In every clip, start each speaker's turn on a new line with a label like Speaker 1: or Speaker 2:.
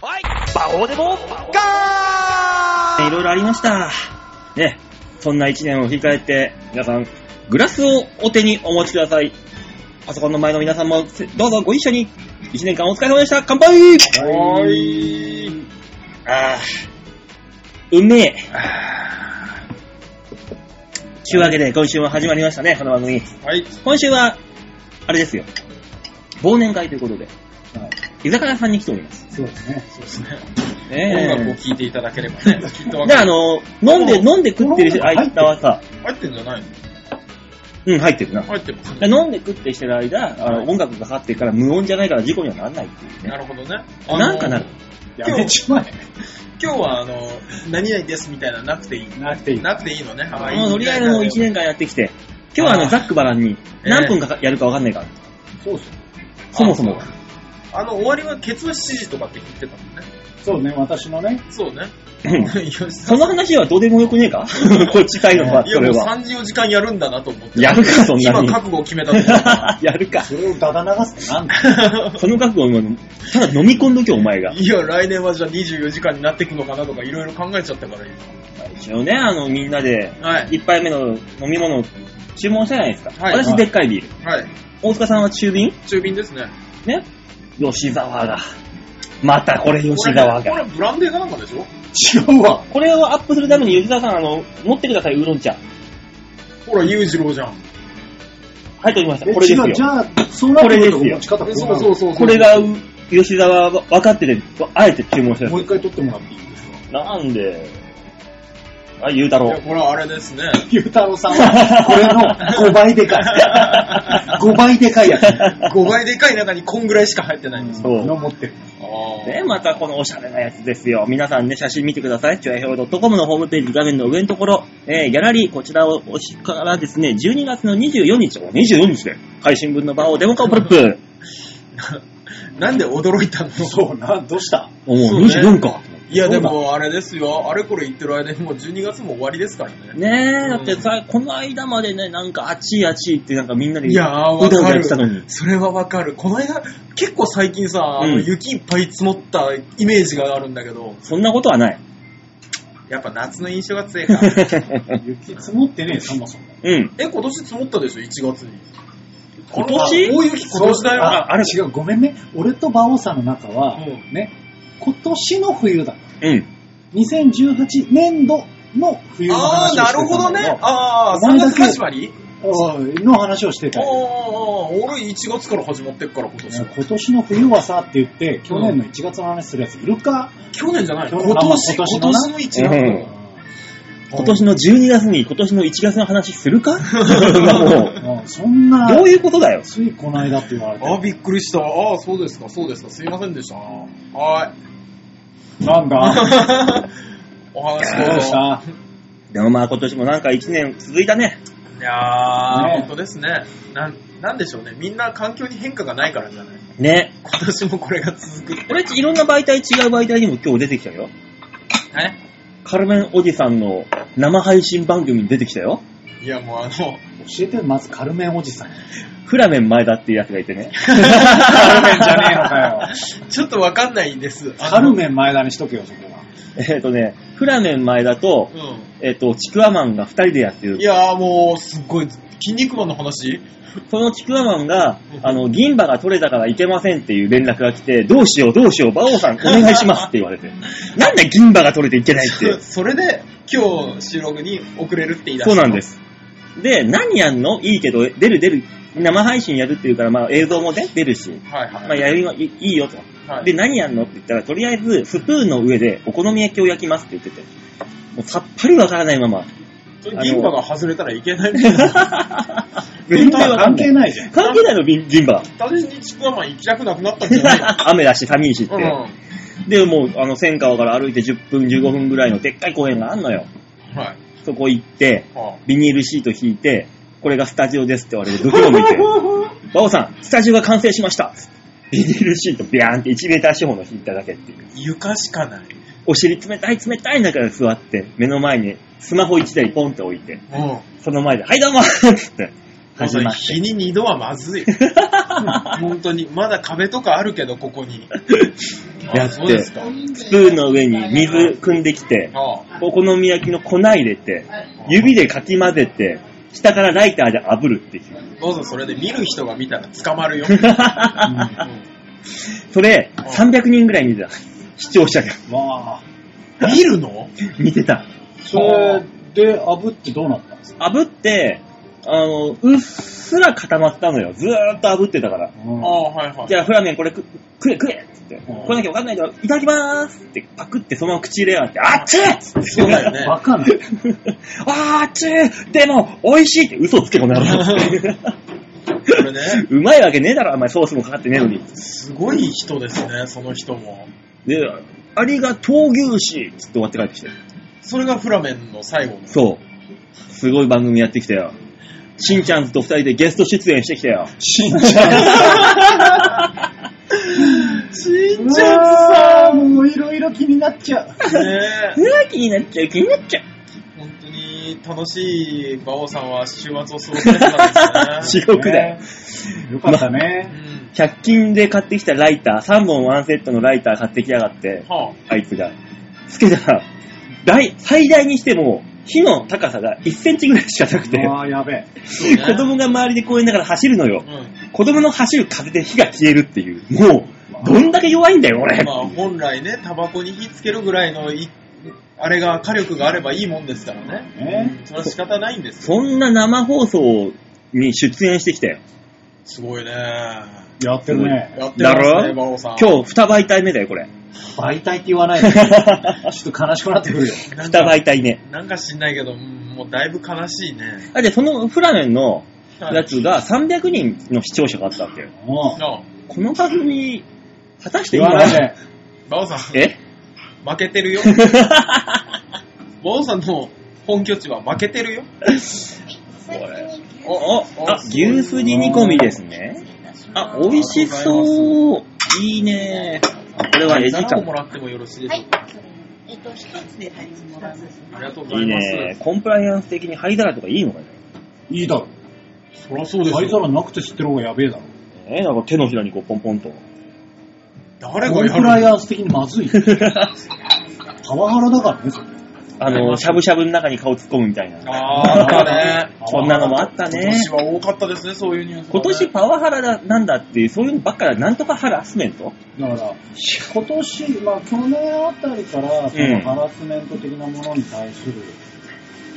Speaker 1: こうでもガ
Speaker 2: いろいろありました。ね、そんな一年を振り返って、皆さん、グラスをお手にお持ちください。パソコンの前の皆さんも、せどうぞご一緒に、一年間お疲れ様でした。乾杯
Speaker 1: ー
Speaker 3: はー
Speaker 1: い。
Speaker 2: あー、うめえ。というわけで、今週も始まりましたね、この番組。
Speaker 3: はい。
Speaker 2: 今週は、あれですよ。忘年会ということで、居酒屋さんに来ております。
Speaker 1: そうですね。
Speaker 3: そうですね。
Speaker 2: え
Speaker 3: 音楽を
Speaker 2: え
Speaker 3: 聴いていただければね、きっとわ
Speaker 2: じゃあ、
Speaker 3: か
Speaker 2: あ
Speaker 3: る。
Speaker 2: の、飲んで、飲んで食ってる人、
Speaker 1: この中入ってる
Speaker 2: 間はさ、
Speaker 3: 入ってんじゃないの
Speaker 2: うん、入ってるな。
Speaker 3: 入ってます
Speaker 2: で飲んで食ってしてる間、あの音楽がかかってるから無音じゃないから事故にはならないっていうね。
Speaker 3: なるほどね。
Speaker 2: なんかなる。
Speaker 3: 今
Speaker 1: や
Speaker 3: 日
Speaker 1: めちまえ。
Speaker 3: 今日は、あの、何々ですみたいなのなくていい。
Speaker 1: なくていい。
Speaker 3: なくていいのね。あ
Speaker 2: もうとりあえずもう1。年間やってきて、今日はあ
Speaker 3: あ
Speaker 2: の、
Speaker 3: ー
Speaker 2: ザックバランに何分かかやるかわかんないから、
Speaker 1: そうですよ。
Speaker 2: そもそも。
Speaker 3: あの、終わりは、ケツは7時とかって聞いてたもんね。
Speaker 1: そうね、私のね。
Speaker 3: そうね。よし
Speaker 2: その話はどうでもよくねえか こっちかいのは、
Speaker 3: いや、も
Speaker 2: それ
Speaker 3: う
Speaker 2: は。
Speaker 3: 3時4時間やるんだなと思って。
Speaker 2: やるか、そんな
Speaker 3: 今、
Speaker 2: に。
Speaker 3: 覚悟を決めたと思ったか
Speaker 2: やるか。
Speaker 1: それをだだ流すってなんだ
Speaker 3: ら。
Speaker 2: その覚悟を今、ただ飲み込んどけ、お前が。
Speaker 3: いや、来年はじゃあ24時間になっていくのかなとか、いろいろ考えちゃったから、
Speaker 2: 一応ね、あの、みんなで、
Speaker 3: 今。はい。
Speaker 2: 1杯目の飲み物を注文したじゃないですか。
Speaker 3: はい
Speaker 2: 私、でっかいビール。
Speaker 3: はい。
Speaker 2: 大塚さんは中瓶
Speaker 3: 中瓶ですね。
Speaker 2: ね吉沢が。またこれ吉
Speaker 3: こ
Speaker 2: 沢
Speaker 3: れ、こ
Speaker 2: が。
Speaker 3: れブランデーかなんかでしょ
Speaker 1: 違うわ。
Speaker 2: これをアップするために吉沢さん、あの、持ってください、ウーロン茶。
Speaker 3: ほら、裕次郎じゃん。
Speaker 2: 入っておりました。
Speaker 1: え
Speaker 2: これです
Speaker 1: 違うじ
Speaker 2: よ。
Speaker 1: ゃあ、そうなってくると
Speaker 2: これですよ
Speaker 1: 持ち方こ
Speaker 3: え
Speaker 1: うな
Speaker 3: そう
Speaker 1: る
Speaker 3: そうそうそう。
Speaker 2: これが、う吉沢は分かってて、あえて注文したや
Speaker 1: もう一回取ってもらっていいですか
Speaker 2: つ。なんで、あ、ゆうた
Speaker 3: い
Speaker 2: ろ
Speaker 3: や、
Speaker 2: う。
Speaker 3: これはあれですね。
Speaker 1: ゆうたろうさんは、これの5倍でか い。5倍でかいやつ。
Speaker 3: 5倍でかい中にこんぐらいしか入ってないんですよ。
Speaker 2: そう
Speaker 1: の持ってる。
Speaker 3: あ
Speaker 2: ね、またこのおしゃれなやつですよ。皆さんね、写真見てください。ちょやひょう .com のホームページ画面の上のところ、えー、ギャラリー、こちらを押しからですね、12月の24日、お24日で、配信分の場をデモカープロップ。
Speaker 3: ーなんで驚いたの
Speaker 1: そうな、どうした
Speaker 2: お
Speaker 3: そう
Speaker 2: う、
Speaker 3: ね
Speaker 2: 24か。
Speaker 3: いや、でもあれですよ。あれこれ言ってる間にもう12月も終わりですからね。
Speaker 2: ねえ、だってさ、この間までね、なんか、あちいあちいってなんかみんなで、
Speaker 3: いやー、
Speaker 2: う
Speaker 3: わ
Speaker 2: だう
Speaker 3: か
Speaker 2: だ
Speaker 3: る
Speaker 2: したのに。。
Speaker 3: それはわかる。この間、結構最近さ、あの
Speaker 2: うん
Speaker 3: 雪いっぱい積もったイメージがあるんだけど、
Speaker 2: そんなことはない。
Speaker 3: やっぱ夏の印象が強いから。
Speaker 1: 雪積もってねえ、そもそも。
Speaker 2: うん。
Speaker 3: え、今年積もったでしょ ?1 月に。
Speaker 2: 今年
Speaker 3: あの大雪今年だよ。
Speaker 2: ああれ
Speaker 1: 違う、ごめんね。俺と馬王さんの中は、
Speaker 3: うん
Speaker 1: ね、今年の冬だ。
Speaker 2: うん。
Speaker 1: 2018年度の冬の
Speaker 3: あー、
Speaker 1: 話をし
Speaker 3: な
Speaker 1: てた
Speaker 3: る
Speaker 1: ん
Speaker 3: ほど
Speaker 1: だけ
Speaker 3: ね。あー、
Speaker 1: お
Speaker 3: 3
Speaker 1: 前だ
Speaker 3: 月
Speaker 1: け
Speaker 3: 始まり
Speaker 1: おいの話をしてたよ。
Speaker 3: あー、俺1月から始まってっから今年。
Speaker 1: 今年の冬はさって言って、去年の1月の話するやついるか、
Speaker 3: 去年じゃない
Speaker 1: 去
Speaker 3: 今年、
Speaker 1: 年
Speaker 3: 今年
Speaker 1: 今年のな
Speaker 3: の1月。
Speaker 2: うん今年の12月に今年の1月の話す るかもう、
Speaker 1: うんそんな、
Speaker 2: どういうことだよ。
Speaker 1: ついこの間って言われ
Speaker 3: あー、
Speaker 1: て。
Speaker 3: びっくりした。あー、そうですか、そうですか。すいませんでした。はーい。
Speaker 1: なん だ
Speaker 3: お話
Speaker 1: どうした
Speaker 2: でもまあ今年もなんか1年続いたね。
Speaker 3: いやー、
Speaker 1: ね
Speaker 3: 本当ですねなん。なんでしょうね。みんな環境に変化がないからじゃない
Speaker 2: ね。
Speaker 3: 今年もこれが続くって。
Speaker 2: これいろんな媒体、違う媒体にも今日出てきたよ。カルメンおじさんの生配信番組に出てきたよ。
Speaker 3: いや、もうあの、
Speaker 1: 教えて、まずカルメンおじさん。
Speaker 2: フラメン前田っていうやつがいてね。
Speaker 1: カルメンじゃねえのかよ。
Speaker 3: ちょっとわかんないです。
Speaker 1: カルメン前田にしとけよ、そこは。
Speaker 2: えっとね、フラメン前田と、
Speaker 3: う
Speaker 2: えっ、と、ちくわマンが2人でやって
Speaker 3: ん。
Speaker 2: る
Speaker 3: い。やー、もう、すっごい、筋肉マンの話
Speaker 2: そのちくわマンが
Speaker 3: う、ん
Speaker 2: あの、銀歯が取れたからいけませんっていう連絡が来て、どうしようどうしよう、馬王さんお願いしますって言われて。なんで銀歯が取れていけないっ て。
Speaker 3: それで、今日収録に遅れるって言い出し
Speaker 2: そ
Speaker 3: た。
Speaker 2: うなんで。す。で、何やんのいいけど、出る出る。生配信やるっていうから、まあ映像もね、出るし。
Speaker 3: はいはい。
Speaker 2: まあやるよ、いいいよと。
Speaker 3: はい
Speaker 2: で、何やんのって言ったら、とりあえず、スプーンの上でお好み焼きを焼きますって言ってて。もうさっぱりわからないまま。
Speaker 3: 銀歯が外れたらいけないみたいな。
Speaker 2: 全然わかんな
Speaker 1: 関係
Speaker 2: い。
Speaker 1: ないじゃん。
Speaker 2: 関係ないの、銀銀歯。
Speaker 3: 単純にちくわマン行きたくなくなったんじゃ ない
Speaker 2: 雨だし、寒いしって。
Speaker 3: うん。
Speaker 2: で、もう、あの、千川から歩いて10分、15分ぐらいのでっかい公園があんのよ。
Speaker 3: はい。
Speaker 2: そこ行って、
Speaker 3: は
Speaker 2: ビニールシート引いて、これがスタジオですって言われて、ドキを見 て、バオさん、スタジオが完成しましたビニールシートビャーンって1メーター四方の引いただけっていう。
Speaker 3: あ床しかない。
Speaker 2: お尻冷たい冷たい中で座って、目の前にスマホ1台ポンって置いて、
Speaker 3: うん。
Speaker 2: その前で、はいどうもっつって、始まっ
Speaker 3: 日に二度はまず い。本当に。まだ壁とかあるけど、ここに。
Speaker 2: や
Speaker 3: あ
Speaker 2: って
Speaker 3: そうですか。
Speaker 2: スプーンの上に水汲んできて、
Speaker 3: ああ
Speaker 2: お好み焼きの粉入れて、指でかき混ぜて、下からライターで炙るっていう。
Speaker 3: どうぞそれで見る人が見たら捕まる よ。うん
Speaker 2: それ、300人ぐらい見てた。視聴者が
Speaker 1: まあ、
Speaker 3: 見るの
Speaker 2: 見てた。
Speaker 1: それで炙ってどうなったんですか
Speaker 2: 炙って、あの、うっすら固まったのよ。ずーっと炙ってたから。
Speaker 1: うん
Speaker 3: ああ、はいはい。
Speaker 2: じゃあ、フラーメンこれ食食え食えっつって、
Speaker 1: ん
Speaker 2: これなきゃわかんないから、いただきまーすってパクってそのまま口入れやがって、あっちーっつって。
Speaker 3: そうだよね。
Speaker 1: わかんない。
Speaker 2: あーっちーでも、美味しいって嘘つけこの野 郎
Speaker 3: これね、
Speaker 2: うまいわけねえだろ、あんまりソースもかかってねえのに。
Speaker 3: すごい人ですね、その人も。
Speaker 2: で、ありがとう牛脂っつって終わって帰ってきて。
Speaker 3: それがフラメンの最後の。
Speaker 2: そう。すごい番組やってきたよ。しんちゃんと二人でゲスト出演してきたよ。
Speaker 1: 死んじゃ
Speaker 3: ち
Speaker 1: う。ゃうもういろいろ気になっちゃう。
Speaker 3: ねえ
Speaker 2: うわ、気になっちゃう、気になっちゃう。
Speaker 3: 本当に楽しい馬王さんは週末を過ごされてたんです
Speaker 2: 地
Speaker 3: ね。
Speaker 2: 獄だよ。
Speaker 1: よかった
Speaker 3: う
Speaker 1: ね。
Speaker 3: ん。
Speaker 2: 100均で買ってきたライター、3本ワンセットのライター買ってきやがって、
Speaker 3: は
Speaker 2: あいつが。つけたら、大、最大にしても、火の高さが1センチぐらいしかなくて、
Speaker 1: ああ、やべえ。
Speaker 3: あ、そうね
Speaker 2: 子供が周りで公園だから走るのよ
Speaker 3: う。ん。
Speaker 2: 子供の走る風で火が消えるっていう、もう、どんだけ弱いんだよ、俺。
Speaker 3: まあ本来ね、タバコに火つけるぐらいのい、あれが火力があればいいもんですからね。
Speaker 1: ね
Speaker 3: それは仕方ないんですよ。
Speaker 2: そんな生放送に出演してきたよ。
Speaker 3: すごいね。
Speaker 1: やってるね。
Speaker 3: やって
Speaker 2: だ
Speaker 3: ますね、馬
Speaker 2: ろ
Speaker 3: 王さん。
Speaker 2: 今日二媒体目だよ、これ。
Speaker 1: 媒体って言わな いで。ちょっと悲しくなってくるよ。
Speaker 3: なん
Speaker 2: 二
Speaker 3: か
Speaker 2: 媒体目。
Speaker 3: なんか知んないけど、うんもうだいぶ悲しいね。
Speaker 2: あ、で、そのフラメンの
Speaker 3: はい
Speaker 2: やつが300人の視聴者があったわけよ。
Speaker 1: も う
Speaker 3: なあ、
Speaker 2: この番組、果たして
Speaker 1: 言
Speaker 2: 今
Speaker 1: わ、ないで。
Speaker 3: バオさん、負
Speaker 2: え
Speaker 3: けてるよ。バオさんの本拠地は負けてるよ。
Speaker 2: これ。
Speaker 3: お
Speaker 2: お、あ、牛すじ煮込みですね。あ、美味しそう。いいね。これは絵時
Speaker 3: 何をも
Speaker 2: 間。
Speaker 3: らってもよろしいで
Speaker 4: は
Speaker 3: しょ
Speaker 4: いう
Speaker 3: か。。
Speaker 4: えっと、一つで、はい、もらいます。
Speaker 3: ありがとうござ
Speaker 2: いい
Speaker 3: います。
Speaker 2: ね。コンプライアンス的に灰皿とかいいのかね。
Speaker 1: いいだろ。
Speaker 3: そりゃそうです
Speaker 1: 灰
Speaker 3: よ。
Speaker 1: 皿なくて知ってる方がやべえだろ。
Speaker 2: えなんか手のひらにこうポンポン と。
Speaker 3: 誰
Speaker 1: コンプ
Speaker 3: が
Speaker 1: ラ
Speaker 3: や
Speaker 1: イ
Speaker 3: る
Speaker 1: アンス的にまずい。パワハラだからね、それ
Speaker 2: あの、しゃぶしゃぶの中に顔突っ込むみたいな。
Speaker 3: あー、だね。
Speaker 2: そんなのもあった
Speaker 3: 今
Speaker 2: ね。
Speaker 3: 年は多かったですね、そういうニュース、ね。
Speaker 2: 今年パワハラだなんだっていう、そういうのばっかりなんとかハラスメント
Speaker 1: だから、今年、まあ去年あたりから、そのハラスメント的なものに対する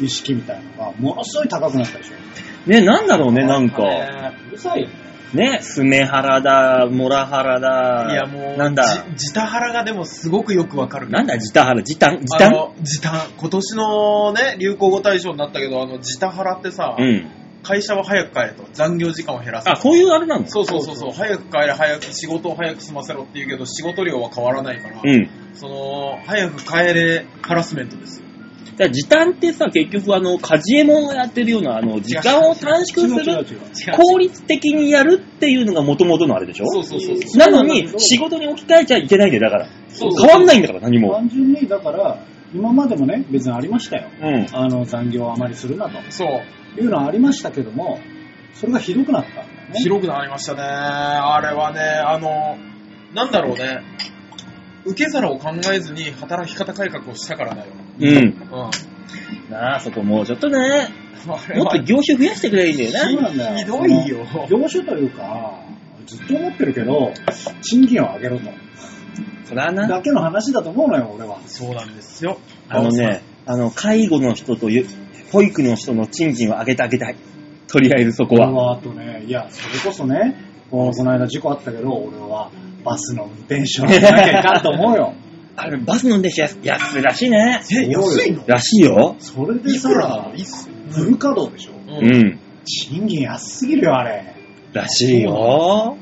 Speaker 1: 意識みたいなのが、ものすごい高くなったでしょ。
Speaker 2: ね、なんだろうね、なんか。
Speaker 1: うるさいよね。
Speaker 2: ね、スネハラだ、モラハラだ。
Speaker 3: いやもう、
Speaker 2: なんだ、
Speaker 3: じ、ジタハラがでもすごくよくわかる。
Speaker 2: なんだ、ジタハラ、ジタン、ジ
Speaker 3: あ
Speaker 2: タン
Speaker 3: の、時短。今年のね、流行語大賞になったけど、あの、時短払ってさ、
Speaker 2: うん。
Speaker 3: 会社は早く帰れと、残業時間を減らせ
Speaker 2: あ、そういうあれなの
Speaker 3: そうそうそうそう、早く帰れ、早く仕事を早く済ませろって言うけど、仕事量は変わらないから、
Speaker 2: うん。
Speaker 3: その、早く帰れハラスメントですよ。
Speaker 2: だから時短ってさ、結局あの、カジエモンがやってるような、あの、時間を短縮す
Speaker 1: 違う違う
Speaker 2: る、
Speaker 1: 違う。
Speaker 2: 効率的にやるっていうのが元々のあれでしょ
Speaker 3: そうそうそう
Speaker 2: なのに、仕事に置き換えちゃいけないんだよ、だから。
Speaker 3: そうそう
Speaker 2: 変わんないんだから、何も。
Speaker 1: 単純に、だから、今までもね、別にありましたよ。
Speaker 2: うん。
Speaker 1: あの、残業をあまりするなと。
Speaker 3: そう。
Speaker 1: いうのはありましたけども、それがひどくなったんだよね。
Speaker 3: 広くなりましたね。あれはね、あの、なんだろうね。受け皿を考えずに働き方改革をしたからだよ。
Speaker 2: うん
Speaker 3: う。ん。あ
Speaker 2: なあ、そこもうちょっとね、
Speaker 3: れ
Speaker 2: もっ
Speaker 3: は
Speaker 2: と業種増やしてくれいいんだよ
Speaker 1: そう
Speaker 2: な。
Speaker 1: なんだよ。
Speaker 3: ひどいよ
Speaker 1: その業種というか、ずっと思ってるけど、賃金を上げろと。
Speaker 2: そらな。
Speaker 1: だけの話だと思うのよ、俺は。
Speaker 3: そうなんですよ。
Speaker 2: あのね、あの、介護の人とゆ保育の人の賃金を上げてあげたい。とりあえずそこ
Speaker 1: 俺
Speaker 2: は。
Speaker 1: はあとね、いや、それこそね、このこの間事故あったけど、俺はバスの運転手をやらなきゃいかんと思うよ。
Speaker 2: あれ、バスの電車安安いらしいね。
Speaker 3: え、安いの
Speaker 2: らしいよ。
Speaker 1: それで
Speaker 3: いくらな
Speaker 1: さ
Speaker 3: の、いいっす。
Speaker 1: フル稼働でしょ。
Speaker 3: う。
Speaker 2: うんん。
Speaker 1: 賃金安すぎるよ、あれ。
Speaker 2: らしいよ。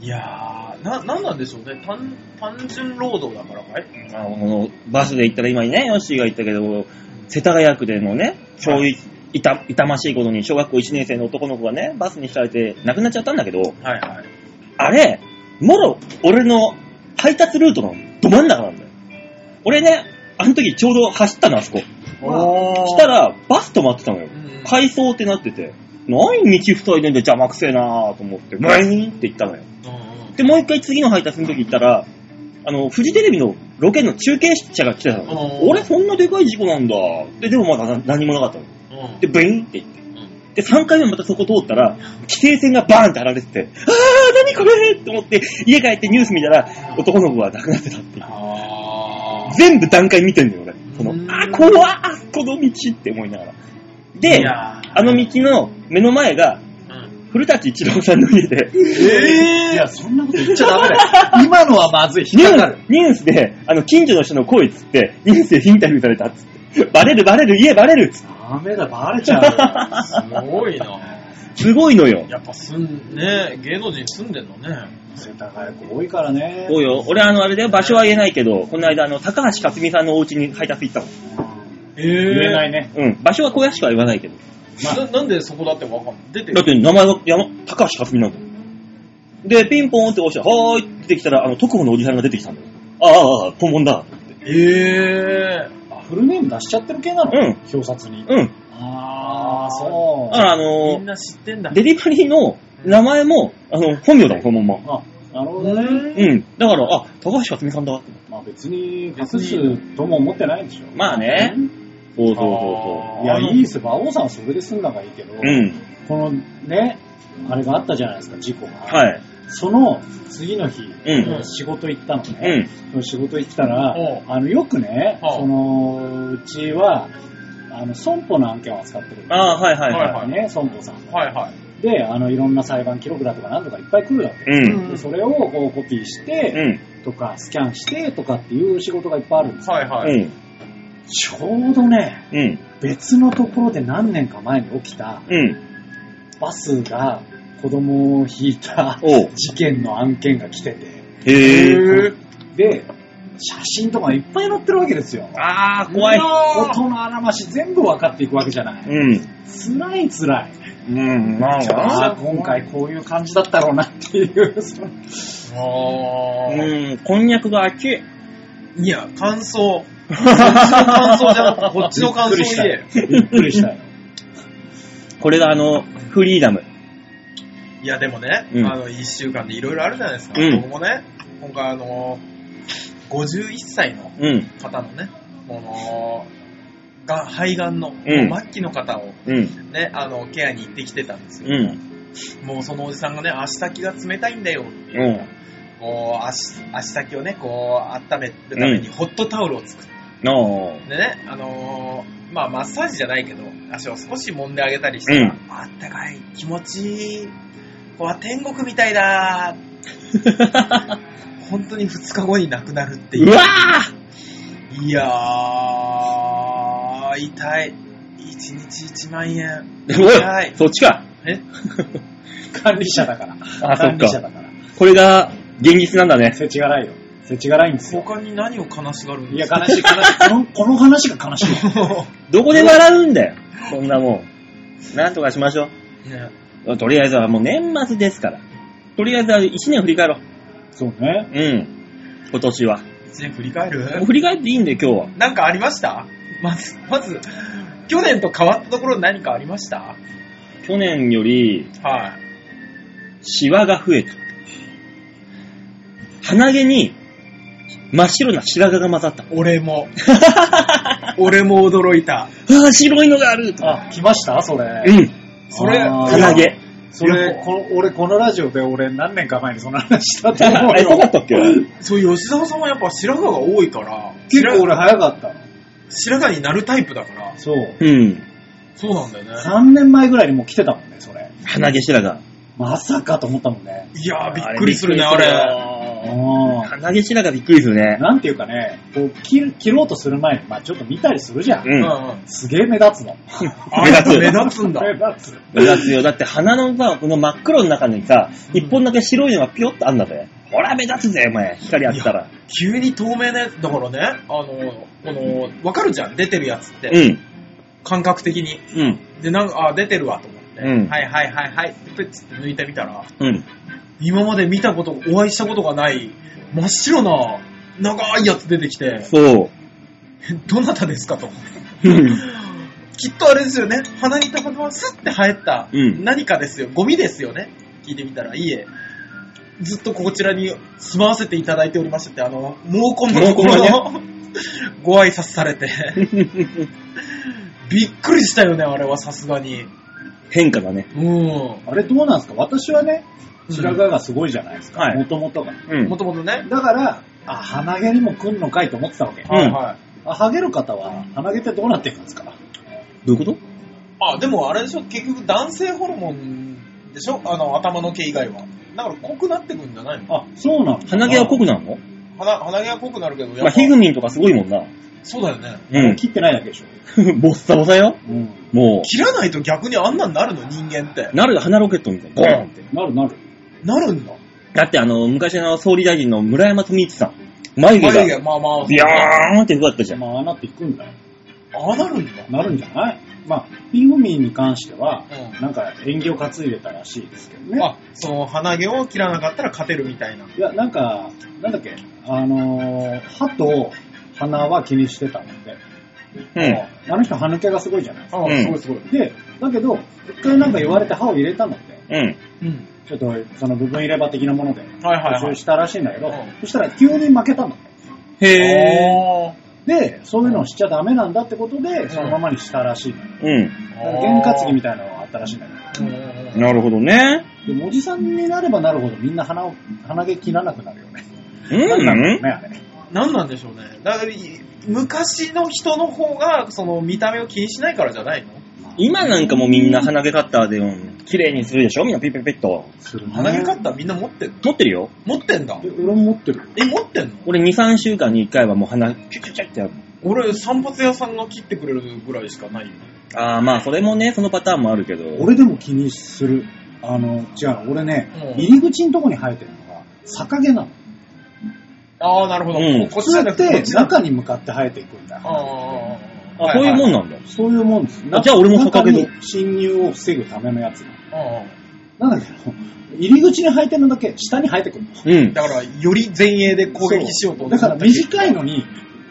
Speaker 3: いやー、な、なんなんでしょうね。単、単純労働だからかい
Speaker 2: あの、バスで行ったら今ね、ヨッシーが言ったけど、世田谷区でのね、教育、いた、痛ましいことに小学校1年生の男の子がね、バスにひかれて亡くなっちゃったんだけど、
Speaker 3: はいはい。
Speaker 2: あれ、もろ、俺の配達ルートのど真ん中なんだよ。俺ね、あの時ちょうど走ったの、あそこ。
Speaker 3: おー。
Speaker 2: したら、バス止まってたのよ
Speaker 3: う。ん、
Speaker 2: 回送ってなってて、何道二人で邪魔くせえなぁと思って、ブイーンって言ったのよ。で、もう一回次の配達の時行ったら、あの、フジテレビのロケの中継者が来てたの。
Speaker 3: うん
Speaker 2: 俺、そんなでかい事故なんだ。で、でもまだな何もなかったの。で、ブイーンって言って。で、3回目またそこ通ったら、規制線がバーンって張られてて、あー、何これって思って、家帰ってニュース見たら、男の子が亡くなってたっていう。
Speaker 3: あー
Speaker 2: 全部段階見てんだよ、俺。その
Speaker 3: う、ん
Speaker 2: あー、怖っこの道って思いながら。
Speaker 3: い
Speaker 2: で、
Speaker 3: やー
Speaker 2: あの道の目の前が、
Speaker 3: うん
Speaker 2: 古舘一郎さんの家で、
Speaker 1: い
Speaker 3: え
Speaker 1: や、
Speaker 3: ー
Speaker 1: そんなこと言っちゃダ メだよ。今のはまずい。
Speaker 2: ニ
Speaker 1: 引っ
Speaker 2: ュ
Speaker 1: かか
Speaker 2: ー
Speaker 1: る。
Speaker 2: ニュースで、あの、近所の人の声っつって、ニュースでインタビューされたっつって、 バレるバレる、家バレるっつっ
Speaker 1: ダメだ、バレちゃうよ。
Speaker 3: すごいな。
Speaker 2: て、すごいのよ。
Speaker 3: やっぱすん、ね芸能人住んでんのね。
Speaker 1: 世田谷区多いからね。
Speaker 2: おうよ。俺、あの、あれだよ、場所は言えないけど、この間、あの、高橋克実さんのお家に配達行ったの。
Speaker 1: うん
Speaker 3: え
Speaker 1: 言えない
Speaker 3: い。
Speaker 1: ね。
Speaker 2: うん、場所は小屋しか言わないけど。
Speaker 3: ななんでそこだってわかんない。出て
Speaker 2: だって名前が山高橋克実なんだよ。で、ピンポーンって押して、はーいって出てきたら、あの、特保のおじさんが出てきたんだよ。ああああ、ポンポンだ。
Speaker 3: えー。
Speaker 1: あフルネーム出しちゃってる系なの
Speaker 2: うん。
Speaker 1: 表札に。
Speaker 2: うん。
Speaker 3: あ
Speaker 1: ああ、
Speaker 3: ー
Speaker 1: そ
Speaker 2: だか。
Speaker 1: う
Speaker 2: ら、あ
Speaker 3: み
Speaker 2: の
Speaker 3: んな知ってんだ。
Speaker 2: デリバリーの名前も、あの、本名だもん、そのまんま。
Speaker 1: あ、なるほ
Speaker 3: う
Speaker 1: どね。
Speaker 3: ん
Speaker 2: うん。だから、あ、高橋克実さんだ。
Speaker 1: まあ別に隠すとも思ってないでしょ。
Speaker 2: まあね。そうそうそうそ
Speaker 1: いや、いいっすよ。馬王さんはそれで済んだ方がいいけど、
Speaker 2: う。うん。
Speaker 1: このね、あれがあったじゃないですか、事故が。
Speaker 2: はい。
Speaker 1: その次の日、
Speaker 2: うん
Speaker 1: 仕事行ったの
Speaker 2: う
Speaker 1: ね。
Speaker 2: ん。
Speaker 1: その仕事行ったら
Speaker 3: おう、
Speaker 1: あの、よくね、
Speaker 3: おう
Speaker 1: その、うちは、あの、損保の案件を扱ってるんで
Speaker 2: ああ、はいはい
Speaker 3: は
Speaker 2: は
Speaker 3: あい
Speaker 1: ね、損保さんが。
Speaker 3: はいはい。
Speaker 1: で、あの、いろんな裁判記録だとかなんとかいっぱい来るわけ。
Speaker 2: い。うん。
Speaker 1: でそれをこうコピーして、
Speaker 2: うん。
Speaker 1: とか、スキャンして、とかっていう仕事がいっぱいあるんですよ
Speaker 3: はいは
Speaker 2: う
Speaker 3: い。
Speaker 2: ん。
Speaker 1: ちょうどね、
Speaker 2: うん。
Speaker 1: 別のところで何年か前に起きた、
Speaker 2: うん。
Speaker 1: バスが子供を引いた
Speaker 2: おう。
Speaker 1: 事件の案件が来てて、
Speaker 2: へえ。
Speaker 1: で、写真とかいっぱい載ってるわけですよ。
Speaker 2: ああ、怖い。
Speaker 1: 音のあらまし全部分かっていくわけじゃない。
Speaker 2: うん。
Speaker 1: 辛い辛い。
Speaker 2: うん。なん
Speaker 1: ああ、今回こういう感じだったろうなっていう。その
Speaker 3: あー
Speaker 2: うん。こんにゃくが熱い。
Speaker 3: いや、感想。 こっちの感想じゃなくて、こっちの感想
Speaker 1: びっくりした
Speaker 3: 言え
Speaker 1: よ。びっくりしたよ。
Speaker 2: これがあの、フリーダム。
Speaker 3: いや、でもね、
Speaker 2: うん
Speaker 3: あの、一週間でいろいろあるじゃないですか。
Speaker 2: うん
Speaker 3: 僕もね、今回あの、51歳の
Speaker 2: うん。
Speaker 3: 方のね、この、が肺がんの、
Speaker 2: うん
Speaker 3: 末期の方を
Speaker 2: うん。
Speaker 3: ね、あの、ケアに行ってきてたんですよ。
Speaker 2: うん。
Speaker 3: もうそのおじさんがね、足先が冷たいんだよっていう
Speaker 2: うん。
Speaker 3: こう、足、足先をね、こう、温めるためにホットタオルを作って、
Speaker 2: の
Speaker 3: でね、あのーまあマッサージじゃないけど、足を少し揉んであげたりして、
Speaker 2: うん
Speaker 3: あったかい、気持ちいい、ここは天国みたいだー本当に2日後に亡くなるっていうう。
Speaker 2: わ
Speaker 3: いやー、痛い。1日1万円。
Speaker 2: ーおい、そっちか。
Speaker 3: え
Speaker 1: 管理者だから。
Speaker 2: あ、そっ
Speaker 1: 管理者
Speaker 2: か。
Speaker 1: だから。
Speaker 2: これが、現実なんだね。
Speaker 1: せちがらいよ。せちがらいんですよ。
Speaker 3: 他に何を悲しがるん
Speaker 1: い
Speaker 3: で
Speaker 1: や、
Speaker 3: すか
Speaker 1: 悲しい、悲しい。この、この話が悲しいわ。
Speaker 2: どこで笑うんだよ。そんなもん。なんとかしましょ
Speaker 3: ね
Speaker 2: う。とりあえずはもう年末ですから。とりあえずは1年振り返ろう。
Speaker 1: そうね。
Speaker 2: うん。今年は。
Speaker 3: 一年振り返る
Speaker 2: もう振り返っていいんで今日は。
Speaker 3: なんかありましたまず、まず、去年と変わったところ何かありました
Speaker 2: 去年より、
Speaker 3: はい。
Speaker 2: シワが増えた。鼻毛に、真っ白な白髪が混ざった。
Speaker 3: 俺も。俺も驚いた。
Speaker 2: ああ、白いのがあると。
Speaker 1: あ、来ましたそれ。
Speaker 2: うん。
Speaker 3: それ、
Speaker 1: あー
Speaker 2: 鼻毛。
Speaker 1: そ
Speaker 3: 両、
Speaker 1: れ
Speaker 3: 方
Speaker 1: この俺、このラジオで俺何年か前にその話したと思
Speaker 2: あ
Speaker 1: う
Speaker 2: れ、そうだっ
Speaker 1: よ。
Speaker 2: たっけ
Speaker 3: そう、吉沢さんはやっぱ白髪が多いから、
Speaker 1: 結構俺早かったの。
Speaker 3: 白髪になるタイプだから、
Speaker 1: そう。
Speaker 2: うん。
Speaker 3: そうなんだよね。
Speaker 1: 3年前ぐらいにもう来てたもんね、それ。
Speaker 2: 鼻毛白髪。
Speaker 1: まさかと思ったもんね。
Speaker 3: いやー、びっくりするね、あれ。
Speaker 2: れ。
Speaker 1: う
Speaker 2: 鼻毛白髪びっくりするね
Speaker 1: ん。。なんていうかね、こう切る切ろうとする前に、まあちょっと見たりするじゃ
Speaker 2: う。
Speaker 1: ん。
Speaker 3: うんん。
Speaker 1: すげえ目立つ の。
Speaker 3: あやっぱ目立つんだ。
Speaker 1: 目立つ。
Speaker 2: 目立つよ。だって鼻のさ、この真っ黒の中にさ、一本だけ白いのがピョッとあんだぜ。ほら、目立つぜ、お前。光あったら。
Speaker 3: 急に透明なやつ、だからね、あの、この、わかるじゃん、出てるやつっ
Speaker 2: う
Speaker 3: て。
Speaker 2: ん。
Speaker 3: 感覚的に。
Speaker 2: うん。
Speaker 3: で、なんか、あ、出てるわと思って。
Speaker 2: うん
Speaker 3: はいはいはいはい。プッつって抜いてみたら、
Speaker 2: うん。
Speaker 3: 今まで見たこと、お会いしたことがない、真っ白な、長いやつ出てきて、
Speaker 2: そう。
Speaker 3: どなたですかと。
Speaker 2: うん。
Speaker 3: きっとあれですよね。鼻にたまたまスッて生えた
Speaker 2: うん
Speaker 3: 何かですよ。ゴミですよね。聞いてみたら、いいえ。ずっとこちらに住まわせていただいておりましたって、あの、毛根のところ
Speaker 2: 毛
Speaker 3: の ご挨拶されて。 びっくりしたよね、あれはさすがに。
Speaker 2: 変化がね。
Speaker 3: うん。
Speaker 1: あれどうなんですか私はね、
Speaker 3: うん
Speaker 1: 白髪がすごいじゃないです
Speaker 2: は
Speaker 1: か。
Speaker 2: い
Speaker 1: もともとが。
Speaker 2: うん
Speaker 3: も。ともとね。
Speaker 1: だから、あ、鼻毛にも来んのかいと思ってたわけ。
Speaker 3: はいはい。
Speaker 1: あ、ハゲる方は鼻毛ってどうなっていくんですか
Speaker 2: どういうこと
Speaker 3: あ、でもあれでしょ、結局男性ホルモンでしょあの、頭の毛以外は。だから濃くなってくんじゃないの
Speaker 1: あ、そうなの
Speaker 2: 鼻毛は濃くなるの
Speaker 3: 鼻鼻毛は濃くなるけど、やっぱ、
Speaker 2: まあ、ヒグミンとかすごいもんな。
Speaker 3: そうだよね。
Speaker 2: うん。
Speaker 1: 切ってないだけでしょ。
Speaker 2: ボッサボサよ。
Speaker 1: うん。
Speaker 2: も
Speaker 3: 切らないと逆にあんなんなるの人間って
Speaker 2: う、。なる鼻ロケットみたいな。ゴーンって。
Speaker 1: なるなる。
Speaker 3: なるんだ。
Speaker 2: だってあの、昔の総理大臣の村山富一さん。眉毛が、
Speaker 3: 眉毛、まあまあ。
Speaker 2: ビヨーンって動かったじゃん。
Speaker 1: まあ、ああなっていくんだよ。
Speaker 3: ああ、なるんだ。
Speaker 1: なるんじゃないまあ、ピグミーに関しては、
Speaker 3: うん
Speaker 1: なんか縁起を担いでたらしいですけどね。
Speaker 3: あ、その鼻毛を切らなかったら勝てるみたいな。
Speaker 1: いや、なんか、なんだっけ、あのー歯と鼻は気にしてたんで、
Speaker 2: うん。
Speaker 1: あの人歯抜けがすごいじゃないですか。
Speaker 3: あ
Speaker 2: うん
Speaker 3: すごいすごい。
Speaker 1: で、だけど、一回なんか言われて歯を入れたんだって。
Speaker 2: うん。
Speaker 3: うん。
Speaker 1: ちょっと、その部分入れ歯的なもので、
Speaker 3: はいはい
Speaker 1: 補
Speaker 3: は
Speaker 1: 修
Speaker 3: い。
Speaker 1: したらしいんだけど、
Speaker 3: うん
Speaker 1: そしたら急に負けたんだって。
Speaker 2: へー。
Speaker 3: あ
Speaker 1: で、そういうのをしちゃダメなんだってことで、そのままにしたらしいの。
Speaker 2: うん。
Speaker 3: ー
Speaker 1: だから験担ぎみたいなのがあったらしいんだけど。
Speaker 3: うんうんうん
Speaker 2: なるほどね。
Speaker 1: でもおじさんになればなるほどみんな鼻を、鼻毛切らなくなるよ ね。
Speaker 2: う
Speaker 1: なんなんだろうんね、。あれ。
Speaker 3: なんなんでしょうね。だから、い昔の人の方が、その、見た目を気にしないからじゃないの
Speaker 2: 今なんかもうみんな鼻毛カッターで、うん、綺麗にするでしょみんなピッピッピッと。
Speaker 1: するね
Speaker 3: 鼻毛カッターみんな持ってんの
Speaker 2: 持ってるよ。
Speaker 3: 持ってんだ
Speaker 1: え。俺も持ってるよ。
Speaker 3: え、持ってんの
Speaker 2: 俺2、3週間に1回はもう鼻、キュキュキュってやる。
Speaker 3: 俺、散髪屋さんが切ってくれるぐらいしかないよ。
Speaker 2: あー、まあそれもね、そのパターンもあるけど。
Speaker 1: 俺でも気にする。あの、違う、俺ね、
Speaker 3: うん
Speaker 1: 入り口のとこに生えてるのが、逆毛なの。
Speaker 3: ああ、なるほど。
Speaker 2: うん
Speaker 3: こっちじ
Speaker 1: そ
Speaker 3: ゃ
Speaker 1: うや
Speaker 3: な
Speaker 1: っ
Speaker 3: くて、こってちだ。
Speaker 1: 中に向かって生えていくんだ
Speaker 3: あ。あ
Speaker 2: あ、そういうもんなんだ。
Speaker 1: そういうもんです。
Speaker 2: あじゃあ俺も逆毛だ
Speaker 1: 中に侵入を防ぐためのやつな
Speaker 3: ああ
Speaker 1: のなんだけど、入り口に生えてるのだけ下に生えてくるの。
Speaker 2: うん。
Speaker 3: だから、より前衛で攻撃しようと
Speaker 1: そう
Speaker 3: 思
Speaker 1: だから
Speaker 3: い。
Speaker 1: 短いのに、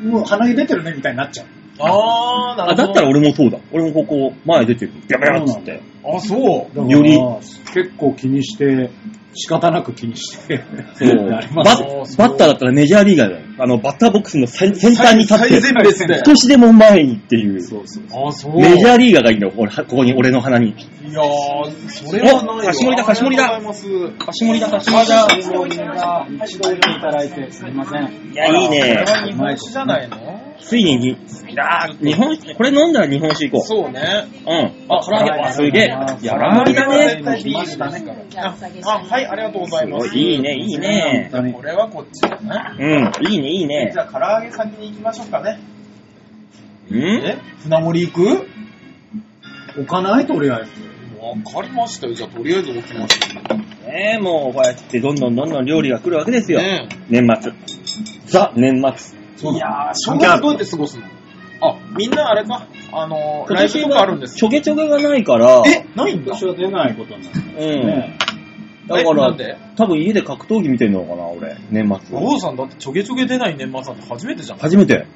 Speaker 1: もう鼻毛出てるねみたいになっちゃう。
Speaker 3: ああ、な
Speaker 2: あ、
Speaker 3: るほど。
Speaker 2: だったら俺もそうだ。俺もここ、前出てる。やべやっつって。
Speaker 3: あ、そう。
Speaker 1: だから
Speaker 2: より
Speaker 1: 結構気にして、仕方なく気にして、
Speaker 2: そう。
Speaker 1: な
Speaker 2: バ
Speaker 1: り
Speaker 2: ッ
Speaker 1: ますよ
Speaker 2: バッターだったらメジャーリーガーだよ。あの、バッターボックスの先先端に立
Speaker 3: 最
Speaker 2: って、
Speaker 3: 前列で。
Speaker 2: 少しでも前にっていう。
Speaker 1: そうそう
Speaker 3: あ、そう。
Speaker 2: メジャーリーガーがいいんだよ、これここに、俺の鼻に。
Speaker 3: いやー、それはないわ。
Speaker 2: お差し盛りだ差し盛りだ
Speaker 3: ありがとうございます。
Speaker 2: かしもりだ、かし
Speaker 1: 一度入れていただいて、すみません。
Speaker 2: いや、いいね
Speaker 3: これ。は日本酒じゃないの
Speaker 2: ついにに、あー日本酒、これ飲んだら日本酒行こう。
Speaker 3: そうね。
Speaker 2: うん。あ、唐揚げ、あ、すげえ。や
Speaker 1: あ
Speaker 2: ら
Speaker 1: ー
Speaker 2: れ
Speaker 1: いい
Speaker 2: だ
Speaker 3: は
Speaker 2: ね。
Speaker 3: 絶対ビールですからあ、あはい、ありがとうござ
Speaker 2: す
Speaker 3: いま
Speaker 2: ご
Speaker 3: す。
Speaker 2: い、いいね、いいね。
Speaker 1: 本当に
Speaker 3: これはこっちだね。
Speaker 2: うん、いいね、いいね
Speaker 3: じ。ゃあ、唐揚げ先に行きましょうかね。
Speaker 2: うん
Speaker 3: え船盛り行く
Speaker 1: 置かないとりあえず。
Speaker 3: わかりましたよ。じゃあ、とりあえず置きます。
Speaker 2: ねえ、もう、こうやってどんどんどんどん料理が来るわけですよ。
Speaker 3: ね
Speaker 2: 年末。ザ、年末。
Speaker 3: いやー、正
Speaker 1: 関係
Speaker 3: 月
Speaker 1: ある
Speaker 3: どうやって過ごすのあ、みんなあれか。あのー、ライブとかあるんです
Speaker 2: ちょげちょげがないから、
Speaker 3: えないんだ
Speaker 1: 今。年は出ないことになる
Speaker 2: うん。
Speaker 1: ね。
Speaker 2: だか
Speaker 3: えな
Speaker 2: ら
Speaker 3: ん、で
Speaker 2: 多分家で格闘技見てんのかな、俺。年末。
Speaker 3: 王さんだってちょげちょげ出ない年末なんて初めてじゃん。
Speaker 2: 初めて。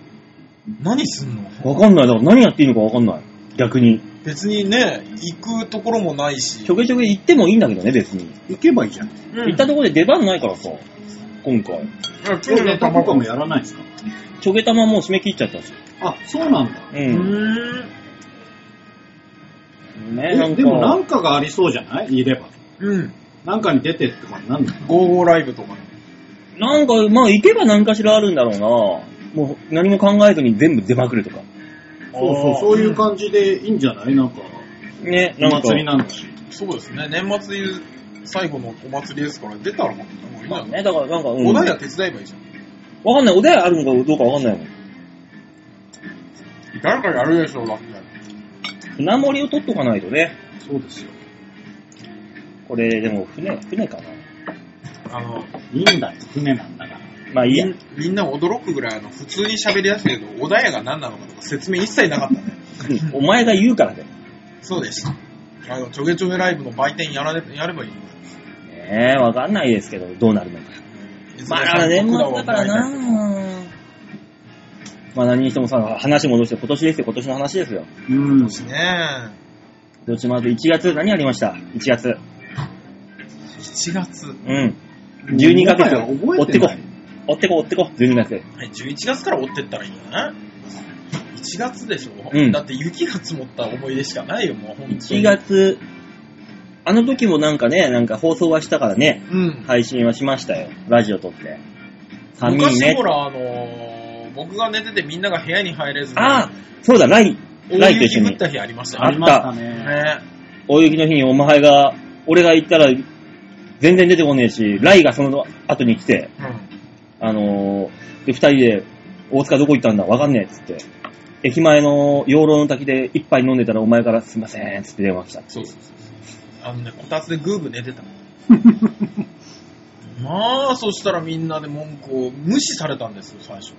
Speaker 3: 何すんの
Speaker 2: わかんない。だから何やっていいのかわかんない。逆に。
Speaker 3: 別にね、行くところもないし。
Speaker 2: ちょげちょげ行ってもいいんだけどね、別に。
Speaker 1: 行けばいいじゃん。
Speaker 3: うん
Speaker 2: 行ったところで出番ないからさ、今回。
Speaker 3: うん去
Speaker 1: 今日
Speaker 3: 年
Speaker 1: ネ
Speaker 3: た
Speaker 1: タ
Speaker 3: ま
Speaker 1: とか
Speaker 3: ご
Speaker 1: もやらないんですか
Speaker 2: ちょげ玉もう締め切っちゃったし。
Speaker 1: あ、そうなんだ。
Speaker 2: う
Speaker 3: うー
Speaker 2: ん。
Speaker 3: ん。
Speaker 2: ねなんか
Speaker 1: えでもなんかがありそうじゃない入れば。
Speaker 3: うん。
Speaker 1: なんかに出てってことになんの
Speaker 3: ゴーゴーライブとかね。
Speaker 2: なんか、まあ行けば何かしらあるんだろうな。もう何も考えずに全部出まくるとか。
Speaker 1: そうそう、そういう感じでいいんじゃないなんか、
Speaker 2: ね、
Speaker 1: お
Speaker 2: なんか。
Speaker 1: 祭りなんだし。
Speaker 3: そうですね。年末最後のお祭りですから、出たらもういい
Speaker 2: まあ
Speaker 3: な。
Speaker 2: ね、だからなんか、うん。
Speaker 3: お題は手伝えばいいじゃん。
Speaker 2: わかんない。お題あるのかどうかわかんないもん。
Speaker 3: 誰かやるでしょ、だって。
Speaker 2: 船盛りを取っとかないとね。
Speaker 1: そうですよ。
Speaker 2: これ、でも船、船かな。
Speaker 3: あの、
Speaker 1: いいんだよ、船なんだから。
Speaker 2: まあいいや。
Speaker 3: みんな驚くぐらい、あの、普通に喋りやすいけど、お題やが何なのかとか説明一切なかったね。
Speaker 2: うんお前が言うからだよ。
Speaker 3: そうでした。あの、ちょげちょげライブの売店やられ、やればいいのに
Speaker 2: ねえ、わかんないですけど、どうなるのか。まあ、年末だからな。まあ何にしてもさ、話戻して今年ですよ、今年の話ですよ。
Speaker 1: うん。
Speaker 3: すね。
Speaker 2: どっちまず1月、何ありました ?1 月。
Speaker 3: 7月。
Speaker 2: うん。12ヶ月。
Speaker 1: もはや
Speaker 2: 追っ
Speaker 1: 覚え
Speaker 2: て
Speaker 1: て
Speaker 2: こ
Speaker 1: ない。。
Speaker 2: 追ってこ、追ってこ。12月。
Speaker 3: はい、11月から追ってったらいいんじゃない ?1 月でしょ、
Speaker 2: うん
Speaker 3: だって雪が積もった思い出しかないよ、もう本当に。
Speaker 2: 1。月、あの時もなんかね、なんか放送はしたからね、
Speaker 3: うん。
Speaker 2: 配信はしましたよ。ラジオ撮って。寒い
Speaker 3: 昔
Speaker 2: ね
Speaker 3: ほ。ら、あのー僕が寝ててみんなが部屋に入れずに、
Speaker 2: ああ、そうだ、ライ、ラ
Speaker 3: 大
Speaker 2: イと一
Speaker 3: 雪
Speaker 2: 緒
Speaker 3: 降っ
Speaker 2: に。
Speaker 3: た日ありました
Speaker 1: あ
Speaker 3: よ
Speaker 1: り
Speaker 3: ね。
Speaker 1: ましたね。
Speaker 3: ね
Speaker 2: 大雪の日にお前が、俺が行ったら、全然出てこねえし、ライがその後に来て、
Speaker 3: うん
Speaker 2: あのー、で、二人で、大塚どこ行ったんだわかんねえっつって。駅前の養老の滝で一杯飲んでたらお前からすいませんっつって電話来た。
Speaker 3: そうそうそう。あのね、こたつでグーグー寝て た。まあ、そしたらみんなで文句を無視されたんですよ、最初。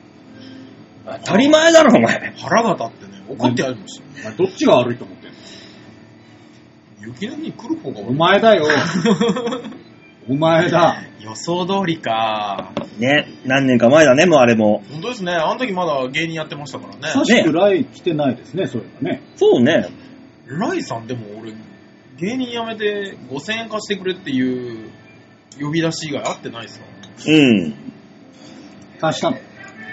Speaker 2: 当たり前だろお前。
Speaker 3: 腹が立ってね、怒ってやりましたよ。
Speaker 1: お前どっちが悪いと思ってんの
Speaker 3: 雪の日に来る方が
Speaker 1: お前 だよ。お前だ。
Speaker 3: 予想通りか。
Speaker 2: ね、何年か前だね、もうあれも。
Speaker 3: 本当ですね。あの時まだ芸人やってましたから
Speaker 1: 久
Speaker 3: ね。
Speaker 1: しくライ来てないですね、そういえばね。
Speaker 2: そうね。
Speaker 3: ライさんでも俺、芸人辞めて5000円貸してくれっていう呼び出し以外あってないですか
Speaker 2: うん。
Speaker 1: 貸したの。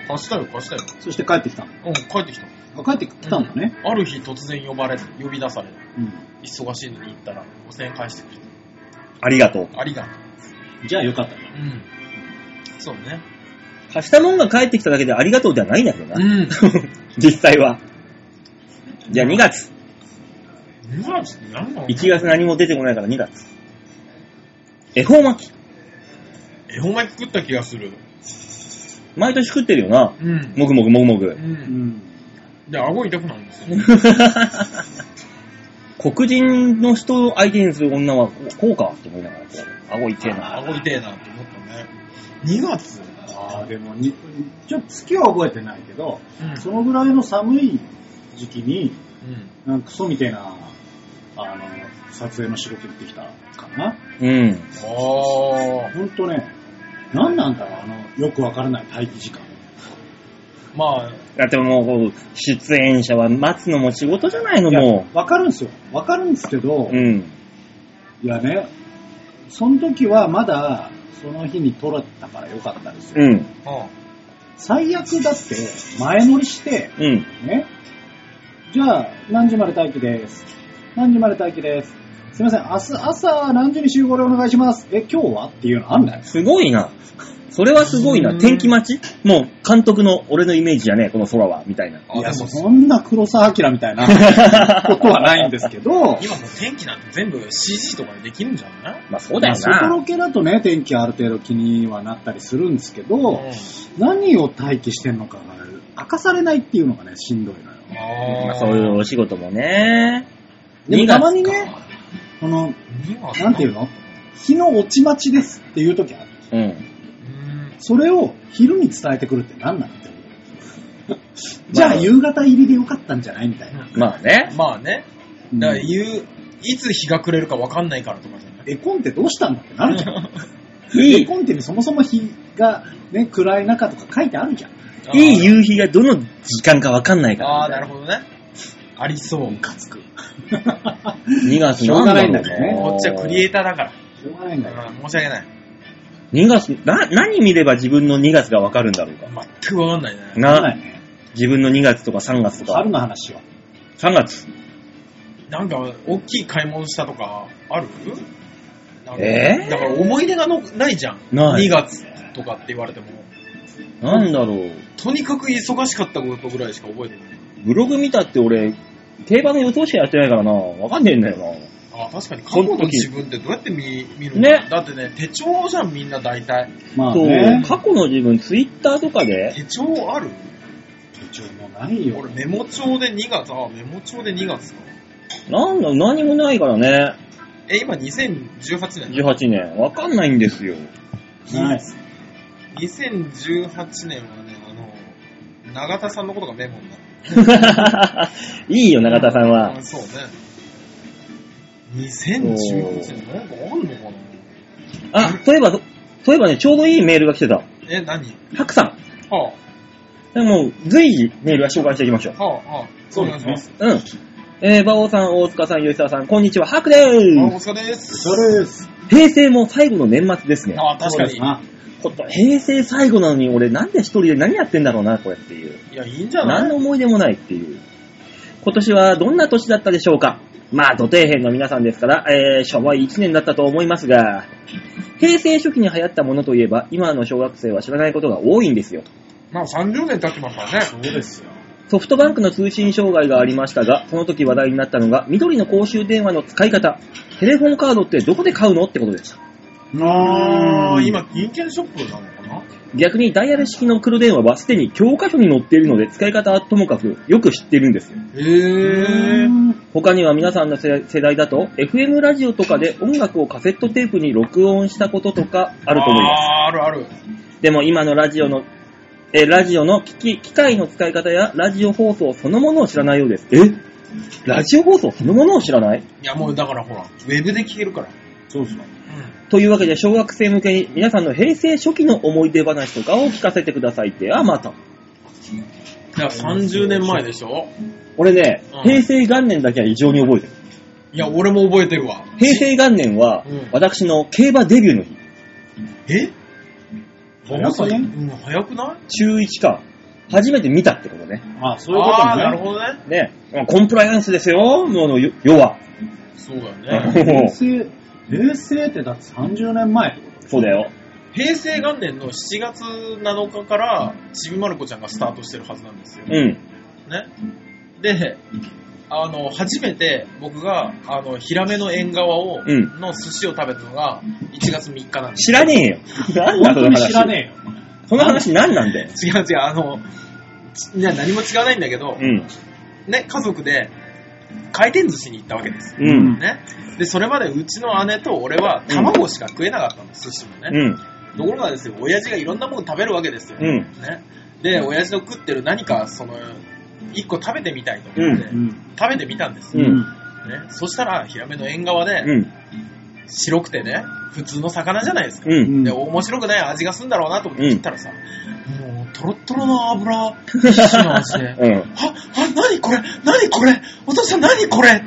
Speaker 3: 貸したよ、貸したよ。
Speaker 1: そして帰ってきたの。
Speaker 3: うん、帰ってきた。
Speaker 1: あ帰ってきたんだね。
Speaker 3: ある日突然呼ばれ、呼び出され、
Speaker 1: うん。
Speaker 3: 忙しいのに行ったら5000円返してくれた。
Speaker 2: ありがとう。
Speaker 3: ありがと
Speaker 1: じゃあよかったね。
Speaker 3: う。うん。そうね。
Speaker 2: 貸したもんが帰ってきただけでありがとうではないんだけどな。
Speaker 3: ん。
Speaker 2: 実際は。じゃあ2月。
Speaker 3: うわ、ちょっと何なの
Speaker 2: 1月何も出てこないから2月。恵方巻き。
Speaker 3: 絵本巻き食った気がする。
Speaker 2: 毎年食ってるよな。
Speaker 3: うん。
Speaker 2: もぐもぐもぐもぐ
Speaker 3: う。。
Speaker 1: うんん。
Speaker 3: で、顎痛くなるんですよ。
Speaker 2: 黒人の人を相手にする女はこうこうかって思いながらこう、顎痛えな。
Speaker 3: 顎痛えなって思ったね。2月
Speaker 1: ああ、でもに、ちょっと月は覚えてないけど、
Speaker 3: う
Speaker 1: そのぐらいの寒い時期
Speaker 3: ん。
Speaker 1: に、
Speaker 3: うん。
Speaker 1: なんかクソみたいな、あの、撮影の仕事行ってきたかな。
Speaker 2: うん。
Speaker 3: あー。
Speaker 1: ほんとね、何なんだろう、あの、よくわからない待機時間。
Speaker 3: まあ、
Speaker 2: だってもうこう、出演者は待つのも仕事じゃないの、
Speaker 1: いや
Speaker 2: も
Speaker 1: わかるんですよ。わかるんですけど、
Speaker 2: う。うん。
Speaker 1: いやね、その時はまだ、その日に撮れたからよかったですよ。
Speaker 2: うん。
Speaker 3: あ
Speaker 1: 最悪だって、前乗りして、
Speaker 2: うん。
Speaker 1: ね。じゃあ、何時まで待機です。何時まで待機です。すいません、明日朝何時に集合でお願いします。え、今日はっていうのあんだよ。
Speaker 2: すごいな。それはすごいうな。
Speaker 3: ん
Speaker 2: 天気待ちもう監督の俺のイメージじゃねえ、この空は、みたいな。
Speaker 3: あ
Speaker 1: いや、
Speaker 3: でも
Speaker 1: そんな黒沢明み たいなことはないんですけど、
Speaker 3: 今もう天気なんて全部 CG とかでできるんじゃない
Speaker 2: まあそうだよ
Speaker 1: まあ外
Speaker 2: な。
Speaker 1: ロケだとね、天気ある程度気にはなったりするんですけど、
Speaker 3: ん。
Speaker 1: 何を待機してんのかが明かされないっていうのがね、しんどいのよ。
Speaker 3: あ
Speaker 2: まあそういうお仕事もね。
Speaker 1: でも
Speaker 2: 2
Speaker 1: たまに
Speaker 2: 月か。
Speaker 1: ね、この、
Speaker 3: 2月
Speaker 1: なんていうの日の落ち待ちですっていう時ある。
Speaker 2: うん。
Speaker 3: うん
Speaker 1: それを昼に伝えてくるって何なのって思う。じゃ
Speaker 2: ま
Speaker 1: あ
Speaker 2: あ
Speaker 1: 夕方入りでよかったんじゃないみたいな。
Speaker 2: まあね。
Speaker 3: まあね。だから
Speaker 1: うん
Speaker 3: 言う、いつ日が暮れるかわかんないからとかじゃない
Speaker 1: 絵コンテどうしたんだって なるじゃん。
Speaker 2: い
Speaker 1: 絵
Speaker 2: い、
Speaker 1: コンテにそもそも日がね、暗い中とか書いてあるじゃん。
Speaker 2: いい夕日がどの時間かわかんないから。
Speaker 3: あーあー、なるほどね。ありそう。
Speaker 1: ムカつく。し
Speaker 2: 2月なんだろうな
Speaker 1: しょうがないんだけどね
Speaker 3: こっちはクリエイターだから。
Speaker 1: ょうがないんだよ。
Speaker 3: うん申し訳ない。
Speaker 2: 2月、な、何見れば自分の2月がわかるんだろうか。
Speaker 3: 全くわかんないね。
Speaker 1: わかんな
Speaker 2: な、
Speaker 1: いね。
Speaker 2: 自分の2月とか3月とか
Speaker 1: 春、の話は。
Speaker 2: 3月。
Speaker 3: なんか、大きい買い物したとか、あるなんか
Speaker 2: えー
Speaker 3: だから思い出がのないじゃん。
Speaker 2: ない
Speaker 3: 2月とかって言われても。
Speaker 2: なんだろう。
Speaker 3: とにかく忙しかったことぐらいしか覚えてない。
Speaker 2: ブログ見たって俺、競馬の予想しかやってないからな、わかんねえんだよな。
Speaker 3: あ確かに過
Speaker 2: そ
Speaker 3: 去
Speaker 2: の時
Speaker 3: の自分ってどうやって見見るの
Speaker 2: ね
Speaker 3: だってね、手帳じゃん、みんな大体。
Speaker 1: まあ
Speaker 2: そう、
Speaker 1: ね。
Speaker 2: 過去の自分、ツイッターとかで、
Speaker 3: 手帳ある
Speaker 1: 手帳もないよ。
Speaker 3: 俺、メモ帳で2月、あ、メモ帳で2月か。
Speaker 2: なんだ、何もないからね、
Speaker 3: え、今2018年
Speaker 2: 18年、わかんないんですよ。
Speaker 1: ないです。
Speaker 3: ?2018 年はね、あの、永田さんのことがメモになる。
Speaker 2: いいよ、中田さんは
Speaker 3: う。そうね。2018年なんかあんのかな
Speaker 2: あ、そういえば、そういえばね、ちょうどいいメールが来てた。
Speaker 3: え、何
Speaker 2: ハクさん、
Speaker 3: はあ、
Speaker 2: でも、随時メールは紹介していきましょう。
Speaker 3: はあ、はあ、そうお願いします。
Speaker 2: うん。えー、馬王さん、大塚さん、吉沢さん、こんにちは、ハクで
Speaker 3: あ、お
Speaker 2: ー
Speaker 3: 疲れです。
Speaker 1: それです。
Speaker 2: す。平成も最後の年末ですね。
Speaker 3: ああ、確かに。
Speaker 1: あ
Speaker 2: こと平成最後なのに、俺なんで一人で何やってんだろうな、これっていう。
Speaker 3: いや、いいんじゃない
Speaker 2: 何の思い出もないっていう。今年はどんな年だったでしょうかまあ、土底辺の皆さんですから、えー、しょぼい1年だったと思いますが、平成初期に流行ったものといえば、今の小学生は知らないことが多いんですよ。
Speaker 3: まあ30年経ってますからね。
Speaker 1: そうですよ。
Speaker 2: ソフトバンクの通信障害がありましたが、その時話題になったのが、緑の公衆電話の使い方。テレフォンカードってどこで買うのってことでした。
Speaker 3: あ
Speaker 1: あ
Speaker 3: あ、
Speaker 1: ー、今。
Speaker 3: 今、銀券ショップなのかな
Speaker 2: 逆にダイヤル式の黒電話はすでに教科書に載っているので、使い方はともかくよく知ってるんですよ。
Speaker 3: へえ。
Speaker 2: 他には皆さんの世世代だと、FM ラジオとかで音楽をカセットテープに録音したこととかあると思います。
Speaker 3: あーあるある。
Speaker 2: でも今のラジオの、え、ラジオの機器、機械の使い方やラジオ放送そのものを知らないようです。えラジオ放送そのものを知らない
Speaker 3: いや、もうだからほら、ウェブで聞けるから。
Speaker 1: そうそう。
Speaker 2: というわけで、小学生向けに皆さんの平成初期の思い出話とかを聞かせてください。ではまた。
Speaker 3: いや、30年前でしょ
Speaker 2: 俺ね、
Speaker 3: うん
Speaker 2: 平成元年だけは異常に覚えてる。
Speaker 3: いや、俺も覚えてるわ。
Speaker 2: 平成元年は
Speaker 3: うん、
Speaker 2: 私の競馬デビューの日。
Speaker 3: え
Speaker 1: 早くね
Speaker 3: うん、早くない
Speaker 2: 中1か。初めて見たってことね。
Speaker 1: あそういうことね。
Speaker 3: あーなるほどね。
Speaker 2: ね。コンプライアンスですよ、もう、よ要は。
Speaker 3: そうだよね。
Speaker 2: も
Speaker 1: 平
Speaker 2: う
Speaker 1: 成、平成ってだって30年前ってこ
Speaker 2: そうだよ。
Speaker 3: 平成元年の7月7日から、ちびまる子ちゃんがスタートしてるはずなんですよ。
Speaker 2: うん。
Speaker 3: ね。で、あの、初めて僕が、あの、ヒラメの縁側を、
Speaker 2: うん
Speaker 3: の寿司を食べたのが、1月3日なんです。
Speaker 2: 知らねえよ。なん
Speaker 1: と
Speaker 2: だそ
Speaker 1: 本当
Speaker 2: の
Speaker 1: に
Speaker 2: 話。
Speaker 1: 知らねえよ。
Speaker 2: その話何なんだよ。
Speaker 3: 違う違う、あの、ちいや何も違わないんだけど、
Speaker 2: うん。
Speaker 3: ね、家族で、回転寿司に行ったわけです。
Speaker 2: うん。
Speaker 3: ね。で、それまでうちの姉と俺は卵しか食えなかったんです、寿司もね。
Speaker 2: うん。
Speaker 3: ところがですよ、親父がいろんなもの食べるわけですよ。
Speaker 2: うん
Speaker 3: ね。で、親父の食ってる何か、その、一個食べてみたいと思って、
Speaker 1: うん。
Speaker 3: 食べてみたんです
Speaker 2: う
Speaker 3: よ、
Speaker 2: ん
Speaker 3: ね。そしたら、ヒラメの縁側で、
Speaker 2: うん。
Speaker 3: 白くてね、普通の魚じゃないですか。
Speaker 2: うん。
Speaker 3: で、面白くない味がするんだろうなと思って切ったらさ、もう、トロットロの油、必死の味で、
Speaker 2: うん。
Speaker 3: あ、あ、なにこれなにこれお父さんなにこれっ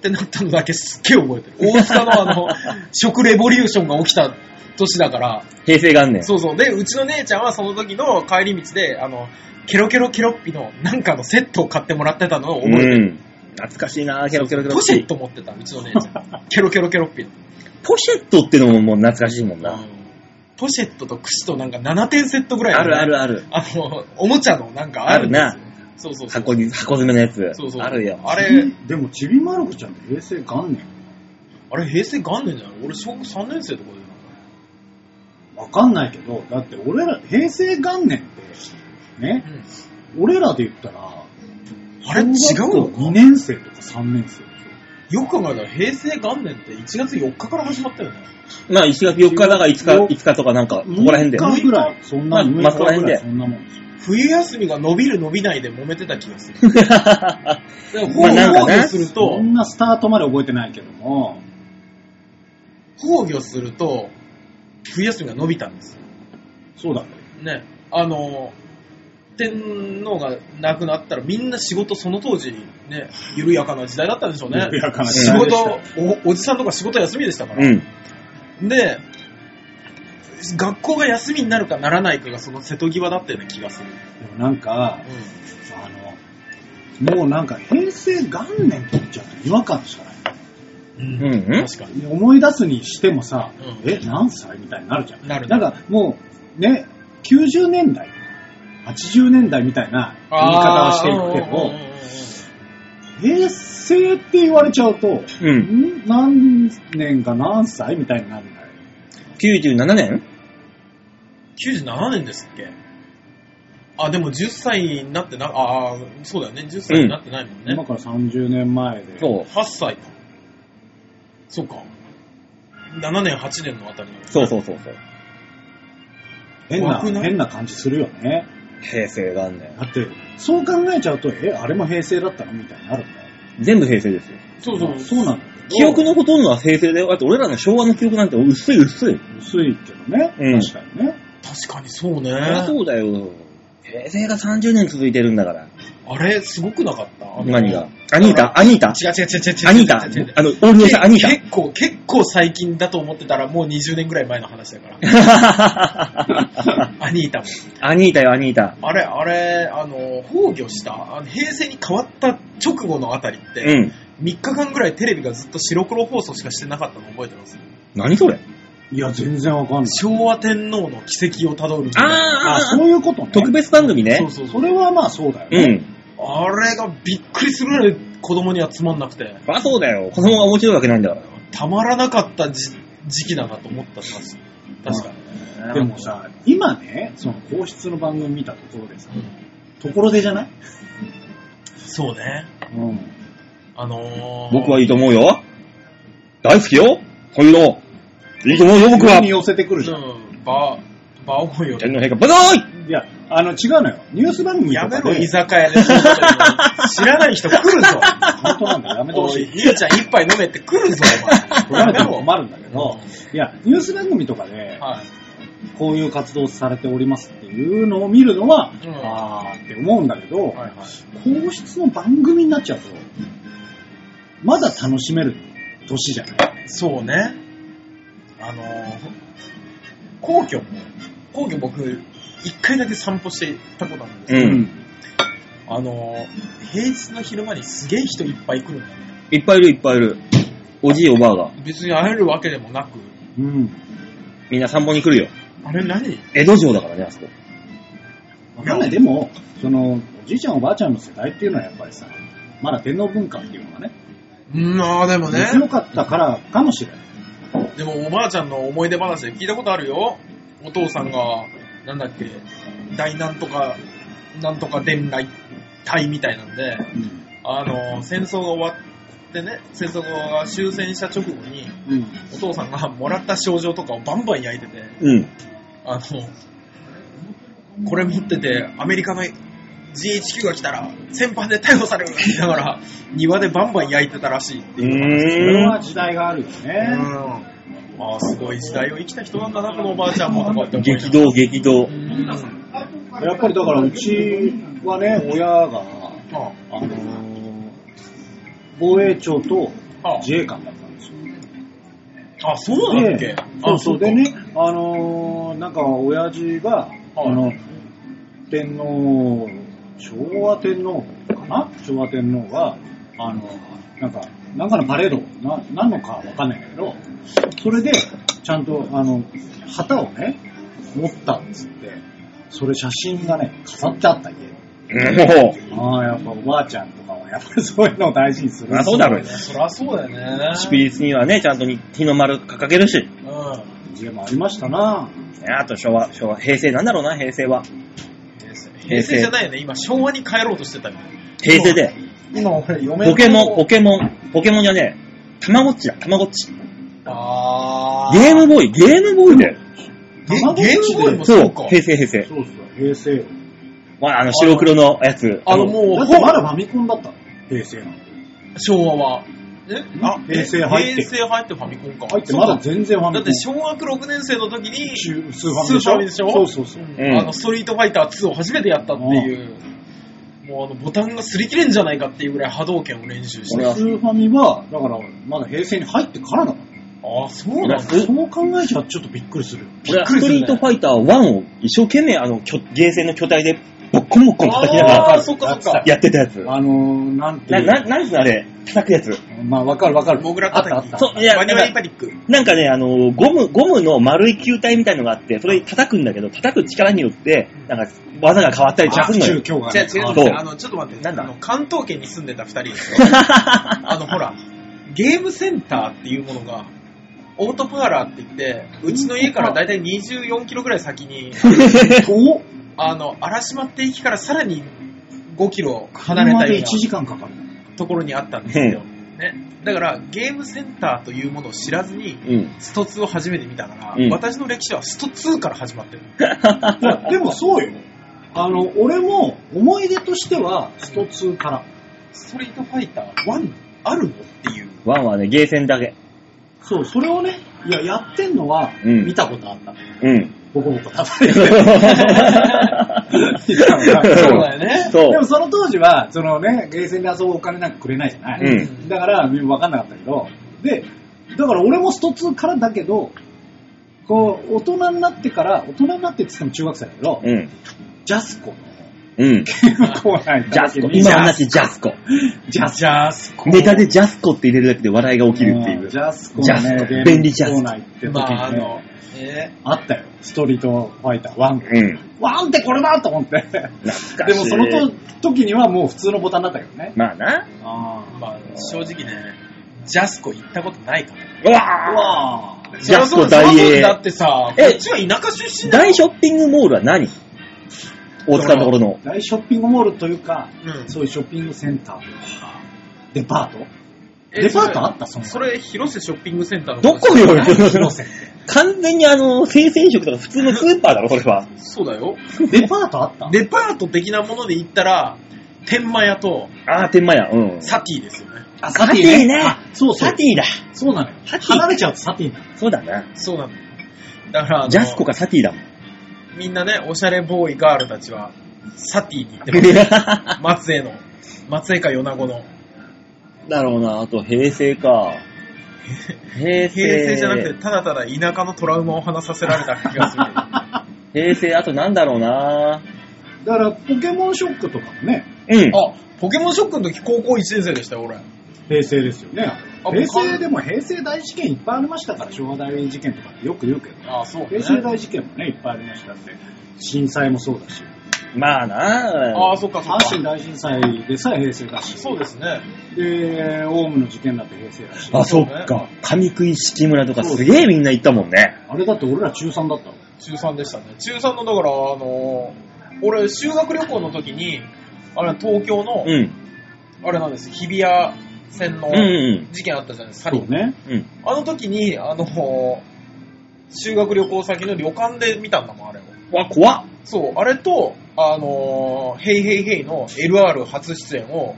Speaker 3: てなったのだけすっげえ覚えてる。大塚のあの、 食レボリューションが起きた年だから、
Speaker 2: 平成元年。
Speaker 3: そうそう。で、うちの姉ちゃんはその時の帰り道で、あの、ケロケロケロッピのなんかのセットを買ってもらってたのを
Speaker 2: う
Speaker 3: 覚えてる。
Speaker 2: ん。懐かしいなケロケロケロ
Speaker 3: ポシェット持ってた、うちの姉ちゃん。ケロケロケロッピの。
Speaker 2: ポシェットってのももう懐かしいもんな。
Speaker 3: ポシェットと串となんか7点セットぐらいの
Speaker 2: あ
Speaker 3: ね、
Speaker 2: るあるある。
Speaker 3: あの、おもちゃのなんかあるんですよ
Speaker 2: ある。
Speaker 3: そうそうそう。
Speaker 2: 箱に、箱詰めのやつ。
Speaker 3: そうそう。
Speaker 2: あるよ。
Speaker 3: あれ、
Speaker 1: でも、ちびまる子ちゃんって平成元年
Speaker 3: あれ平成元年じゃない俺小学3年生とかで
Speaker 1: わかんないけど、だって俺ら、平成元年って、ね、俺らで言ったら、
Speaker 3: あれ違うのか
Speaker 1: ?2 年生とか3年生でし
Speaker 3: よく考えたら平成元年って1月4日から始まったよね。
Speaker 2: まあ、1月4日だから5日、5日とかなんか、こ
Speaker 1: ょ。
Speaker 2: こら辺で。
Speaker 1: 6日ぐらい。そん
Speaker 2: ま
Speaker 1: な、
Speaker 2: あまあそこら辺で
Speaker 1: そんなもんですよ。
Speaker 3: 冬休みが伸びる伸びないで揉めてた気がする。でも、
Speaker 2: まあなん
Speaker 3: 放
Speaker 2: かね
Speaker 3: 棄すると
Speaker 1: そ、んなスタートまで覚えてないけども、
Speaker 3: 放棄すると、冬休みが伸びたんですよ。
Speaker 1: そうだね。
Speaker 3: ね。あの、天皇が亡くなったらみんな仕事その当時ね、緩やかな時代だったんで しょうね。
Speaker 1: 緩やかな時
Speaker 3: 仕
Speaker 1: 代でした
Speaker 3: 事、おおじさんとか仕事休みでしたから。
Speaker 2: うん。
Speaker 3: で、学校が休みになるかならないかがその瀬戸際だったような気がする。
Speaker 1: でもなんか、あの、もうなんか平成元年って言っちゃうと違和感しかない。
Speaker 3: うん。
Speaker 2: うんうん
Speaker 3: 確かに。
Speaker 1: 思い出すにしてもさ、
Speaker 3: うん
Speaker 1: え、何歳みたいになるじゃん。
Speaker 3: なる
Speaker 1: だからもう、ね、90年代、80年代みたいな言い方をしていく
Speaker 3: うん
Speaker 1: け
Speaker 3: うんうん
Speaker 1: ど、
Speaker 3: うん
Speaker 1: 平成って言われちゃうと、
Speaker 2: うん。
Speaker 1: ん何年か何歳みたいになるんだよ。
Speaker 2: 97年
Speaker 3: 97年ですっけあ、でも10歳になってな、ああ、そうだよね。10歳になってないもんね。
Speaker 1: 今から30年前で。
Speaker 2: そう。
Speaker 3: 8歳か。そうか。7年、8年のあたりの。
Speaker 2: そうそうそうそう。
Speaker 1: 変な、
Speaker 3: 怖くない
Speaker 1: 変な感じするよね。
Speaker 2: 平成元年。
Speaker 1: だって、そう考えちゃうと、え、あれも平成だったのみたいになるんだよ。
Speaker 2: 全部平成ですよ。
Speaker 3: そうそう。
Speaker 1: そうなんだ
Speaker 2: 記憶のほとんどは平成だよ。だって俺らの昭和の記憶なんて薄い薄い。
Speaker 1: 薄いけどね。
Speaker 2: うん
Speaker 1: 確かにね。
Speaker 3: 確かにそうね。
Speaker 2: そりゃそうだよ。平成が30年続いてるんだから。
Speaker 3: あれ、すごくなかったあの
Speaker 2: 何がアニータアニータ
Speaker 3: 違う違う違う違う。
Speaker 2: アニータ
Speaker 3: 違う違う違う
Speaker 2: あの、大宮さん、アニータ。
Speaker 3: 結構、結構最近だと思ってたら、もう20年ぐらい前の話だから
Speaker 2: ア
Speaker 3: アニータも。
Speaker 2: ニータよ、アニータ。
Speaker 3: あれ、あれ、あの、崩御した、あの平成に変わった直後のあたりっ
Speaker 2: う
Speaker 3: て、
Speaker 2: ん。
Speaker 3: 3日間ぐらいテレビがずっと白黒放送しかしてなかったの覚えてます
Speaker 2: 何それ
Speaker 1: いや、全然わかんない。
Speaker 3: 昭和天皇の軌跡をたどるみたいな。
Speaker 1: あ、
Speaker 2: あ
Speaker 1: そういうことね。
Speaker 2: 特別番組ね
Speaker 3: そう。そうそ。
Speaker 1: そうれはまあそうだよ
Speaker 2: う
Speaker 1: ね。
Speaker 2: ん。
Speaker 3: あれがびっくりするぐらい子供にはつまんなくて、
Speaker 2: まあそうだよ。子供が面白いわけないんだか
Speaker 3: たまらなかったじ時期だなと思ったします。確かに。
Speaker 2: ら。
Speaker 1: でもさ、今ね、その皇室の番組見たところでさ、
Speaker 3: うん
Speaker 1: ところでじゃない
Speaker 3: そうね。
Speaker 1: うん。
Speaker 3: あのー、
Speaker 2: 僕はいいと思うよ。大好きよ。そういうの。いいと思うよ、僕は。天
Speaker 1: に寄せてくるじゃん。
Speaker 3: うん、ば、ばおごより。
Speaker 2: 皇陛下、バカーイ
Speaker 1: いや、あの、違うのよ。ニュース番組と
Speaker 3: や
Speaker 1: かで
Speaker 3: めろ、居酒屋で。知らない人来るぞ。
Speaker 1: 本当なんだよ。やめてほ
Speaker 3: お
Speaker 1: し
Speaker 3: い、
Speaker 1: い。
Speaker 3: 兄ちゃん一杯飲めって来るぞ、お前。
Speaker 1: やめても困るんだけど、いや、ニュース番組とかで、
Speaker 3: はい。
Speaker 1: こういう活動されておりますっていうのを見るのは、
Speaker 3: うん
Speaker 1: あーって思うんだけど、
Speaker 3: はいはい。
Speaker 1: 皇室の番組になっちゃうと、まだ楽しめる年じゃない
Speaker 3: そうね。あのー、皇居も、皇居僕、一回だけ散歩して行ったことあるんです
Speaker 2: う
Speaker 3: けど、
Speaker 2: ん。
Speaker 3: あのー、平日の昼間にすげえ人いっぱい来るんだね。
Speaker 2: いっぱいいる、いっぱいいる。おじいおばあが。
Speaker 3: 別に会えるわけでもなく、
Speaker 1: うん。
Speaker 2: みんな散歩に来るよ。
Speaker 3: あれ何
Speaker 2: 江戸城だからね、あそこ。
Speaker 1: わかんない。でも、その、おじいちゃんおばあちゃんの世代っていうのはやっぱりさ、まだ天皇文化っていうのがね、
Speaker 3: うん、あーでもね
Speaker 1: 根、強かったからかもしれない。
Speaker 3: でもおばあちゃんの思い出話で聞いたことあるよ。お父さんが、なんだっけ、大なんとか、なんとか伝来隊みたいなんで、
Speaker 1: うん。
Speaker 3: あの、戦争が終わってね、戦争が終戦した直後に、
Speaker 1: うん。
Speaker 3: お父さんがもらった症状とかをバンバン焼いてて、
Speaker 2: うん。
Speaker 3: あの、これ持ってて、アメリカの GHQ が来たら、戦犯で逮捕されるって言いながら、庭でバンバン焼いてたらしいっていう。
Speaker 1: それは
Speaker 2: う
Speaker 1: 時代があるよ
Speaker 3: う
Speaker 1: ね。
Speaker 3: ん。まあ、すごい時代を生きた人なんだな、このおばあちゃんもとかって
Speaker 2: ーん。
Speaker 3: 思いな
Speaker 2: 激動、激動
Speaker 3: う。ん。ま
Speaker 1: やっぱりだからうちはね、親が、
Speaker 3: あ
Speaker 1: あのー防衛庁と
Speaker 3: あ
Speaker 1: 自衛官だったんですよ。
Speaker 3: あ、そうなんだっけ
Speaker 1: で、そうそう
Speaker 3: か
Speaker 1: でね、あのーなんか親父が、あの、天皇、昭和天皇かな昭和天皇が、あの、なんか、なんかのパレード、な、何のかわかんないんだけど、それで、ちゃんと、あの、旗をね、持ったんですって、それ写真がね、飾ってあった家。
Speaker 2: も
Speaker 1: ああ、やっぱおばあちゃんとかは、やっぱりそういうのを大事にする。
Speaker 2: まあそうだろうね
Speaker 3: そりゃそうだよね。
Speaker 2: う、祝日にはね、ちゃんと日の丸掲げるし。
Speaker 3: うん。平
Speaker 1: 家もありましたな
Speaker 2: あと昭和、昭和、平成なんだろうな、平成は。
Speaker 3: 成平成じゃないよね。今、昭和に帰ろうとしてたよね。
Speaker 2: 平成で。
Speaker 3: 今、俺、嫁の
Speaker 2: ポケモン、ポケモン、ポケモンじゃねえ。たまごっちだ、たまごっち。
Speaker 3: あー。
Speaker 2: ゲームボーイ、ゲームボーイだよ。
Speaker 3: ゲ
Speaker 1: 卵
Speaker 3: ゲームボーイも
Speaker 2: そ
Speaker 3: そううか、。
Speaker 2: 平成、平成。
Speaker 1: そうそう、平成よ。
Speaker 2: わあ、の、白黒のやつ。
Speaker 3: あの、も
Speaker 1: だ
Speaker 3: う、
Speaker 1: ってまだファミコンだったの平成なの。
Speaker 3: 昭和は。えあ、え
Speaker 1: 平成入って
Speaker 3: 平成入ってファミコンか。
Speaker 1: 入ってま
Speaker 3: そ
Speaker 1: だ
Speaker 3: う
Speaker 1: 全然ファ
Speaker 3: か
Speaker 1: ミ
Speaker 3: だ
Speaker 1: コ
Speaker 3: っ
Speaker 1: ン。
Speaker 3: て小学6年生の時に、
Speaker 1: 中ス
Speaker 3: スーフ
Speaker 1: ーフ
Speaker 3: ァミ
Speaker 1: ァミ
Speaker 3: で
Speaker 1: で
Speaker 3: し
Speaker 1: し
Speaker 3: ょ
Speaker 1: ょそうそうそう。
Speaker 2: うん
Speaker 3: あの、ストリートファイター2を初めてやったっていう、もうあの、ボタンが擦り切れんじゃないかっていうぐらい波動拳を練習し
Speaker 2: こ
Speaker 3: て。
Speaker 2: れは
Speaker 1: スーファミは、だから、まだ平成に入ってからだか
Speaker 3: あ、そう
Speaker 2: な
Speaker 3: なんん
Speaker 1: ら。
Speaker 3: だ。
Speaker 2: え
Speaker 1: そう考えちゃちょっとびっくりする。
Speaker 2: 俺は
Speaker 3: びっくり
Speaker 2: スト
Speaker 3: するね
Speaker 2: リートファイター1を一生懸命、あの、巨ゲーセンの巨体で、ボッコンボッコン叩きなが
Speaker 3: あー、
Speaker 2: ら、
Speaker 3: そっかそっか。
Speaker 2: やってたやつ。
Speaker 1: あのー、なんて
Speaker 2: な、
Speaker 1: いう
Speaker 2: な、なんすのあれ、叩くやつ。
Speaker 1: まあ、わかるわかる。
Speaker 3: モグラ
Speaker 1: あったあ
Speaker 3: 叩
Speaker 1: っ
Speaker 3: き。
Speaker 1: た。
Speaker 2: そういや
Speaker 3: マニュアリーパニック。
Speaker 2: なんかね、あの、ゴム、ゴムの丸い球体みたいのがあって、それ叩くんだけど、叩く力によって、なんか、技が変わったりとかす
Speaker 1: 弱
Speaker 2: るの
Speaker 1: 中
Speaker 2: よ。
Speaker 1: 強が
Speaker 3: じゃ
Speaker 1: ね
Speaker 3: あ違うん
Speaker 2: そ
Speaker 3: で
Speaker 2: う
Speaker 3: すよあの、ちょっと待って、
Speaker 2: なんだ
Speaker 3: あの、関東圏に住んでた二人です よ。あの、ほら、ゲームセンターっていうものが、オートプアラーって言って、うちの家からだいたい24キロぐらい先 に、
Speaker 1: 遠っ
Speaker 3: あの、荒島って駅からさらに5キロ離れ
Speaker 1: 車
Speaker 3: た
Speaker 1: で
Speaker 3: よう
Speaker 1: 1時間かかる。
Speaker 3: なところにあったんですよ。ね。だから、ゲームセンターというものを知らずに、
Speaker 2: うん。
Speaker 3: スト2を初めて見たから、
Speaker 2: うん
Speaker 3: 私の歴史はスト2から始まってる。
Speaker 1: いや、でもそうよ。あの、俺も思い出としては、スト2から。
Speaker 3: ストリートファイター1あるのっていう。
Speaker 2: ワンはね、ゲーセンだけ。
Speaker 1: そう、それをね、いや、やってんのは
Speaker 2: うん
Speaker 1: 見たことあった。
Speaker 2: うん。
Speaker 1: ボコボコ叩いていたのが
Speaker 3: そうだよね。
Speaker 2: そ
Speaker 1: でも
Speaker 2: う。
Speaker 1: その当時は、そのね、ゲーセンで遊ぶお金なんかくれないじゃない。
Speaker 2: うん
Speaker 1: だから、分かんなかったけど、で、だから俺もスト2からだけど、こう、大人になってから、大人になってって言っても中学生だけど、
Speaker 2: うん。
Speaker 1: ジャスコの
Speaker 2: うん。ジ
Speaker 1: ゲームコーナーに行った
Speaker 2: ャス
Speaker 1: 時
Speaker 2: コ。
Speaker 1: に
Speaker 2: 今話ジャスコ。
Speaker 1: ジャス
Speaker 3: ジャスコ。
Speaker 2: ネタでジャスコって入れるだけで笑いが起きるってい
Speaker 1: うん
Speaker 2: う
Speaker 1: ジ。ャスコ
Speaker 2: ジャスコ
Speaker 1: のね、
Speaker 2: 便利ジャスコ
Speaker 1: コーナー行って時にね、
Speaker 3: まあ、あ
Speaker 1: あ
Speaker 3: の、え
Speaker 1: ったよ。ストリートファイター1。
Speaker 2: うん。
Speaker 1: ワンってこれだと思って。
Speaker 2: 懐か
Speaker 1: で
Speaker 2: しい。
Speaker 1: もその時にはもう普通のボタンだったけどね。
Speaker 2: まあな。
Speaker 1: あ
Speaker 3: ーまあ、正直ね、ジャスコ行ったことないから。
Speaker 2: う
Speaker 1: あ。う
Speaker 2: わ
Speaker 1: わあ。
Speaker 2: ジャスコ大
Speaker 3: そりゃそう
Speaker 2: 英
Speaker 3: だってさ、こ
Speaker 2: え
Speaker 3: っちは田舎出
Speaker 2: ぁ
Speaker 3: 身だ
Speaker 2: 大ショッピングモールは何大塚のところの。
Speaker 1: 大ショッピングモールというか、
Speaker 3: うん
Speaker 1: そういうショッピングセンターとか、デパート
Speaker 3: え
Speaker 1: デパートあったそんな
Speaker 3: それ、広瀬ショッピングセンターの
Speaker 2: どこよ
Speaker 1: 広瀬。
Speaker 2: 完全にあの、生鮮食とか普通のスーパーだろ、それは。
Speaker 3: そうだよ。
Speaker 1: デパートあった
Speaker 3: デパート的なもので言ったら、天満屋と
Speaker 2: あー、天満屋。うん。
Speaker 3: サティですよね。
Speaker 1: あ、
Speaker 2: サティね
Speaker 1: あそうそう。
Speaker 2: サティだ。
Speaker 1: そうなのよ。
Speaker 2: サティ
Speaker 1: 離れちゃうとサティなの。
Speaker 2: そうだな。
Speaker 3: そうなんだよ。だから、あの
Speaker 2: ジャスコかサティだもん。
Speaker 3: みんなね、おしゃれボーイガールたちは、サティに行ってます。
Speaker 2: な
Speaker 3: 松江の。松江か米子の。
Speaker 2: るほど な。あと、平成か。平成。
Speaker 3: 平成じゃなくて、ただただ田舎のトラウマを話させられた気が する。
Speaker 2: 平成、あとなんだろうな。
Speaker 1: だから、ポケモンショックとかもね、
Speaker 2: うん。
Speaker 3: あ、ポケモンショックの時高校1年生でしたよ、俺。
Speaker 1: 平成ですよね。
Speaker 3: あ
Speaker 1: 平成でも平成大事件いっぱいありましたから、昭和大事件とかってよく言うけど、
Speaker 3: あ、そう
Speaker 1: 平成大事件もね、いっぱいありましたって、震災もそうだし、
Speaker 2: まあな
Speaker 3: あ、そっか、そっ
Speaker 1: 阪神
Speaker 3: か。
Speaker 1: 大震災でさえ平成だし、
Speaker 3: そうですね。
Speaker 1: で、オウムの事件だって平成だし、
Speaker 2: あ、
Speaker 1: あ
Speaker 2: そっ
Speaker 3: そう
Speaker 2: か。上食い式村とかすげえみんな行ったもんね。
Speaker 1: れだって俺ら中3だったわ。
Speaker 3: 中3でしたね。中3の、だから、あのー俺、修学旅行の時に、あれ、東京の、
Speaker 2: うん。
Speaker 3: あれなんです、日比谷線の
Speaker 2: うんうん
Speaker 3: 事件あったじゃないですか、
Speaker 1: そうね。
Speaker 2: うん。
Speaker 3: あの時に、あのー修学旅行先の旅館で見たんだもん、あれを。
Speaker 2: うわ、怖っ。
Speaker 3: そう、あれと、あのー、ヘイヘイヘイの LR 初出演を、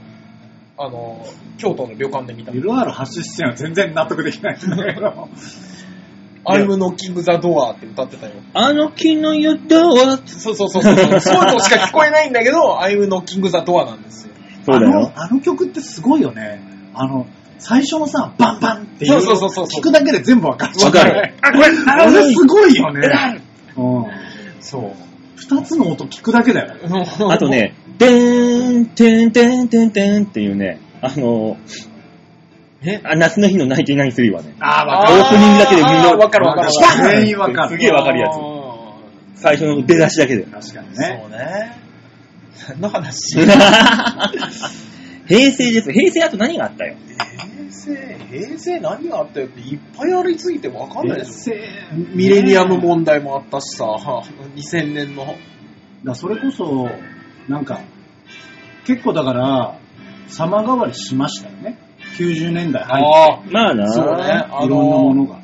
Speaker 3: あのー、京都の旅館で見た。
Speaker 1: LR 発出演は全然納得できないんだけど。
Speaker 3: I'm knocking the door って歌ってたよ。
Speaker 2: あの木の言ったわ。
Speaker 3: そうそうそうそう。そうとしか聞こえないんだけど、I'm knocking the door なんですよ。
Speaker 2: そうだよ。
Speaker 1: あのあの曲ってすごいよね。あの、最初のさ、バンバンっていう。
Speaker 3: そうそうそうそう
Speaker 1: 聞くだけで全部わかっちゃ
Speaker 2: わ
Speaker 1: う。
Speaker 2: かる。
Speaker 1: あ、これ、あれすごいよね。うん。
Speaker 3: そう。
Speaker 1: 二つの音聞くだけだよ。
Speaker 2: あ
Speaker 3: あ
Speaker 2: と、ね、てーん、てーん、てーん、てーん、てーんっていうね、あの、
Speaker 3: え
Speaker 2: あ夏の日のナイティナインスリーはね、
Speaker 1: あー、
Speaker 2: オ
Speaker 1: わ
Speaker 2: ー
Speaker 1: かる。
Speaker 2: プニングだけでみんな、
Speaker 3: あーわかるわかる
Speaker 2: 来た
Speaker 1: 全員わかる
Speaker 2: すげえわかるやつ。
Speaker 3: つ。
Speaker 2: 最初の出だしだ けで。
Speaker 1: 確かに
Speaker 3: そ
Speaker 1: ね。
Speaker 3: うね。何の 話
Speaker 2: 平成です。平成あと何があったよ。
Speaker 3: 平成、平成何があったよっていっぱいありすぎてわかんないで
Speaker 1: 平
Speaker 3: すよ。
Speaker 1: 成
Speaker 3: ミレニアム問題もあったしさ、2000年の。
Speaker 1: だそれこそ、なんか、結構だから、様変わりしましたよね。90年代入って。
Speaker 3: あ
Speaker 2: まあな
Speaker 3: そうねあ
Speaker 1: いろんなものが。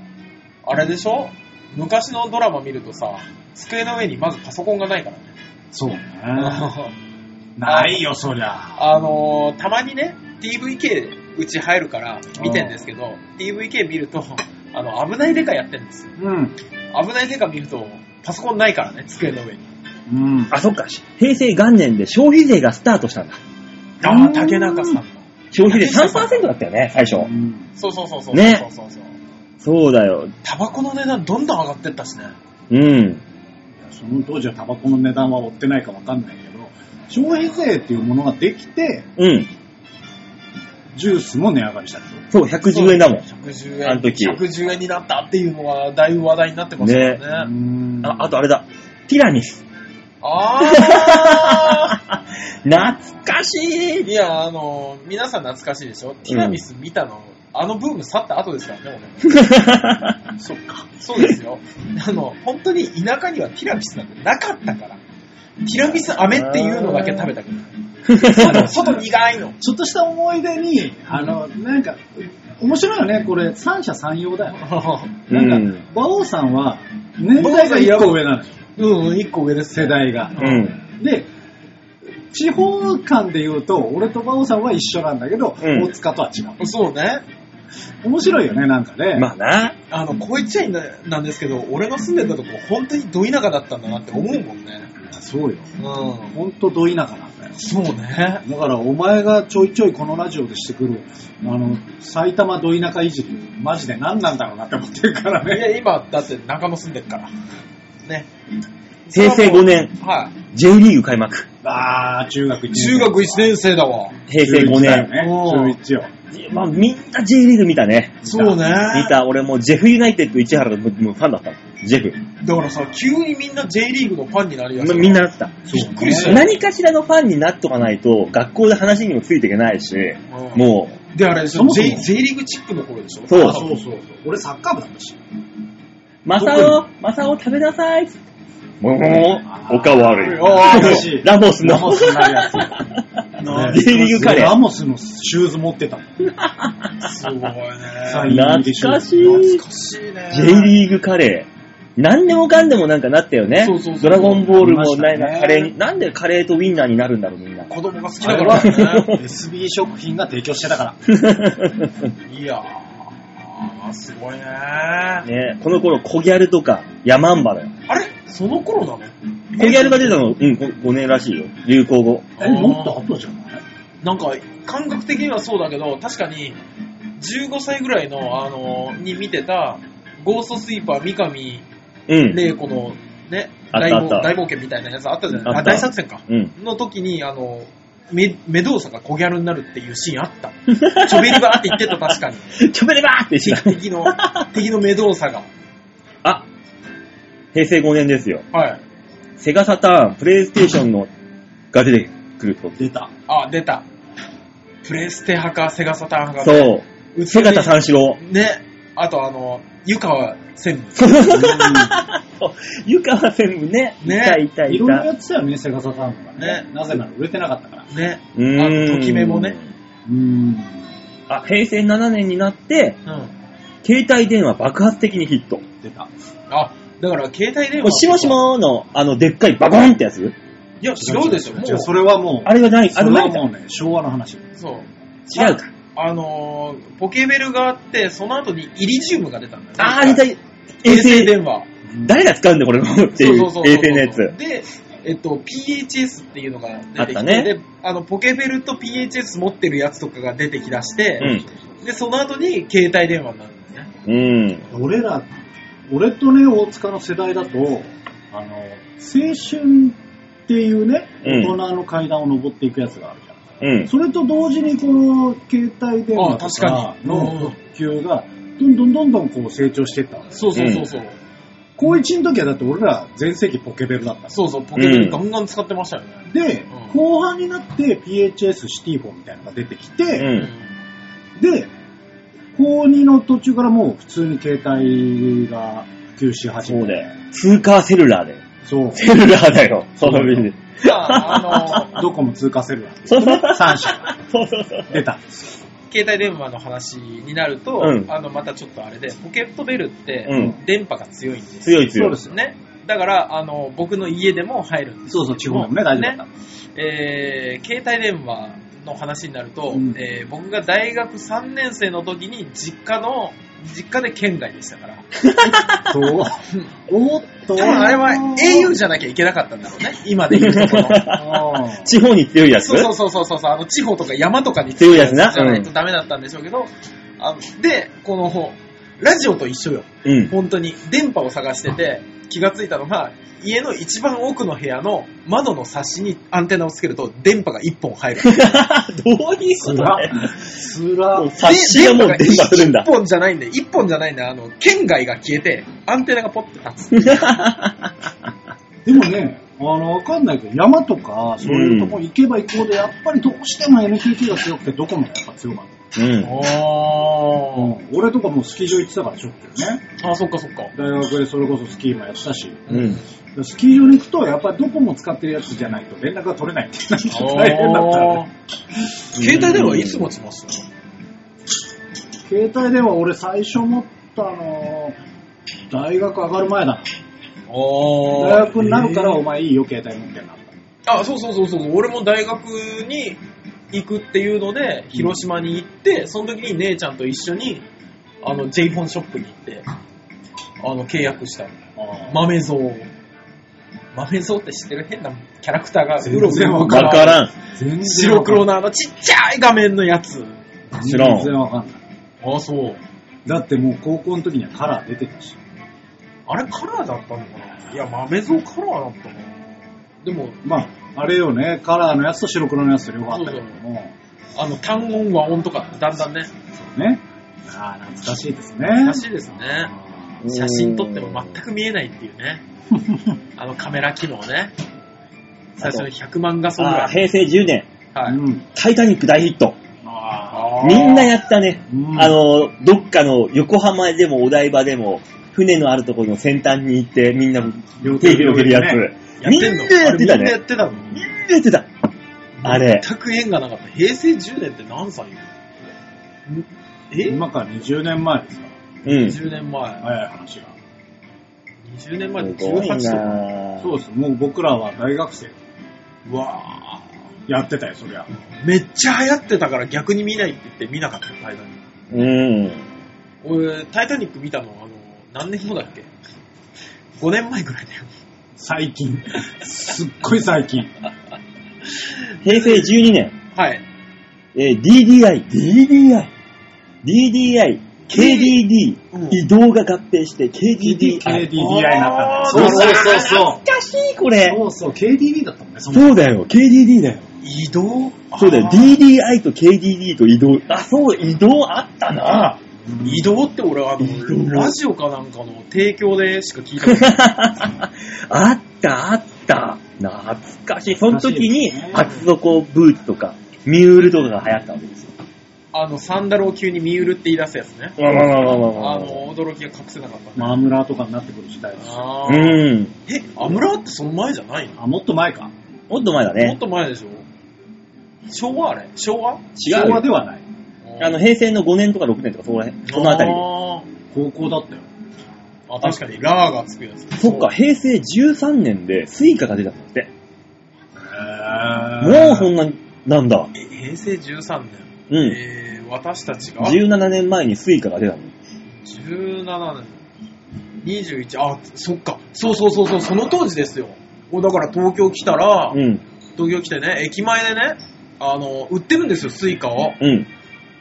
Speaker 3: あ、あれでしょ昔のドラマ見るとさ、机の上にまずパソコンがないからね。
Speaker 1: そうね。ないよ、そりゃ。
Speaker 3: あのー、たまにね、DVK うち入るから見てんですけど、DVK 見ると、 あの、危ないデカやってるんですよ。
Speaker 1: うん。
Speaker 3: 危ないデカ見ると、パソコンないからね、机の上に。
Speaker 1: うん。
Speaker 2: あ、そっか。平成元年で消費税がスタートしたんだ。
Speaker 3: ああ、竹中さんの。
Speaker 2: 消費税3%だったよね、最初
Speaker 1: う。ん
Speaker 3: そうそうそうそう。
Speaker 2: ね
Speaker 3: そうそうそう。
Speaker 2: そうだよ。
Speaker 3: タバコの値段どんどん上がってったしね。
Speaker 2: うん。
Speaker 1: その当時はタバコの値段は追ってないかわかんないけど、消費税っていうものができて、
Speaker 2: うん。
Speaker 1: ジュースも値上がりしたでしょ。
Speaker 2: そう、110円だもん。
Speaker 3: 110
Speaker 2: あの
Speaker 3: 円。
Speaker 2: 時
Speaker 3: 110円になったっていうのは、だいぶ話題になってましたよね。
Speaker 1: うーん
Speaker 2: あ、あとあれだ。ティラ ミス。
Speaker 3: あ
Speaker 2: 懐かし
Speaker 3: ーいや、あの、皆さん懐かしいでしょティラミス見たの、あのブーム去った後ですからね、
Speaker 2: い。
Speaker 3: 俺。 そっか。そうですよ。あの、本当に田舎にはティラミスなんてなかったから。ティラミス飴っていうのだけ食べたけ ど。外苦いの。
Speaker 1: ちょっとした思い出に、あの、なんか、面白いよね、これ、三者三様だよ。な
Speaker 2: うん
Speaker 1: か
Speaker 2: ん、
Speaker 1: 馬王さんは、年代が一個上なのよ、
Speaker 3: うん、一個上です。
Speaker 1: 世代が。
Speaker 2: うん。
Speaker 1: で、地方間で言うと、俺と馬王さんは一緒なんだけど、
Speaker 2: うん
Speaker 1: 大塚とは違う。
Speaker 3: そうね。
Speaker 1: 面白いよね、なんかね。
Speaker 2: まあな。
Speaker 3: あの、こう言っちゃいななんですけど、俺の住んでたとこ、本当にど田舎だったんだなって思うもんね。
Speaker 1: そうよ。
Speaker 3: うん。
Speaker 1: ほんとど田舎なんだよ。
Speaker 3: そうね。
Speaker 1: だからお前がちょいちょいこのラジオでしてくる、あの、埼玉ど田舎いじり、マジで何なんだろうなって思ってるから
Speaker 3: い
Speaker 1: ね。
Speaker 3: や、今、だって仲間住んでるから。ね。
Speaker 2: 平成5年、
Speaker 3: は
Speaker 2: J リーグ開幕。
Speaker 1: あー、中学1
Speaker 3: い。
Speaker 1: 年。
Speaker 3: 中学1年生だわ。
Speaker 2: 平成5
Speaker 1: だよ
Speaker 2: 年。
Speaker 1: ね。
Speaker 3: うん
Speaker 1: 中1よ。
Speaker 2: まあみんな J リーグ見たね。
Speaker 3: そうね。
Speaker 2: 見た。俺もうジェフユナイテッド市原のもうファンだったの。ジェフ。
Speaker 3: だからさ、急にみんな J リーグのファンになりやす
Speaker 2: ま
Speaker 3: い。
Speaker 2: みんなだった。
Speaker 3: びっくりした。
Speaker 2: 何かしらのファンになっとかないと、学校で話にもついていけないし、
Speaker 3: うん
Speaker 2: も
Speaker 3: で、あれでし
Speaker 1: そ
Speaker 3: ょ、
Speaker 1: もそも
Speaker 3: J, J リーグチップの頃でしょ
Speaker 2: そう
Speaker 1: あそうそうそう。俺サッカー部だったし。
Speaker 2: う、マサオ、マサオ食べなさいっつってもう、おかわり。
Speaker 1: あー嬉しい
Speaker 2: ラモスの。
Speaker 1: ラモスになるやつ
Speaker 2: J リーグカレー
Speaker 1: ラモスのシューズ持ってたもん。
Speaker 3: すごいね。
Speaker 1: サイン入りでし ょ
Speaker 2: 懐かしい。
Speaker 3: 懐かしいね。
Speaker 2: J リーグカレー。何でもかんでもなんかなったよね。
Speaker 3: そうそうそう
Speaker 2: ドラゴンボールもな
Speaker 1: ありました
Speaker 2: い
Speaker 1: ね
Speaker 2: カレーに、なんでカレーとウインナーになるんだろう、み んな。
Speaker 3: 子供が好き
Speaker 1: あ
Speaker 3: だ
Speaker 1: れ
Speaker 3: か
Speaker 1: は
Speaker 3: らね。
Speaker 1: SB 食品が提供してたから。
Speaker 3: いやー、すごいね。あ
Speaker 2: ねこの頃、コギャルとか、ヤマンバだよ。
Speaker 3: れその頃なの
Speaker 2: コギャルが出たの、うん、5年らしいよ。流行語。
Speaker 1: え、もっと後じゃない
Speaker 3: なんか、感覚的にはそうだけど、確かに、15歳ぐらいの、あのに見てた、ゴーストスイーパー三上
Speaker 2: うん。
Speaker 3: 玲子のね、
Speaker 2: あった
Speaker 3: 大
Speaker 2: あった
Speaker 3: 冒大冒険みたいなやつあったじゃない
Speaker 2: あった
Speaker 3: あ大作戦か。
Speaker 2: うん。
Speaker 3: の時に、あの、メメドーサが小ギャルになるっていうシーンあった。 ちょべりばーって言ってた、確かに。
Speaker 2: ちょべればーってした。
Speaker 3: 敵の、敵のメドーサが。
Speaker 2: あ、平成5年ですよ。
Speaker 3: はい。
Speaker 2: セガサターン、プレイステーションのが出てくると。
Speaker 1: 出た。
Speaker 3: あ、出た。プレステ派か、セガサターン派か、
Speaker 2: そうう。セガタ三四 郎。
Speaker 3: ね。あと、あの、湯川専務。
Speaker 2: 湯川専務ね。い
Speaker 3: ね
Speaker 2: たいたい
Speaker 1: いろいろや
Speaker 2: た。
Speaker 1: ってたよね、セガサターンがね。なぜなら売れてなかったから。
Speaker 3: ね。
Speaker 2: うー
Speaker 3: あときめもね。
Speaker 1: うん。
Speaker 2: あ、平成7年になって、
Speaker 3: うん。
Speaker 2: 携帯電話爆発的にヒット。
Speaker 1: 出た。
Speaker 3: あ、だから、携帯電
Speaker 2: もう
Speaker 3: 話。
Speaker 2: しもし。もーの、あの、でっかいバコンってやつ
Speaker 3: いや、違うでしょ。もう、
Speaker 1: じゃあそれはもう、
Speaker 2: あれはない、あ
Speaker 1: そ
Speaker 2: れ
Speaker 1: れ
Speaker 2: な
Speaker 1: はい
Speaker 2: か。
Speaker 1: もうね、昭和の話。
Speaker 3: そう。
Speaker 2: 違うか。
Speaker 3: あのー、ポケベルがあって、その後にイリジウムが出たんだよね。
Speaker 2: あー、似た、
Speaker 3: 衛
Speaker 2: 衛
Speaker 3: 星
Speaker 2: 星、
Speaker 3: 電話。
Speaker 2: 誰が使うんだこれもっていう、衛星のやつ。
Speaker 3: で、えっと、PHS っていうのが出
Speaker 2: あって
Speaker 3: き
Speaker 2: た
Speaker 3: て、
Speaker 2: ね
Speaker 3: で、あの、ポケベルと PHS 持ってるやつとかが出てきだして、
Speaker 2: うん
Speaker 3: で、その後に携帯電話になるんだよね。
Speaker 2: うん。
Speaker 1: 俺ら、俺とね、大塚の世代だと、あの、青春っていうね、
Speaker 2: うん
Speaker 1: 大人の階段を登っていくやつがあるじゃん。
Speaker 2: うん。
Speaker 1: それと同時にこの携帯電話と
Speaker 3: あ
Speaker 1: か
Speaker 3: 確かにうんうん
Speaker 1: の普及がどんどんどんどんこう成長していったんですよ。
Speaker 3: そうそうそうそう。
Speaker 1: 高1の時はだって俺ら全盛期ポケベルだったんです
Speaker 3: そうそう、ポケベルガンガン使ってましたよね。
Speaker 1: で
Speaker 3: うん、
Speaker 1: 後半になって PHS シティフォンみたいなのが出てき
Speaker 2: う
Speaker 1: て、
Speaker 2: ん。
Speaker 1: で、高2の途中からもう普通に携帯が普及し始
Speaker 2: そう
Speaker 1: め
Speaker 2: だよ
Speaker 1: て。。
Speaker 2: 通貨セルラーだよ。
Speaker 1: そう。
Speaker 2: セルラーだよ。その便利。
Speaker 3: まあ、あ の、
Speaker 1: ドコモ通過セルラー
Speaker 2: そうそう
Speaker 1: 3社
Speaker 2: そうそうそう。
Speaker 1: 出たんですよ。
Speaker 3: 携帯電話の話になると、
Speaker 2: うん
Speaker 3: あの、またちょっとあれで、ポケットベルって、
Speaker 2: うん
Speaker 3: 電波が強いんですよ。
Speaker 2: 強い強い。
Speaker 1: そう
Speaker 3: ね。だから、あの、僕の家でも入るんです
Speaker 1: そうそう、地方もね、大丈夫だった。
Speaker 3: えー携帯電話の話になると、
Speaker 1: うん
Speaker 3: えー僕が大学3年生の時に実家の実家で県外でしたから。
Speaker 1: そう。おっと。
Speaker 3: 多分あれは au じゃなきゃいけなかったんだろうね。今で言うところ。
Speaker 1: あ
Speaker 2: 地方に強いやつ
Speaker 3: そうそうそうそうそうそう、あの地方とか山とかに
Speaker 2: 強いやつな
Speaker 3: じゃないとダメだったんでしょうけど、あので、この、ラジオと一緒よ。
Speaker 2: うん。
Speaker 3: 本当に。電波を探してて、気がついたのが、家の一番奥の部屋の窓の差しにアンテナをつけると、電波が1本 入る。
Speaker 2: どういうことだよ。
Speaker 1: ーつら。
Speaker 2: 察しがもう電波するんだ
Speaker 3: 一。本じゃないんで、一本じゃないんで、あの、圏外が消えて、アンテナがポッて立つ。
Speaker 1: でもね、あの、わかんないけど、山とか、そういうとこ行けば行くほど、やっぱりどうしても NTT が強くて、どこもやっぱ強かった。
Speaker 2: うん。
Speaker 3: あ
Speaker 1: 俺とかもうスキー場行ってたから、しょっちゅうね。
Speaker 3: あ、そっかそっか。
Speaker 1: 大学でそれこそスキーもやってたし、
Speaker 2: うん。
Speaker 1: スキー場に行くと、やっぱりどこも使ってるやつじゃないと連絡が取れないっていうのが大変だったん
Speaker 3: あ
Speaker 1: で。
Speaker 3: ー携帯電話いつ持ちます
Speaker 1: 携帯電話俺最初持ったの、大学上がる前だな。大
Speaker 3: あ
Speaker 1: 学になるから、お前いいよ、携帯持ってんな。
Speaker 3: あ。あ、そうそうそうそう。俺も大学に行くっていうので、広島に行って、その時に姉ちゃんと一緒に、あの、j フォンショップに行って、あの、契約した。豆蔵を。豆蔵って知ってる変なキャラクターがうろうろ
Speaker 1: 全然わ
Speaker 2: わからん。
Speaker 1: 全然
Speaker 3: 白黒
Speaker 1: の。
Speaker 3: のあのちっちゃい画面のやつ。
Speaker 2: 知らん
Speaker 1: 全然わかんない。
Speaker 3: あ、そう。
Speaker 1: だってもう高校の時にはカラー出てたし。
Speaker 3: あれカラーだったのかないや、豆蔵カラーだったな。でも、
Speaker 1: まあ、あれよね、カラーのやつと白黒のやつと両方あったけども、
Speaker 3: あの、単音和音とかってだんだんね、
Speaker 1: ね。ああ、懐かしいですね。
Speaker 3: らしいですね。
Speaker 1: あ
Speaker 3: 写真撮っても全く見えないっていうね。あのカメラ機能ね。最初の100万画素ぐ
Speaker 2: あー
Speaker 3: らい。
Speaker 2: 平成10年、
Speaker 1: ー
Speaker 3: は
Speaker 1: う
Speaker 3: い。
Speaker 1: ん。
Speaker 2: タイタニック大ヒット。
Speaker 3: あー
Speaker 2: みんなやったね。
Speaker 1: うん
Speaker 2: あの、どっかの横浜でもお台場でも、船のあるところの先端に行って、みんな
Speaker 1: 両
Speaker 2: 手
Speaker 1: 手
Speaker 2: 広げるやつ。
Speaker 3: やっ
Speaker 2: みん
Speaker 3: て
Speaker 2: な
Speaker 3: の
Speaker 2: んやってた
Speaker 3: あれみんなやっ
Speaker 2: ね。
Speaker 3: てたの
Speaker 2: みんなやってた。あれ。
Speaker 3: 全く縁がなかった。平成10年って何歳よんえ
Speaker 1: 今から20年前ですか
Speaker 2: うん。す
Speaker 3: ?20 年前。
Speaker 1: 早い話が。
Speaker 3: 20年前で
Speaker 2: ごいな
Speaker 3: 18とか。
Speaker 2: ぁ
Speaker 1: そうです。もう僕らは大学生。
Speaker 3: うわ
Speaker 1: やってたよ、そりゃ。
Speaker 3: ぁ。めっちゃ流行ってたから逆に見ないって言って見なかったよ、タイタニック。
Speaker 2: うん。
Speaker 3: 俺、タイタニック見たの、あの、何年後だっけ ?5 年前ぐらいだよ。
Speaker 1: 最近。すっごい最近。
Speaker 2: 平成12年。
Speaker 3: はい。
Speaker 2: えー DDI、DDI、DDI、KDD、
Speaker 3: うん
Speaker 2: 移動が合併して KDDI。
Speaker 1: KDDI になったんだ
Speaker 2: あー
Speaker 1: そうそう。
Speaker 2: 難しいこれ
Speaker 1: そうそう、KDD だったもんね、その
Speaker 2: そうだよ、KDD だよ。
Speaker 3: 移動
Speaker 2: そうだよ、
Speaker 3: あー
Speaker 2: DDI と KDD と移動。あ、そう、移動あったな
Speaker 3: 移動って俺はあ
Speaker 2: 移動
Speaker 3: の、ラジオかなんかの提供でしか聞いたことない。
Speaker 2: あった、あった。懐かしい。その時に
Speaker 1: 懐かしいですね、
Speaker 2: 厚底ブーツとか、ミュールとかが流行ったわけですよ。
Speaker 3: あの、サンダルを急に見うるって言い出すやつね。
Speaker 2: わわわわわわ
Speaker 3: あの、驚きが隠せなかった。
Speaker 1: マームラーとかになってくる時代です。
Speaker 3: あ
Speaker 2: う
Speaker 3: ー
Speaker 2: ん。
Speaker 3: え、アムラーってその前じゃないの
Speaker 1: あ、もっと前か。
Speaker 2: もっと前だ
Speaker 3: もっ
Speaker 2: ね。
Speaker 3: と前でしょ昭和あれ昭和
Speaker 2: 違う
Speaker 1: 昭和
Speaker 2: よ。
Speaker 1: ではない。
Speaker 2: あの、平成の5年とか6年とか、そこら辺、そのあたりで。
Speaker 1: 高校だったよ。
Speaker 3: あーあ、確かに、ラーがつくやつ。
Speaker 2: そっか、平成13年でスイカが出たんだって。も
Speaker 1: も
Speaker 2: うそんな、なんだ。
Speaker 3: え。平成13年。
Speaker 2: うん。
Speaker 3: えー、私たちが
Speaker 2: 17年前にスイカが出たの。
Speaker 3: 17年。21、あ、そっか。そうそうそうそう、その当時ですよ。おだから東京来たら、
Speaker 2: うん。
Speaker 3: 東京来てね、駅前でね、あの、売ってるんですよ、スイカを。
Speaker 2: うん。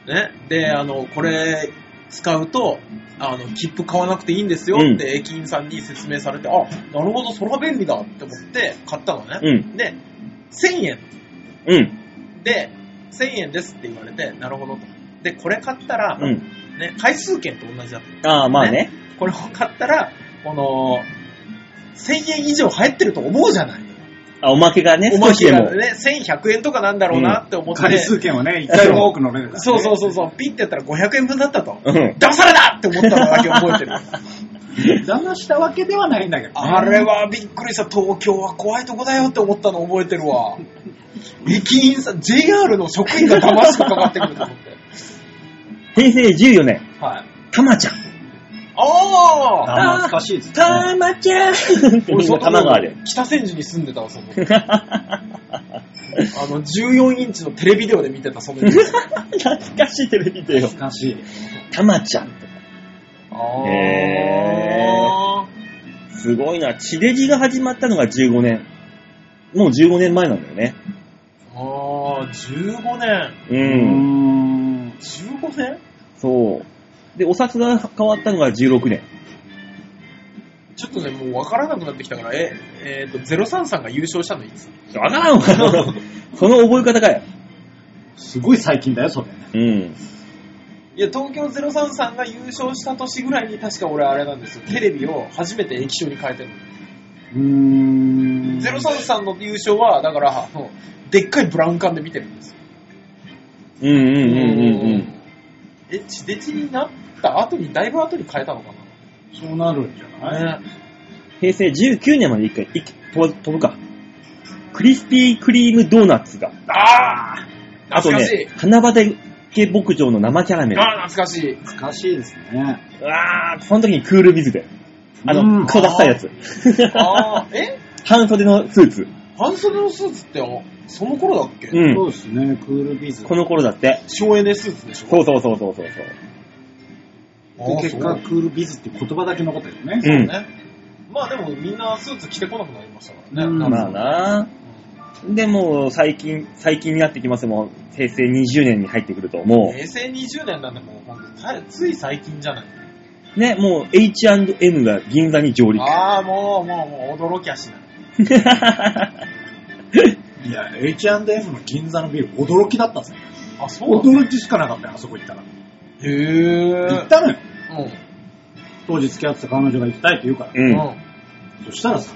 Speaker 3: ね。で、あの、これ使うと、あの、切符買わなくていいんですよ
Speaker 2: うん
Speaker 3: って駅員さんに説明されて、あ、なるほど、それは便利だって思って買ったの
Speaker 2: う
Speaker 3: ね。
Speaker 2: ん。
Speaker 3: で、1000円
Speaker 2: うん。
Speaker 3: で、1000円ですって言われて、なるほどと。で、これ買ったら、
Speaker 2: うん。
Speaker 3: ね、回数券と同じだった。
Speaker 2: ああ、まあね。
Speaker 3: これを買ったら、この、1000円以上入ってると思うじゃない。
Speaker 2: あ、おまけがね、
Speaker 3: お
Speaker 2: 少
Speaker 3: ま
Speaker 2: し
Speaker 3: け
Speaker 2: で
Speaker 3: が
Speaker 2: も。
Speaker 3: ね、1100円とかなんだろうなって思って、
Speaker 1: 回数券はね、一回も多く乗れるからね。
Speaker 3: そうそうそうそう、ピッてやったら500円分だったと。
Speaker 2: うん。
Speaker 3: 騙されたって思ったのだけ覚え てる。
Speaker 1: 騙したわけではないんだけど、ね。
Speaker 3: あれはびっくりした。東京は怖いとこだよって思ったの覚えてるわ。駅員さん、JR の職員が騙しにかかってくると思って。
Speaker 2: 平成14年、
Speaker 3: はい。
Speaker 2: たまちゃん。
Speaker 3: ああ
Speaker 1: あ懐かしいですね。
Speaker 2: たまち ゃんってみんな玉があ る。
Speaker 3: 北千住に住んでたわ、その時あの、14インチのテレビデオで見てた、そ の時。
Speaker 2: 懐かしいテレビだよ。
Speaker 1: 懐かしい。
Speaker 2: たまちゃんとか。
Speaker 3: あ
Speaker 2: へ
Speaker 3: あ。
Speaker 2: すごいな。地デジが始まったのが15年。もう15年前なんだよね。
Speaker 3: ああ、15年。
Speaker 2: う
Speaker 1: うー
Speaker 2: ん。
Speaker 1: ん。
Speaker 3: 15年
Speaker 2: そう。で、お札が変わったのが16年。
Speaker 3: ちょっとね、もう分からなくなってきたから、え、えっ、と、03さんが優勝したのいつ
Speaker 2: わからんわ。 その覚え方かよ。
Speaker 1: すごい最近だよ、それ。
Speaker 2: うん。
Speaker 3: いや、東京03さんが優勝した年ぐらいに、確か俺あれなんですよ。テレビを初めて液晶に変えてるの。
Speaker 1: うーん。
Speaker 3: 03さんの優勝は、だから、あのでっかいブラウン管で見てるんですよ。
Speaker 2: うんうんうんうんうん。
Speaker 3: え、地デジになった後に、だいぶ後に変えたのか
Speaker 1: そうなるんじゃない
Speaker 3: な、ね、
Speaker 2: 平成19年まで一回、一飛ぶ飛ぶか。クリスピークリームドーナツが。
Speaker 3: ああ
Speaker 2: あと
Speaker 3: 懐かしい
Speaker 2: ね、花畑牧場の生キャラメル。
Speaker 3: ああ、懐かしい。
Speaker 1: 懐かしいですね。
Speaker 2: うわー、その時にクールビズで。あ
Speaker 1: うん
Speaker 2: の、クソダサいやつ。
Speaker 3: ああ、え
Speaker 2: 半袖のスーツ。
Speaker 3: 半袖のスーツって、あその頃だっけ、
Speaker 2: うん
Speaker 1: そうですね、クールビズ。
Speaker 2: この頃だって。
Speaker 3: 省エネスーツでしょ
Speaker 2: そうそうそうそうそうそう。
Speaker 3: ああ
Speaker 1: 結
Speaker 3: そ
Speaker 1: 果、
Speaker 3: う
Speaker 1: クールビズって言葉だけ残ったよね。
Speaker 2: うん。
Speaker 3: ね。まあでもみんなスーツ着てこなくなりましたからね。
Speaker 1: うん
Speaker 2: まあなでも、最近、最近になってきますもん。平成20年に入ってくると、も
Speaker 3: 平成20年なんでもうほんとたつい最近じゃない。
Speaker 2: う、ね、もう H&M が銀座に上陸。
Speaker 3: ああ、もうもうもう驚きゃしない。
Speaker 1: いや、H&M の銀座のビル、驚きだったぜ。
Speaker 3: あ、そうだ。
Speaker 1: 驚きしかなかったよ、あそこ行ったら。
Speaker 3: へぇ
Speaker 1: 行ったのよ。
Speaker 3: うん。
Speaker 1: 当時付き合ってた彼女が行きたいって言うから。
Speaker 2: うん。
Speaker 1: そしたらさ、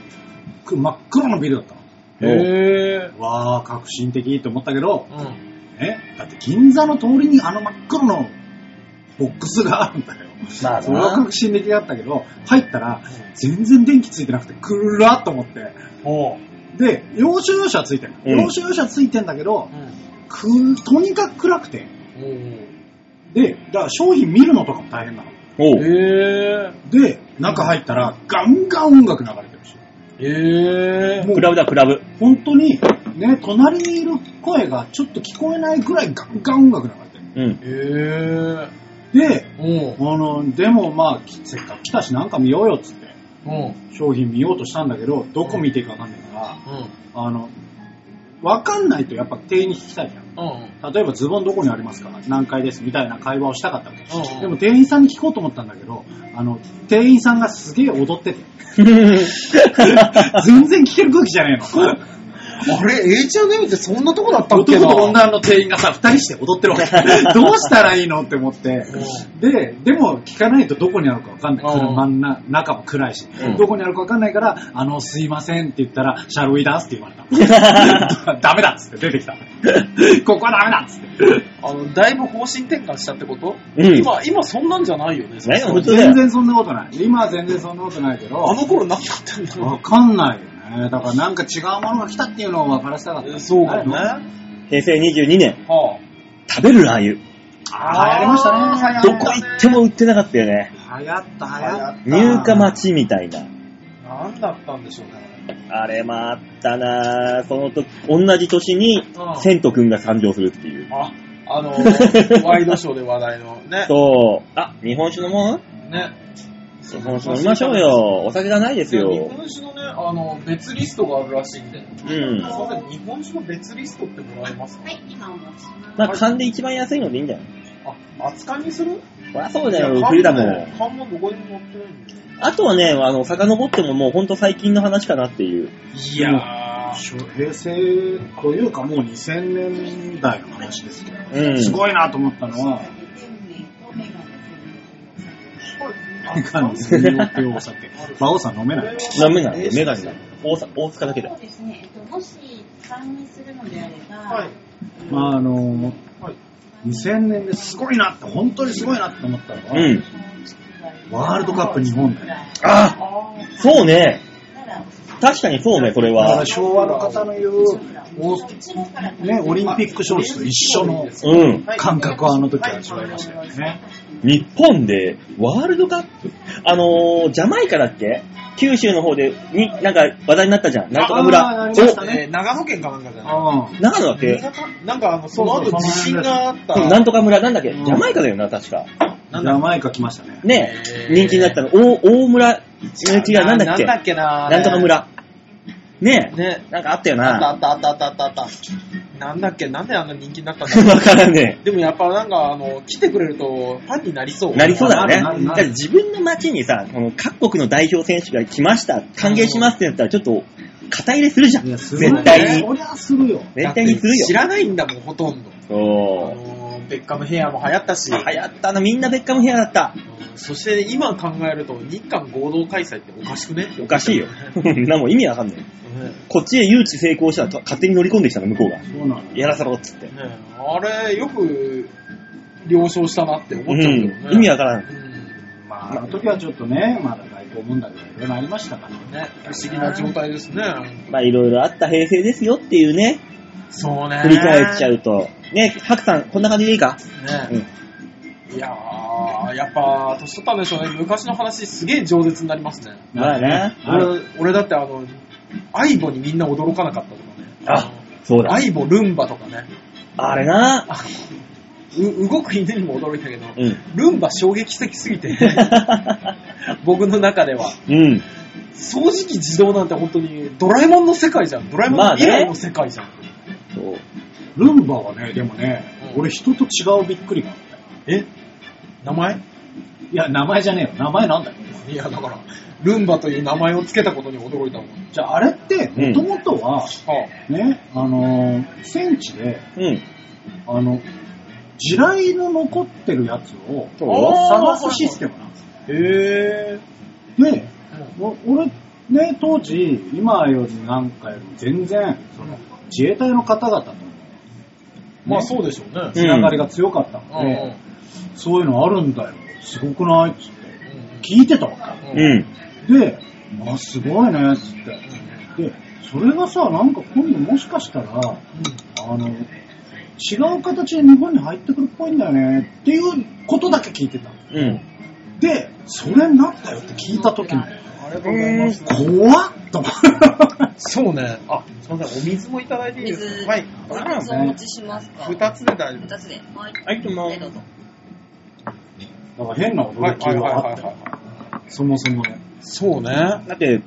Speaker 1: く真っ黒のビルだったの。
Speaker 3: うん。へぇ
Speaker 1: わー、革新的って思ったけど、
Speaker 3: うん。
Speaker 1: ね、だって銀座の通りにあの真っ黒のボックスがあるんだよ。
Speaker 2: まあ
Speaker 1: それ
Speaker 2: な
Speaker 1: は革新的だったけど、入ったら全然電気ついてなくて、くるらっと思って。
Speaker 3: おう。
Speaker 1: で、要所要所はついてる。
Speaker 2: うん
Speaker 1: 要所要所はついてんだけど、
Speaker 3: うん。
Speaker 1: くとにかく暗くて。
Speaker 3: おう
Speaker 1: で、だから商品見るのとかも大変なの。
Speaker 3: お
Speaker 2: お
Speaker 3: う。
Speaker 2: う
Speaker 3: へ
Speaker 1: で、中入ったらガンガン音楽流れてるし。
Speaker 3: ぇへぇ
Speaker 1: もう
Speaker 2: クラブだ、クラブ。
Speaker 1: 本当に、ね、隣にいる声がちょっと聞こえないくらいガンガン音楽流れてる。
Speaker 2: うん。
Speaker 3: へぇ
Speaker 1: で、
Speaker 3: おう
Speaker 1: あ。の、でもまあ、きせっかく来たしなんか見ようよっつって、
Speaker 3: うん。
Speaker 1: 商品見ようとしたんだけど、どこ見ていいかわかんないから、
Speaker 3: うん。
Speaker 1: あの、わかんないとやっぱ店員に聞きたいじゃん。
Speaker 3: うん。
Speaker 1: 例えばズボンどこにありますか何階ですみたいな会話をしたかったわけ。
Speaker 3: うんうん
Speaker 1: でも店員さんに聞こうと思ったんだけど、あの、店員さんがすげえ踊ってて、全然聞ける空気じゃねえの。
Speaker 3: あれ、H&M ってそんなとこだったっけ
Speaker 1: 男
Speaker 3: な
Speaker 1: と女の店 員がさ、二人して踊ってるわけ。どうしたらいいのって思って。で、でも聞かないとどこにあるかわかんない。
Speaker 3: うん
Speaker 1: 車のな中も暗いし、
Speaker 2: うん
Speaker 1: どこにあるかわかんないから、あの、すいませんって言ったら、シャルウィダースって言われた。 ダメだっつって出てきた。ここはダメだっつって。
Speaker 3: あの、だいぶ方針転換したってこと、
Speaker 2: うん
Speaker 3: 今、今そんなんじゃないよね。
Speaker 2: ね
Speaker 3: そう
Speaker 2: 本当だよ
Speaker 1: 全然そんなことない。今は全然そんなことないけ
Speaker 3: あ
Speaker 1: ど、
Speaker 3: の頃何だったんだろ
Speaker 1: わかんないよね。だからなんか違うものが来たっていうのを分からせたかっ
Speaker 3: う。え
Speaker 1: た。
Speaker 3: そうかもね。
Speaker 1: あ
Speaker 3: は
Speaker 2: 平成22年、
Speaker 3: あ。
Speaker 2: 食べるラー油。
Speaker 1: あー、やりましたね。
Speaker 3: あー
Speaker 2: どこ行っても売ってなかったよね。
Speaker 1: 流行った、流行った。
Speaker 2: 入荷待ちみたいな。
Speaker 3: 何だったんでしょうね。
Speaker 2: あれもあったなぁ。その時、同じ年に、
Speaker 3: うん
Speaker 2: セント君が参上するっていう。
Speaker 3: あ、あ のーワイドショーで話題のね。
Speaker 2: そう。あ、日本酒飲もう
Speaker 3: ね。
Speaker 2: 日本酒飲みましょうよ。お酒じゃないです
Speaker 3: いや日
Speaker 2: よ。
Speaker 3: 本酒のね、あの、別リストがあるらしいんで。
Speaker 2: う
Speaker 3: すい
Speaker 2: ん。
Speaker 3: ません、日本酒の別リストってもらえますか
Speaker 4: はい、今お持ちします。
Speaker 2: まあ、缶で一番安いのでいいんじゃない
Speaker 3: あ、熱燗にする
Speaker 2: そりゃそうだ
Speaker 3: い
Speaker 2: よ、
Speaker 3: や
Speaker 2: 冬だもん。
Speaker 3: 缶もどこにも載ってないんで。
Speaker 2: あとはね、あの、遡ってももうほんと最近の話かなっていう。
Speaker 3: い
Speaker 1: や
Speaker 3: ー。
Speaker 1: 平成というかもう2000年代の話ですけど、
Speaker 2: うん。
Speaker 1: すごいなと思ったのは、
Speaker 3: あ
Speaker 1: 缶詰に置くよお酒。馬王さん飲めない。
Speaker 2: ダメなんで、メガネだ。大阪、大塚だけだ
Speaker 4: そう。ですね、えっと、もし、参にするのであれば、
Speaker 3: はい。
Speaker 1: まああの、
Speaker 3: はい
Speaker 1: 2000年ですごいなって、本当にすごいなって思ったのは、
Speaker 2: うん。
Speaker 1: ワールドカップ日本だよ。
Speaker 2: あそうね。確かにそうね、それ
Speaker 1: だか
Speaker 2: は
Speaker 1: ら。昭和の方の言う、おね、オリンピック招致と一緒の
Speaker 2: うん。
Speaker 1: 感覚をあの時は味わいましたよね。
Speaker 2: 日本でワールドカップあのー、ジャマイカだっけ九州の方で、に、なんか話題になったじゃん。なんとか
Speaker 1: あー
Speaker 2: 村。
Speaker 1: なりました
Speaker 2: お
Speaker 1: ね
Speaker 3: えー長野県かなんかじゃない
Speaker 1: うん
Speaker 2: 長野だっけ
Speaker 3: なんかあの、その後地震があった。
Speaker 2: そうなんとか村なんだっけジ
Speaker 1: うん
Speaker 2: ャマイカだよな、確か。
Speaker 1: ジャマイカ来ましたね。
Speaker 2: ね
Speaker 3: へー
Speaker 2: 人気になったの。大、大村、違う違う、なんだっけ
Speaker 3: なんだっけな
Speaker 2: なんとか。村。ね
Speaker 3: ね。
Speaker 2: なんかあったよ
Speaker 3: あったあ
Speaker 2: な。
Speaker 3: ったあったあったあったあった。なんだっけなんであんな人気になったんだろ
Speaker 2: わからんね
Speaker 3: うでもやっぱなんかあの、来てくれるとファンになりそう。
Speaker 2: え。なりそうだね。
Speaker 1: な
Speaker 2: だ
Speaker 1: るなる
Speaker 2: って自分の街にさ、この各国の代表選手が来ました、歓迎しますってなったら、ちょっと、肩入れするじゃん。
Speaker 1: いや、すごいね
Speaker 2: 絶対に。
Speaker 1: そりゃするよ。
Speaker 2: 絶対に
Speaker 3: だ
Speaker 2: する
Speaker 3: って知
Speaker 2: よ。
Speaker 3: らないんだもん、ほとんど。あ
Speaker 2: そう。
Speaker 3: のー、ベッカムヘアも流行ったし。
Speaker 2: 流行ったな、みんなベッカムヘアだった。
Speaker 3: うんそして今考えると、日韓合同開催っておかしくね
Speaker 2: おかしいよ。な、もう意味わかんな い。
Speaker 3: ね
Speaker 2: こっちへ誘致成功したらと勝手に乗り込んできたの、向こうが。
Speaker 1: そうなの。
Speaker 2: やらせろっつって。
Speaker 3: ねえあれ、よく了承したなって思っ
Speaker 2: うん
Speaker 3: ちゃうけどね。。
Speaker 2: 意味わからん。
Speaker 3: うん
Speaker 1: まあ、あの時はちょっとね、まだ外交問題がいろいろありましたからね。
Speaker 3: ね、不思議な状態ですね。
Speaker 2: まあ、いろいろあった平成ですよっていうね、
Speaker 3: そうね。
Speaker 2: 振り返っちゃうと。ね、ハクさん、こんな感じでいいかう
Speaker 3: ね
Speaker 2: ん。
Speaker 3: いやー、やっぱ、年取ったんでしょうね。昔の話すげえ饒舌になりますね。
Speaker 2: まあね。
Speaker 1: はい
Speaker 3: 俺、俺だってあの、アイボにみんな驚かなかったとかね。
Speaker 2: あ、そうだ
Speaker 3: ア。イボ、ルンバとかね。
Speaker 2: あれな。
Speaker 3: あう動く犬にも驚いたけど、
Speaker 2: うん。
Speaker 3: ルンバ衝撃的すぎ て、僕の中では。
Speaker 2: うん。
Speaker 3: 掃除機自動なんて本当にドラえもんの世界じゃん。ドラえも
Speaker 2: まあ
Speaker 3: ん
Speaker 2: ね
Speaker 3: 以来の世界じゃん。
Speaker 2: そう。
Speaker 1: ルンバはね、でもね、
Speaker 3: うん
Speaker 1: 俺人と違うびっくりがあったよ
Speaker 3: え名前
Speaker 1: いや、名前じゃねえよ。名前なんだよ。
Speaker 3: いや、だから、ルンバという名前をつけたことに驚いたもん。
Speaker 1: じゃあ、あれって、
Speaker 2: うん
Speaker 1: もともとは、
Speaker 3: は
Speaker 1: ね、あのー、戦地で、
Speaker 2: うん。
Speaker 1: あの、地雷の残ってるやつを
Speaker 2: そう
Speaker 1: 探すシステムなんですよ。
Speaker 3: あ、へぇ
Speaker 1: で、
Speaker 3: ー。
Speaker 1: お俺、ね、当時、今よりなんかより全然、その自衛隊の方々との
Speaker 3: まあそうでしょうね。
Speaker 1: つながりが強かったの
Speaker 3: うん
Speaker 1: で、そういうのあるんだよ。すごくないっつ
Speaker 3: う
Speaker 1: って。聞いてたわけ。
Speaker 3: んうんうん
Speaker 2: うん。
Speaker 1: で、まあすごいね、っつって。で、それがさ、なんか今度もしかしたら、あの、違う形で日本に入ってくるっぽいんだよねっていうことだけ聞いてた。
Speaker 2: うん。
Speaker 1: で、それになったよって聞いた時に、
Speaker 3: ありがとうございます。
Speaker 1: 怖っと思って。
Speaker 3: そうね。あ、すみません。お水もいただいていいです
Speaker 4: 水
Speaker 3: かはい。
Speaker 4: お二つお持ちしますか
Speaker 3: 二つで大丈夫。
Speaker 4: 二つで。はい。
Speaker 2: はいどうも
Speaker 4: はい、どうぞ。
Speaker 1: だから変な驚きがあったよ。そもそもね。
Speaker 3: そうね。
Speaker 2: だって、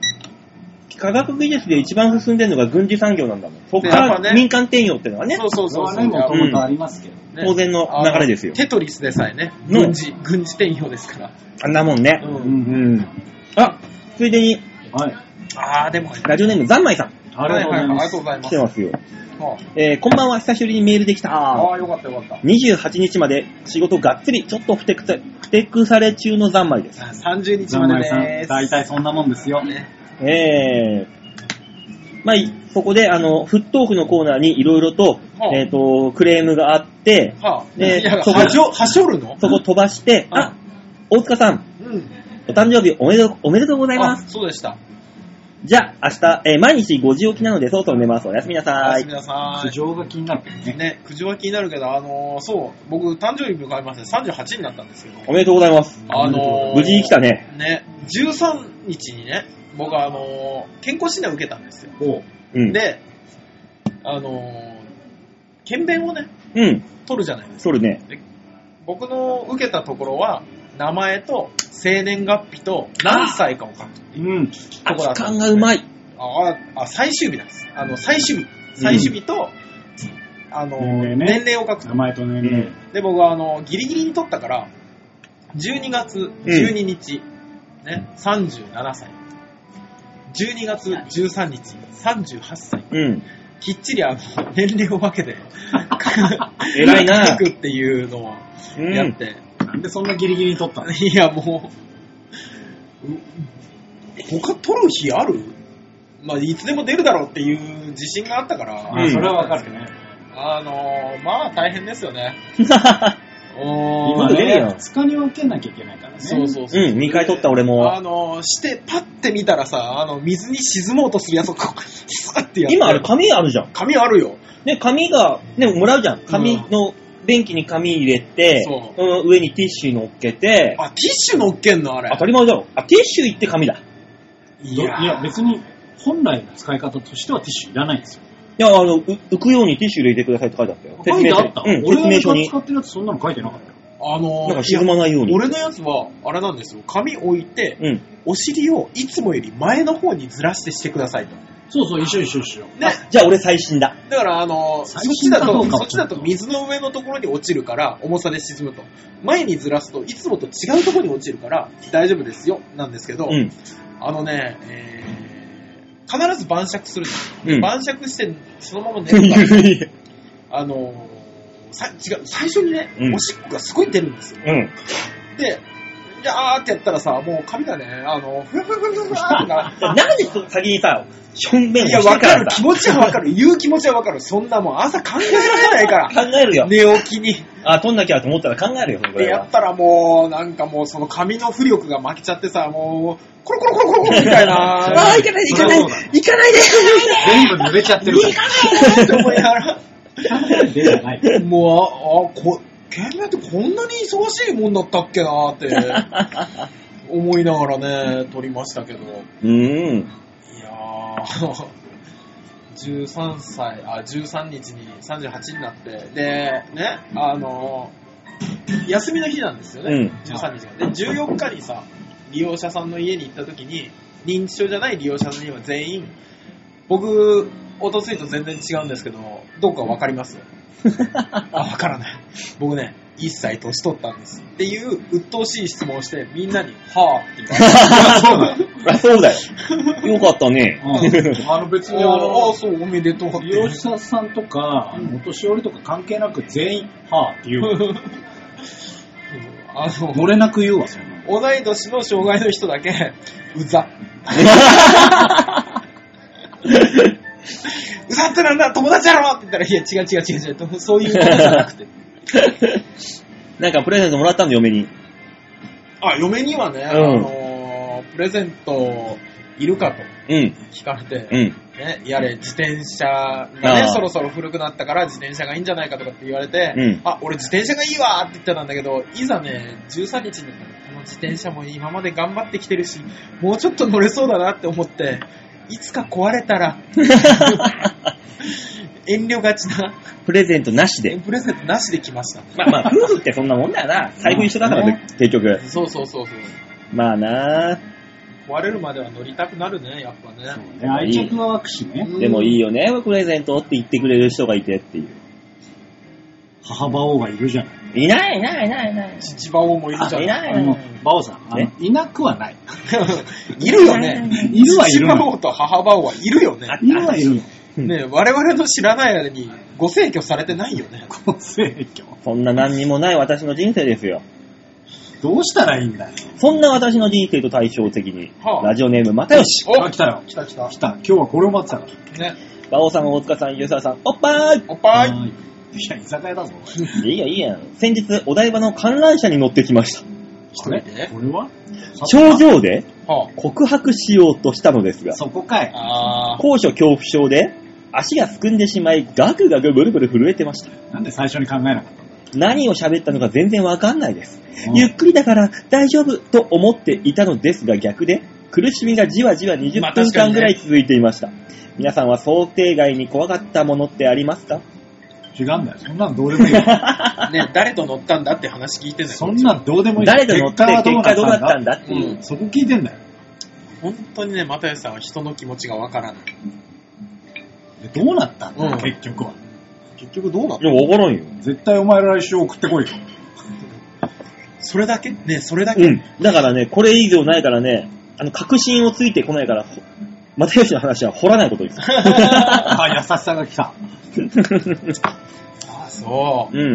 Speaker 2: 科学技術で一番進んでるのが軍事産業なんだもん。そこか
Speaker 3: やっ
Speaker 2: ら
Speaker 3: ぱね
Speaker 2: 民間転用ってのはね
Speaker 3: そ、うそう
Speaker 1: それ
Speaker 3: そう
Speaker 1: は
Speaker 3: そう。
Speaker 1: ね、もと
Speaker 2: う
Speaker 1: もとありますけど。
Speaker 3: ね
Speaker 2: 当然の流れですよ
Speaker 3: あのテトリスでさえね、
Speaker 2: ね
Speaker 3: 軍事、軍事転用ですから。
Speaker 2: あんなもん
Speaker 3: う。
Speaker 2: ね。
Speaker 1: うん。
Speaker 2: うんん。あ、ついでに、
Speaker 1: はい。
Speaker 3: あー、でもね、
Speaker 2: ラジオネーム、ざんまいさん、
Speaker 1: ありがとうござい
Speaker 3: はははあり
Speaker 1: ま
Speaker 3: がと
Speaker 1: す
Speaker 3: う。ございま
Speaker 2: 来
Speaker 3: す
Speaker 2: て。ますよ。
Speaker 3: は
Speaker 2: えー、こんばんは、久しぶりにメールでき
Speaker 3: あ
Speaker 2: た。
Speaker 3: あー、よかったよかっ
Speaker 2: 28日まで仕事がっつり、ちょっとふてくさ、ふてくされ中のざんまいです。
Speaker 3: た。30日
Speaker 1: ざん
Speaker 3: ま
Speaker 1: ま
Speaker 3: で
Speaker 1: いさ
Speaker 3: で
Speaker 1: ん、
Speaker 3: す。
Speaker 1: 大体そんなもんですよ。
Speaker 2: えー、まあ、いそこで、あの、フットオフのコーナーにいろいろと
Speaker 3: は、あ
Speaker 2: えっ、と、クレームがあって、
Speaker 3: はあ、
Speaker 2: ね
Speaker 3: いや、
Speaker 2: そこ
Speaker 3: はしょ、はしょるの
Speaker 2: そこ飛ばして、あ、大塚さん、
Speaker 3: うん。
Speaker 2: お誕生日おめでとう、おめでとうございま
Speaker 3: あ、
Speaker 2: す。
Speaker 3: そうでした。
Speaker 2: じゃあ、明日、えー毎日5時起きなので、そろそろ寝ます。おやすみな
Speaker 3: おや
Speaker 2: さ
Speaker 3: す
Speaker 2: い
Speaker 3: み。なさ
Speaker 1: 苦情が気になるけど
Speaker 3: い。
Speaker 1: ね。
Speaker 3: ね、苦情は気になるけど、あのー、そう、僕、誕生日迎えまして38になったんですけど、
Speaker 2: おめでとうございます。
Speaker 3: あのー、
Speaker 2: 無事に来たね。
Speaker 3: ね、13日にね、僕はあのー健康診断を受けたんですよ。
Speaker 1: おう
Speaker 2: うん。
Speaker 3: で、あのー、検便をね、
Speaker 2: うん。
Speaker 3: 取るじゃないですか。
Speaker 2: それね。
Speaker 3: 僕の受けたところは、名前と生年月日と何歳かを書くと
Speaker 1: うん。
Speaker 2: あ、
Speaker 3: ころだった
Speaker 2: 感がうまい。
Speaker 3: ああ、最終日なんです。あの、最終日。最終日と、あのー
Speaker 1: 年齢ね
Speaker 3: 年齢を書くと
Speaker 1: 名。前と年齢。
Speaker 3: で、僕はあの、ギリギリに取ったから、12月12日、ね、37歳。12月13日、38歳。
Speaker 2: うん。
Speaker 3: きっちりあの、年齢を分けて、
Speaker 2: 偉い な
Speaker 3: 書くっていうのを
Speaker 2: う
Speaker 3: やっ
Speaker 2: ん。
Speaker 3: て、
Speaker 1: なんでそんなギリギリに取った の
Speaker 3: いやもう、う他取る日あるまあ、いつでも出るだろうっていう自信があったから、
Speaker 1: あ、それはわかるね。
Speaker 3: あのー、まあ大変ですよね。おー
Speaker 2: 今の
Speaker 1: 今
Speaker 2: 出るよ
Speaker 1: ね、2日に分けなきゃいけないからね。
Speaker 3: そうそうそう。
Speaker 2: うん、2回取った俺
Speaker 3: あ
Speaker 2: も。
Speaker 3: の、して、パッて見たらさ、あの、水に沈もうとするやつをこう、スーってやって。
Speaker 2: 今あれ紙あるじゃん。
Speaker 3: 紙あるよ。
Speaker 2: ね、紙が、ね、もらうじゃん。紙の、便器に紙入れて、
Speaker 3: そう
Speaker 2: その上にティッシュ乗っけて、
Speaker 3: あ、ティッシュ乗っけんのあれ
Speaker 2: 当。たり前だろ。あ、ティッシュ行って紙だ。い
Speaker 3: い
Speaker 1: どいや、別に本来の使い方としてはティッシュいらないんですよ。
Speaker 2: や、あの、う浮くようにティッシュ入れてくださいって書いてあったよ。
Speaker 1: 書いてあった、
Speaker 2: 書に。うん、説明
Speaker 1: 俺
Speaker 2: 書
Speaker 1: が
Speaker 2: に
Speaker 1: 使。ってるやつそんなの書いてなかったよ。
Speaker 3: あのー
Speaker 2: なんか沈まないよう
Speaker 3: いや
Speaker 2: に。
Speaker 3: 俺のやつは、あれなんですよ。紙置いて、
Speaker 2: うん。
Speaker 3: お尻をいつもより前の方にずらしてしてくださいと。
Speaker 1: そうそう、一緒一緒一緒。
Speaker 3: ね。
Speaker 2: じゃあ俺最新だ。
Speaker 3: だから、あのー、そっ
Speaker 1: 最
Speaker 3: ち
Speaker 1: 近
Speaker 3: だ
Speaker 1: か
Speaker 3: と、
Speaker 1: どうかは
Speaker 3: そっちだと水の上のところに落ちるから、重さで沈むと。前にずらすと、いつもと違うところに落ちるから、大丈夫ですよ、なんですけど、
Speaker 2: うん。
Speaker 3: あのね、えー、必ず晩酌するじゃん
Speaker 2: うん
Speaker 3: 晩酌して、そのまま寝 るから、
Speaker 2: う
Speaker 3: あのーさ、違う、最初にね、
Speaker 2: うん
Speaker 3: おしっこがすごい出るんですよ。
Speaker 2: ん。
Speaker 3: で、じゃーってやったらさ、もう髪がね、あの、ふわふわふわふわーってな
Speaker 2: なんでそ先にさ、しょんべんを
Speaker 3: いや、
Speaker 2: して
Speaker 3: わ
Speaker 2: か
Speaker 3: からる。気
Speaker 2: さ、
Speaker 3: 持ちはわかる。言う気持ちはわかる。そんなもん、朝考えられない か
Speaker 2: 考える
Speaker 3: ら。
Speaker 2: よ。
Speaker 3: 寝起きに。
Speaker 2: あ、取んなきゃと思ったら考えるよ、そ
Speaker 3: で、
Speaker 2: れ
Speaker 3: や
Speaker 2: は
Speaker 3: っ。たらもう、なんかもう、その髪の浮力が巻きちゃってさ、もう、コロコロコロコロコロみたいな。
Speaker 2: あー、行かないで、行かない
Speaker 1: そりゃそう
Speaker 2: 行かないで
Speaker 1: 全部濡れちゃってるか
Speaker 3: って思いなが ら。
Speaker 1: ら。でじゃない。
Speaker 3: もう、あ、あ、こ、懸命ってこんなに忙しいもんだったっけなーって、思いながらね、撮りましたけど。いう
Speaker 2: ーん。
Speaker 3: やー、の、13歳、あ、13日に38になって、で、ね、あの、休みの日なんですよね、
Speaker 2: うん
Speaker 3: 13日が。で、14日にさ、利用者さんの家に行った時に、認知症じゃない利用者さんには全員、僕、おとついと全然違うんですけど、どうかわかりますあ、わからない。僕ね、一歳年取ったんです。っていう、鬱陶しい質問をして、みんなに、はぁって言われた。
Speaker 1: そうなの
Speaker 2: あ そうだよ。よかったね。
Speaker 1: うんあの別にあ
Speaker 3: ああ、
Speaker 1: の、
Speaker 3: そう、おめでとうって
Speaker 1: 利用者さんとか、あのお年寄りとか関係なく全員、はぁって言う。
Speaker 3: あ
Speaker 1: 漏
Speaker 3: の、
Speaker 1: れなく言うわ、そんなの。
Speaker 3: 同い年の障害の人だけ、う ざ。うざってなんだ、友達やろって言ったら、いや、違う違う違う違う、そういうことじゃなくて。
Speaker 2: なんかプレゼントもらったんだ、嫁に。
Speaker 3: あ、嫁にはね、あのープレゼント、いるかと
Speaker 2: うん、
Speaker 3: 聞かれて、
Speaker 2: うん。
Speaker 3: ね、やれ、自転車が
Speaker 2: あ
Speaker 3: ね
Speaker 2: あ、
Speaker 3: そろそろ古くなったから自転車がいいんじゃないかとかって言われて、
Speaker 2: うん
Speaker 3: あ、俺自転車がいいわーって言ってたんだけど、いざね、13日になったら、この自転車も今まで頑張ってきてるし、もうちょっと乗れそうだなって思って、いつか壊れた ら、遠慮がちな、
Speaker 2: プレゼントなしで。
Speaker 3: プレゼントなしで来ました。
Speaker 2: まあまあ、夫婦ってそんなもんだよな。最後一緒だからね、結局。
Speaker 3: そうそうそうそう。
Speaker 2: まあな
Speaker 3: 壊れるまでは乗りたくなるね、やっぱね。
Speaker 1: ね愛着が湧くしね。
Speaker 2: でもいいよね、プレゼントって言ってくれる人がいてっていう。
Speaker 1: 母馬王がいるじゃない。
Speaker 2: いないいないいないいない。
Speaker 3: 父馬王もいるじゃん。
Speaker 2: いない
Speaker 1: あの、馬王さん、あの
Speaker 2: え
Speaker 1: いなくはない。
Speaker 3: いるよね。
Speaker 1: いるはい
Speaker 3: 父
Speaker 1: る
Speaker 3: 馬
Speaker 1: の。
Speaker 3: 王と母馬王はいるよね。
Speaker 1: いるはいるの。
Speaker 3: ね我々の知らない間にご逝去されてないよね。
Speaker 1: ご清聴。
Speaker 2: そんな何にもない私の人生ですよ。
Speaker 1: どうしたらいいんだよ。
Speaker 2: そんな私の人生と対照的に、
Speaker 3: はあ
Speaker 2: ラジオネーム、又吉。
Speaker 3: お
Speaker 1: あ、来たよ。
Speaker 3: 来た来た
Speaker 1: 来。た。今日はこれを待ってたから。
Speaker 3: ね。
Speaker 2: 馬王さん、大塚さん、ゆささん、おっぱー
Speaker 3: おっぱい。
Speaker 1: はーい。いや、居酒屋だぞ、これ。
Speaker 2: いいいやいいや。先日、お台場の観覧車に乗ってきました。
Speaker 3: 一人で
Speaker 1: これは
Speaker 2: 頂上で
Speaker 3: は
Speaker 2: 告白しようとしたのですが、
Speaker 1: そこかい。
Speaker 3: あ。あー。
Speaker 2: 高所恐怖症で足がすくんでしまい、ガクガクブルブル震えてました。
Speaker 1: なんで最初に考えなかったんだ
Speaker 2: 何を喋ったのか全然わかんないです。
Speaker 1: うん
Speaker 2: ゆっくりだから大丈夫と思っていたのですが逆で、苦しみがじわじわ
Speaker 3: まあ
Speaker 2: 20分
Speaker 3: 確かに
Speaker 2: 間
Speaker 3: ね
Speaker 2: ぐらい続いていました。皆さんは想定外に怖かったものってありますか
Speaker 1: 違うんだよ。そんなんどうでもいいよ。
Speaker 3: ね、誰と乗ったんだって話聞いてんだよ。
Speaker 1: そんなんどうでもいいよ
Speaker 2: 誰と乗って結果どうだったんだって
Speaker 3: う
Speaker 2: いう。
Speaker 3: ん。
Speaker 1: そこ聞いてんだよ。
Speaker 3: 本当にね、又吉さんは人の気持ちがわからない。
Speaker 1: でどうなったんだよ、
Speaker 3: うん
Speaker 1: 結局は。
Speaker 3: 結局どうなっ
Speaker 2: いや、わからんよ。
Speaker 1: 絶対お前来週送ってこいよ。
Speaker 3: それだけね、それだけ、
Speaker 2: うん。だからね、これ以上ないからね、あの、確信をついてこないから、ほ又吉の話は掘らないことです。
Speaker 1: あ、優しさが来た。
Speaker 3: ああ、そう。
Speaker 2: うん。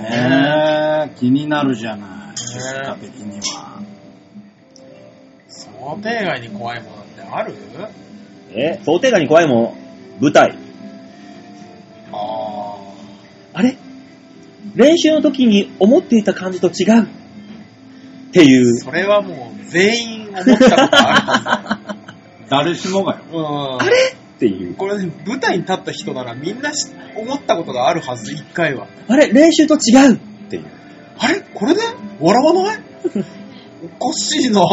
Speaker 1: ねえ、気になるじゃない。結
Speaker 3: ね
Speaker 1: 果的には。
Speaker 3: 想定外に怖いものってある
Speaker 2: え、想定外に怖いもん、舞台。
Speaker 3: ああ。
Speaker 2: あれ練習の時に思っていた感じと違う。っていう。
Speaker 3: それはもう全員思ったことあ
Speaker 1: 誰しもがよ。
Speaker 3: る。うん。
Speaker 2: あれっていう。
Speaker 3: これね、舞台に立った人ならみんなし思ったことがあるはず、一回は。
Speaker 2: あれ練習と違うっていう。
Speaker 3: あれこれで笑わないおかしいな ぁ。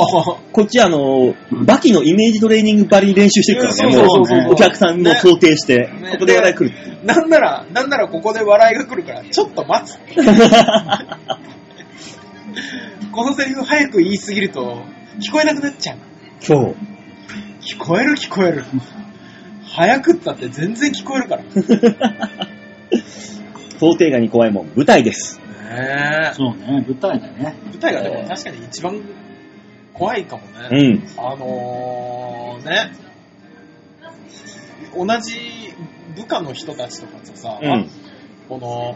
Speaker 2: こっちあの、バキのイメージトレーニングばりに練習してるから
Speaker 1: そう
Speaker 2: ね、
Speaker 1: そう
Speaker 2: も
Speaker 1: そうそう
Speaker 2: うお客さんの
Speaker 3: ね
Speaker 2: 想定して、
Speaker 3: ね
Speaker 2: ここで笑い来るっていう。
Speaker 3: なんなら、なんならここで笑いが来るから、ちょっと待つ。 このセリフ早く言いすぎると、聞こえなくなっちゃう。
Speaker 2: そう。
Speaker 3: 聞こえる聞こえる。早くったって全然聞こえるから。
Speaker 2: 想定外に怖いもん、舞台です。
Speaker 3: ねえ。
Speaker 1: そうね、舞台だね。
Speaker 3: 舞台がでも確かに一番怖いかもね。
Speaker 2: うん。
Speaker 3: あのー、ね、同じ部下の人たちとかとさ、
Speaker 2: うん。
Speaker 3: この、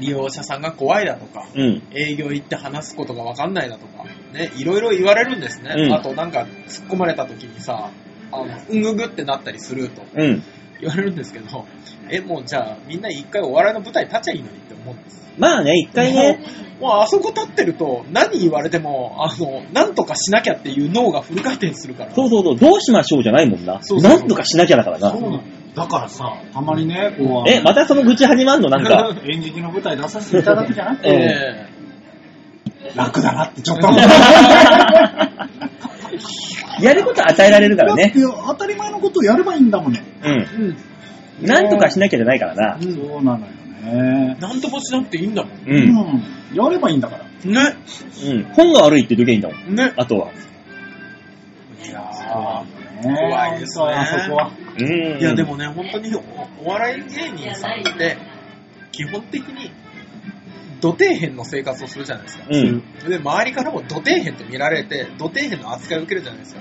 Speaker 3: 利用者さんが怖いだとか、
Speaker 2: うん。
Speaker 3: 営業行って話すことがわかんないだとか、ね、いろいろ言われるんですね。
Speaker 2: うん
Speaker 3: あとなんか突っ込まれた時にさ、あの、うんぐぐってなったりすると
Speaker 2: うん。
Speaker 3: 言われるんですけど、え、もうじゃあみんな一回お笑いの舞台立っちゃいいのにって思うんです。
Speaker 2: まあね、一回ね、
Speaker 3: もうあそこ立ってると何言われても、あの、なんとかしなきゃっていう脳がフル回転するから。
Speaker 2: そうそうそう、どうしましょうじゃないもんな。
Speaker 3: そうそうそう
Speaker 2: なんとかしなきゃだからな。
Speaker 1: だからさ、たまにね、こう、
Speaker 2: え、またその愚痴始まんのなん か。
Speaker 1: 演劇の舞台出させていただくじゃ ない
Speaker 2: え
Speaker 3: ええ
Speaker 1: 楽だなってちょっと思う。
Speaker 2: いやることは与えられるからね。
Speaker 1: だって当たり前のことをやればいいんだもんね。
Speaker 2: うん。
Speaker 3: うん。
Speaker 2: なんとかしなきゃじゃないからな。
Speaker 1: そうなのよね。
Speaker 3: なんともしなくていいんだもん。
Speaker 2: う。
Speaker 1: うんん。やればいいんだから。
Speaker 3: ね。
Speaker 2: うん。本が悪いって言うとけばいいんだもん。
Speaker 3: ね。
Speaker 2: あとは。
Speaker 3: いや
Speaker 1: 怖
Speaker 3: 怖いですね
Speaker 1: あそこは。
Speaker 2: うん。
Speaker 3: いやで。もね、本当におお笑い芸人さんって、基本的に、土底辺の生活をするじゃないですか。
Speaker 2: うん。
Speaker 3: で、周りからも土底辺って見られて、土底辺の扱いを受けるじゃないですか。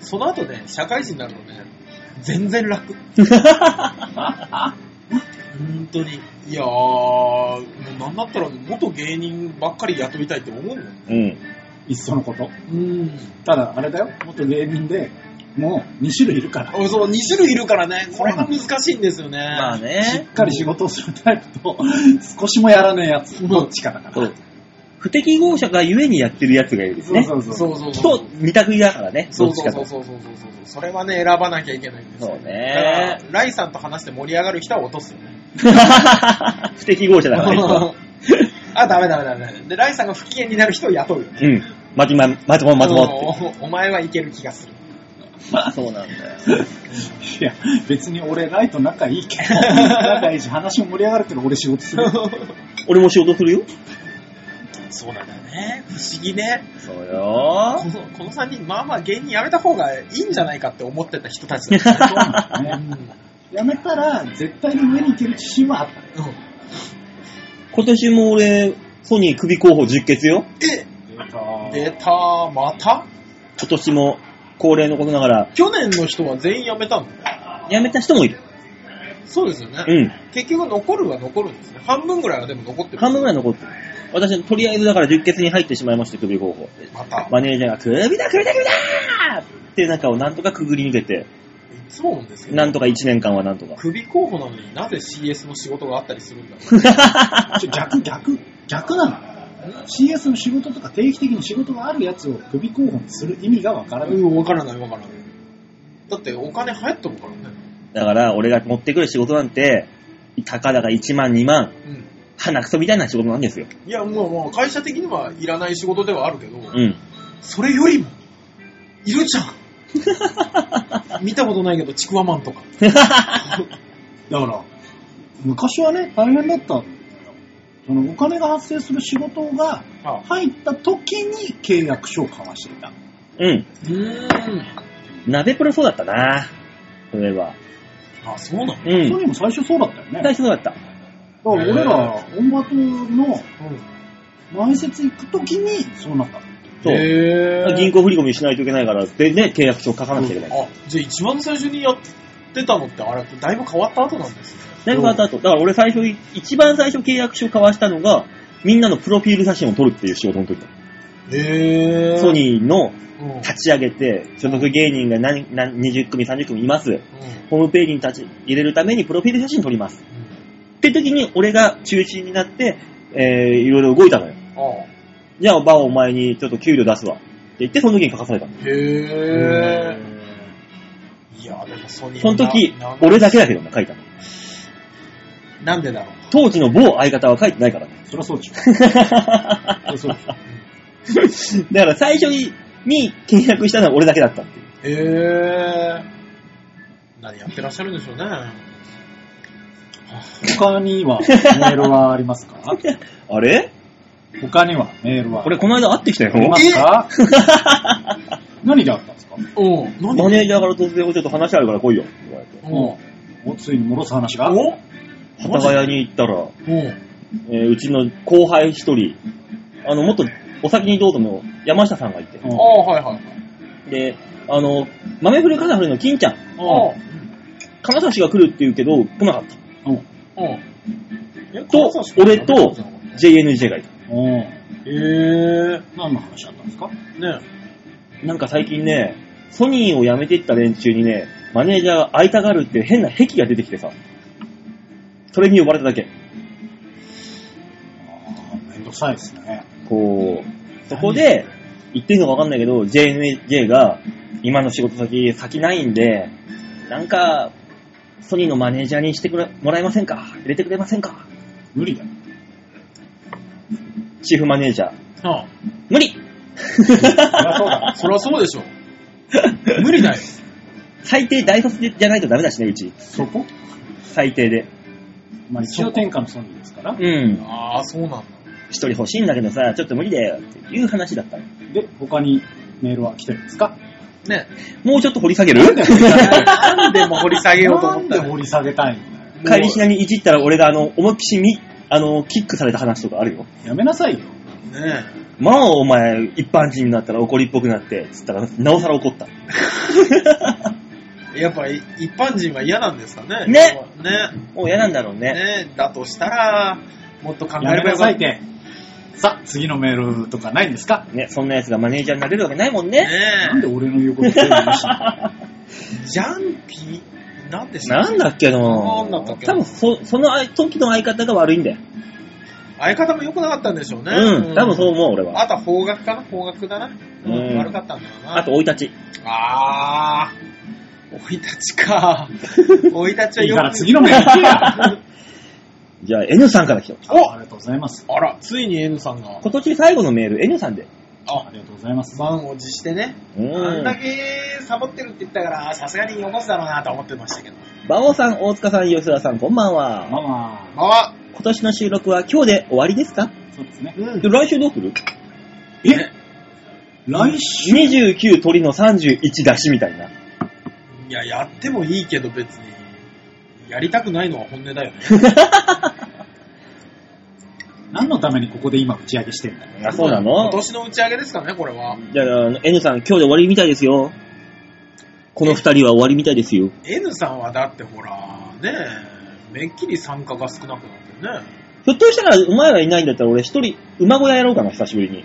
Speaker 3: その後ね、社会人になるとね、全然 楽。本当に。いやー、もうなんだったら元芸人ばっかり雇いたいって思うもん。
Speaker 2: うん。
Speaker 1: いっそのこと。
Speaker 3: うん。
Speaker 1: ただ、あれだよ。元芸人で、もう2種類いるから。し
Speaker 3: そう、2種類いるからね、これが難しいんですよね。
Speaker 2: まあね。
Speaker 1: っかり仕事をするタイプと、少しもやらねえやつ。どっちかだから。
Speaker 2: そう不適合者がゆえにやってるやつがいるです
Speaker 1: そう
Speaker 2: ね。
Speaker 1: そう
Speaker 3: そ
Speaker 1: そうう。
Speaker 3: そうそう。
Speaker 2: と、二択だからね。
Speaker 3: そ
Speaker 2: どっ
Speaker 3: う
Speaker 2: ち
Speaker 3: そう
Speaker 2: か
Speaker 3: そ
Speaker 2: と
Speaker 3: う。そうそうそうそう。それはね、選ばなきゃいけないんですよ。
Speaker 2: そう
Speaker 3: だから
Speaker 2: ね。
Speaker 3: ライさんと話して盛り上がる人は落とすよ ね。
Speaker 2: 不適合者だからね。
Speaker 3: あ、ダメダメダメダメ。で、ライさんが不機嫌になる人を雇うよね。
Speaker 2: うん。まとま、まともまともっ
Speaker 3: おお前はいける気がする。
Speaker 2: て。そうなんだよ。
Speaker 1: いや、別に俺、ライト仲いいけど、仲いいし、話も盛り上がるけど、俺仕事する。
Speaker 2: 俺も仕事するよ。
Speaker 3: そうなんだよね。不思議ね。
Speaker 2: そう
Speaker 3: こ
Speaker 2: よ。
Speaker 3: のこの3人、まあまあ芸人やめた方がいいんじゃないかって思ってた人たちだ、
Speaker 1: そうなんだよ ね。やめたら、絶対に上に行ける自信はあった。
Speaker 3: うん
Speaker 2: 今年も俺、ソニー首候補実決よ。
Speaker 3: え、出
Speaker 1: で
Speaker 3: たまた
Speaker 2: 今年も恒例のことながら、
Speaker 3: 去年の人は全員辞めたの
Speaker 2: 辞めた人もいる。
Speaker 3: そうですよね。
Speaker 2: うん。
Speaker 3: 結局残るは残るんですね。半分ぐらいはでも残ってる。
Speaker 2: 半分ぐらい残ってる。私、とりあえずだから10決に入ってしまいまして、首候補。
Speaker 3: また。
Speaker 2: マネージャーが、首だ、首だ、首だーって中をなんとかくぐり抜けて、
Speaker 3: いつも思うんですけど、
Speaker 2: なんとか1年間はなんとか。
Speaker 3: 首候補なのになぜ CS の仕事があったりするんだろ
Speaker 1: ちょ逆、逆、逆なの。CS の仕事とか定期的に仕事があるやつを首候補にする意味がわからな
Speaker 3: う。
Speaker 1: い。
Speaker 3: うん、わからないわからない。だってお金入っとるからね。
Speaker 2: だから、俺が持ってくる仕事なんて、たかだか1万、2万、
Speaker 3: うん。
Speaker 2: 鼻くそみたいな仕事なんですよ。
Speaker 3: いや、もう、もう会社的にはいらない仕事ではあるけど、
Speaker 2: うん。
Speaker 3: それよりも、いるじゃ ん。見たことないけど、ちくわマンとか。
Speaker 1: だから、昔はね、大変だったんだよ。そのお金が発生する仕事が
Speaker 3: あ
Speaker 1: 入った時に契約書を交わしていた。
Speaker 2: うん。
Speaker 3: うーん。
Speaker 2: 鍋プロそうだったなそういえば。
Speaker 3: あ、そうなの
Speaker 2: う
Speaker 1: ソ
Speaker 2: ん。
Speaker 1: ニーも最初そうだったよね。だ
Speaker 2: 大
Speaker 1: か
Speaker 2: してそうだった。
Speaker 1: ら俺ら、オンバトの
Speaker 3: うん。
Speaker 1: 前説行く時にそうなった。
Speaker 2: そう。
Speaker 3: へー
Speaker 2: 銀行振り込みしないといけないから、でね、契約書書かなきゃいけない。
Speaker 3: あ、じゃあ一番最初にやってたのって、あれ、だいぶ変わった後なんですよ。
Speaker 2: だいぶ変わった後。だから俺最初、一番最初契約書交わしたのが、みんなのプロフィール写真を撮るっていう仕事の時だ。
Speaker 3: へ
Speaker 2: ソニー
Speaker 3: う
Speaker 2: の
Speaker 3: ん。うん。
Speaker 2: 立ち上げて、所属芸人が何何20組、30組います。ホームページに立ち入れるためにプロフィール写真撮ります。って時に俺が中心になって、えー、いろいろ動いたのよ。
Speaker 3: ああ。
Speaker 2: じゃあ、バオお前にちょっと給料出すわ。って言って、その時に書かされたの。
Speaker 3: へー。いや、でもソニー
Speaker 2: その時
Speaker 3: なな、
Speaker 2: 俺だけだけどね、書いたの。
Speaker 3: なんでだろう。
Speaker 2: 当時の某相方は書いてないからね。
Speaker 1: そりゃそうでしょ。そりゃそうでしょ。
Speaker 2: だから最初にに契約したのは俺だけだったっていう。
Speaker 3: へー。何やってらっしゃるんでしょうね。
Speaker 1: 他にはメールはありますか
Speaker 2: あれ
Speaker 1: 他にはメールは。
Speaker 2: これこの間会ってきたよ。
Speaker 1: ありますか 何であったんですか
Speaker 3: うん。
Speaker 2: マネージャーから突然ちょっと話あるから来いよ。って言われて。
Speaker 3: うん。
Speaker 1: おついに戻す話が。
Speaker 3: お
Speaker 2: 幡ヶ谷に行ったら、
Speaker 3: うん。
Speaker 2: えーうちの後輩一人、あの、もっとお先にどうぞの山下さんがいて。
Speaker 1: うん
Speaker 3: ああ、はいはいはい。
Speaker 2: で、あの、豆振り金振りの金ちゃん、
Speaker 3: あ
Speaker 2: 金指が来るって言うけど、来なかった。
Speaker 3: あ。うん。
Speaker 2: と俺と JNJ がいた。
Speaker 1: うん
Speaker 3: へえ。
Speaker 1: 何の話だったんですか
Speaker 3: ね
Speaker 2: なんか最近ね、ソニーを辞めていった連中にね、マネージャーが会いたがるって変な癖が出てきてさ、それに呼ばれただけ。
Speaker 1: あーめんどくさいですね。
Speaker 2: こう、そこで、言っていいのかわかんないけど、JNJ が、今の仕事先、先ないんで、なんか、ソニーのマネージャーにしてくれもらえませんか入れてくれませんか
Speaker 1: 無理だよ。
Speaker 2: チーフマネージャー。
Speaker 3: あ
Speaker 2: 無理
Speaker 1: そりゃそうだ。
Speaker 3: あ。そりゃそうでしょ。 無理だよ。
Speaker 2: 最低大卒じゃないとダメだしね、うち。
Speaker 1: そこ
Speaker 2: 最低で。
Speaker 1: まあ一応天下の存在ですから。
Speaker 2: うん。
Speaker 3: ああ、そうなんだ。
Speaker 2: 一人欲しいんだけどさ、ちょっと無理だよっていう話だったの。
Speaker 1: で、他にメールは来てるんですか
Speaker 3: ね。
Speaker 2: もうちょっと掘り下げる
Speaker 3: なんでも掘り下げようと思っ
Speaker 1: な
Speaker 3: た
Speaker 1: んで掘り下げたいんだよ。
Speaker 2: 帰りしなにいじったら俺があの、思いっきしみ、あの、キックされた話とかあるよ。
Speaker 1: やめなさいよ。
Speaker 3: ね
Speaker 2: まあお前、一般人になったら怒りっぽくなって、つったら、なおさら怒った。
Speaker 3: え。やっぱり一般人は嫌なんですかね。
Speaker 2: ね
Speaker 3: ね。
Speaker 2: もう嫌なんだろうね。
Speaker 3: ね。だとしたら、もっと考
Speaker 1: や
Speaker 3: えれ
Speaker 1: め
Speaker 3: ばよ
Speaker 1: な
Speaker 3: か
Speaker 1: さい
Speaker 3: っ。
Speaker 1: ったて。さあ、次のメールとかないんですか
Speaker 2: ね、そんな奴がマネージャーになれるわけないもんね。
Speaker 1: なんで
Speaker 3: ね
Speaker 1: 俺の言うこと全部無 視し
Speaker 3: え。ジャンピーなんでしたっ
Speaker 2: な
Speaker 3: け
Speaker 2: んだっけな
Speaker 3: なんだったっけな
Speaker 2: 多分そ、その時の相方が悪いんだよ。
Speaker 3: 相方も良くなかったんでしょうね。
Speaker 2: うん、多分そう思う、俺は。
Speaker 3: あとは方角かな方角だな。う
Speaker 2: うん
Speaker 3: ん。悪かったんだろうな。
Speaker 2: あと、生い立ち。
Speaker 3: あー、生い立ちか。生い立ち
Speaker 1: て
Speaker 3: はい
Speaker 1: い
Speaker 3: よ
Speaker 1: か
Speaker 3: く
Speaker 1: ら次のメール行け や
Speaker 2: じゃあ、N さんから来てます。
Speaker 1: おありがとうございます。
Speaker 3: あら、ついに N さんが
Speaker 2: 今年最後のメール、N さんで。
Speaker 1: あありがとうございます。
Speaker 3: 満を持してね、
Speaker 2: う
Speaker 3: あんだ
Speaker 2: ん。
Speaker 3: けサボってるって言ったから、さすがによこすだろうなと思ってましたけど。
Speaker 2: 馬王さん、大塚さん、吉田さん、こんばん
Speaker 1: まあ
Speaker 2: は。
Speaker 1: ま
Speaker 3: まあ、
Speaker 2: 今年の収録は今日で終わりですか
Speaker 1: あ、そうですね。
Speaker 3: うん。
Speaker 2: で来週どうする
Speaker 1: え来週
Speaker 2: ?29 鳥の31出しみたいな。
Speaker 3: いや、やってもいいけど別に、やりたくないのは本音だよね。
Speaker 1: 何のためにここで今打ち上げしてんだ
Speaker 2: あ、そうな
Speaker 3: 今
Speaker 2: の
Speaker 3: 年の打ち上げですからね、これは。
Speaker 2: じゃあ、あの N さん、今日で終わりみたいですよ。この二人は終わりみたいですよ。
Speaker 3: N さんはだってほら、ねえ、めっきり参加が少なくなってるね。
Speaker 2: ひょっとしたら、お前がいないんだったら俺一人、馬小屋やろうかな、久しぶりに。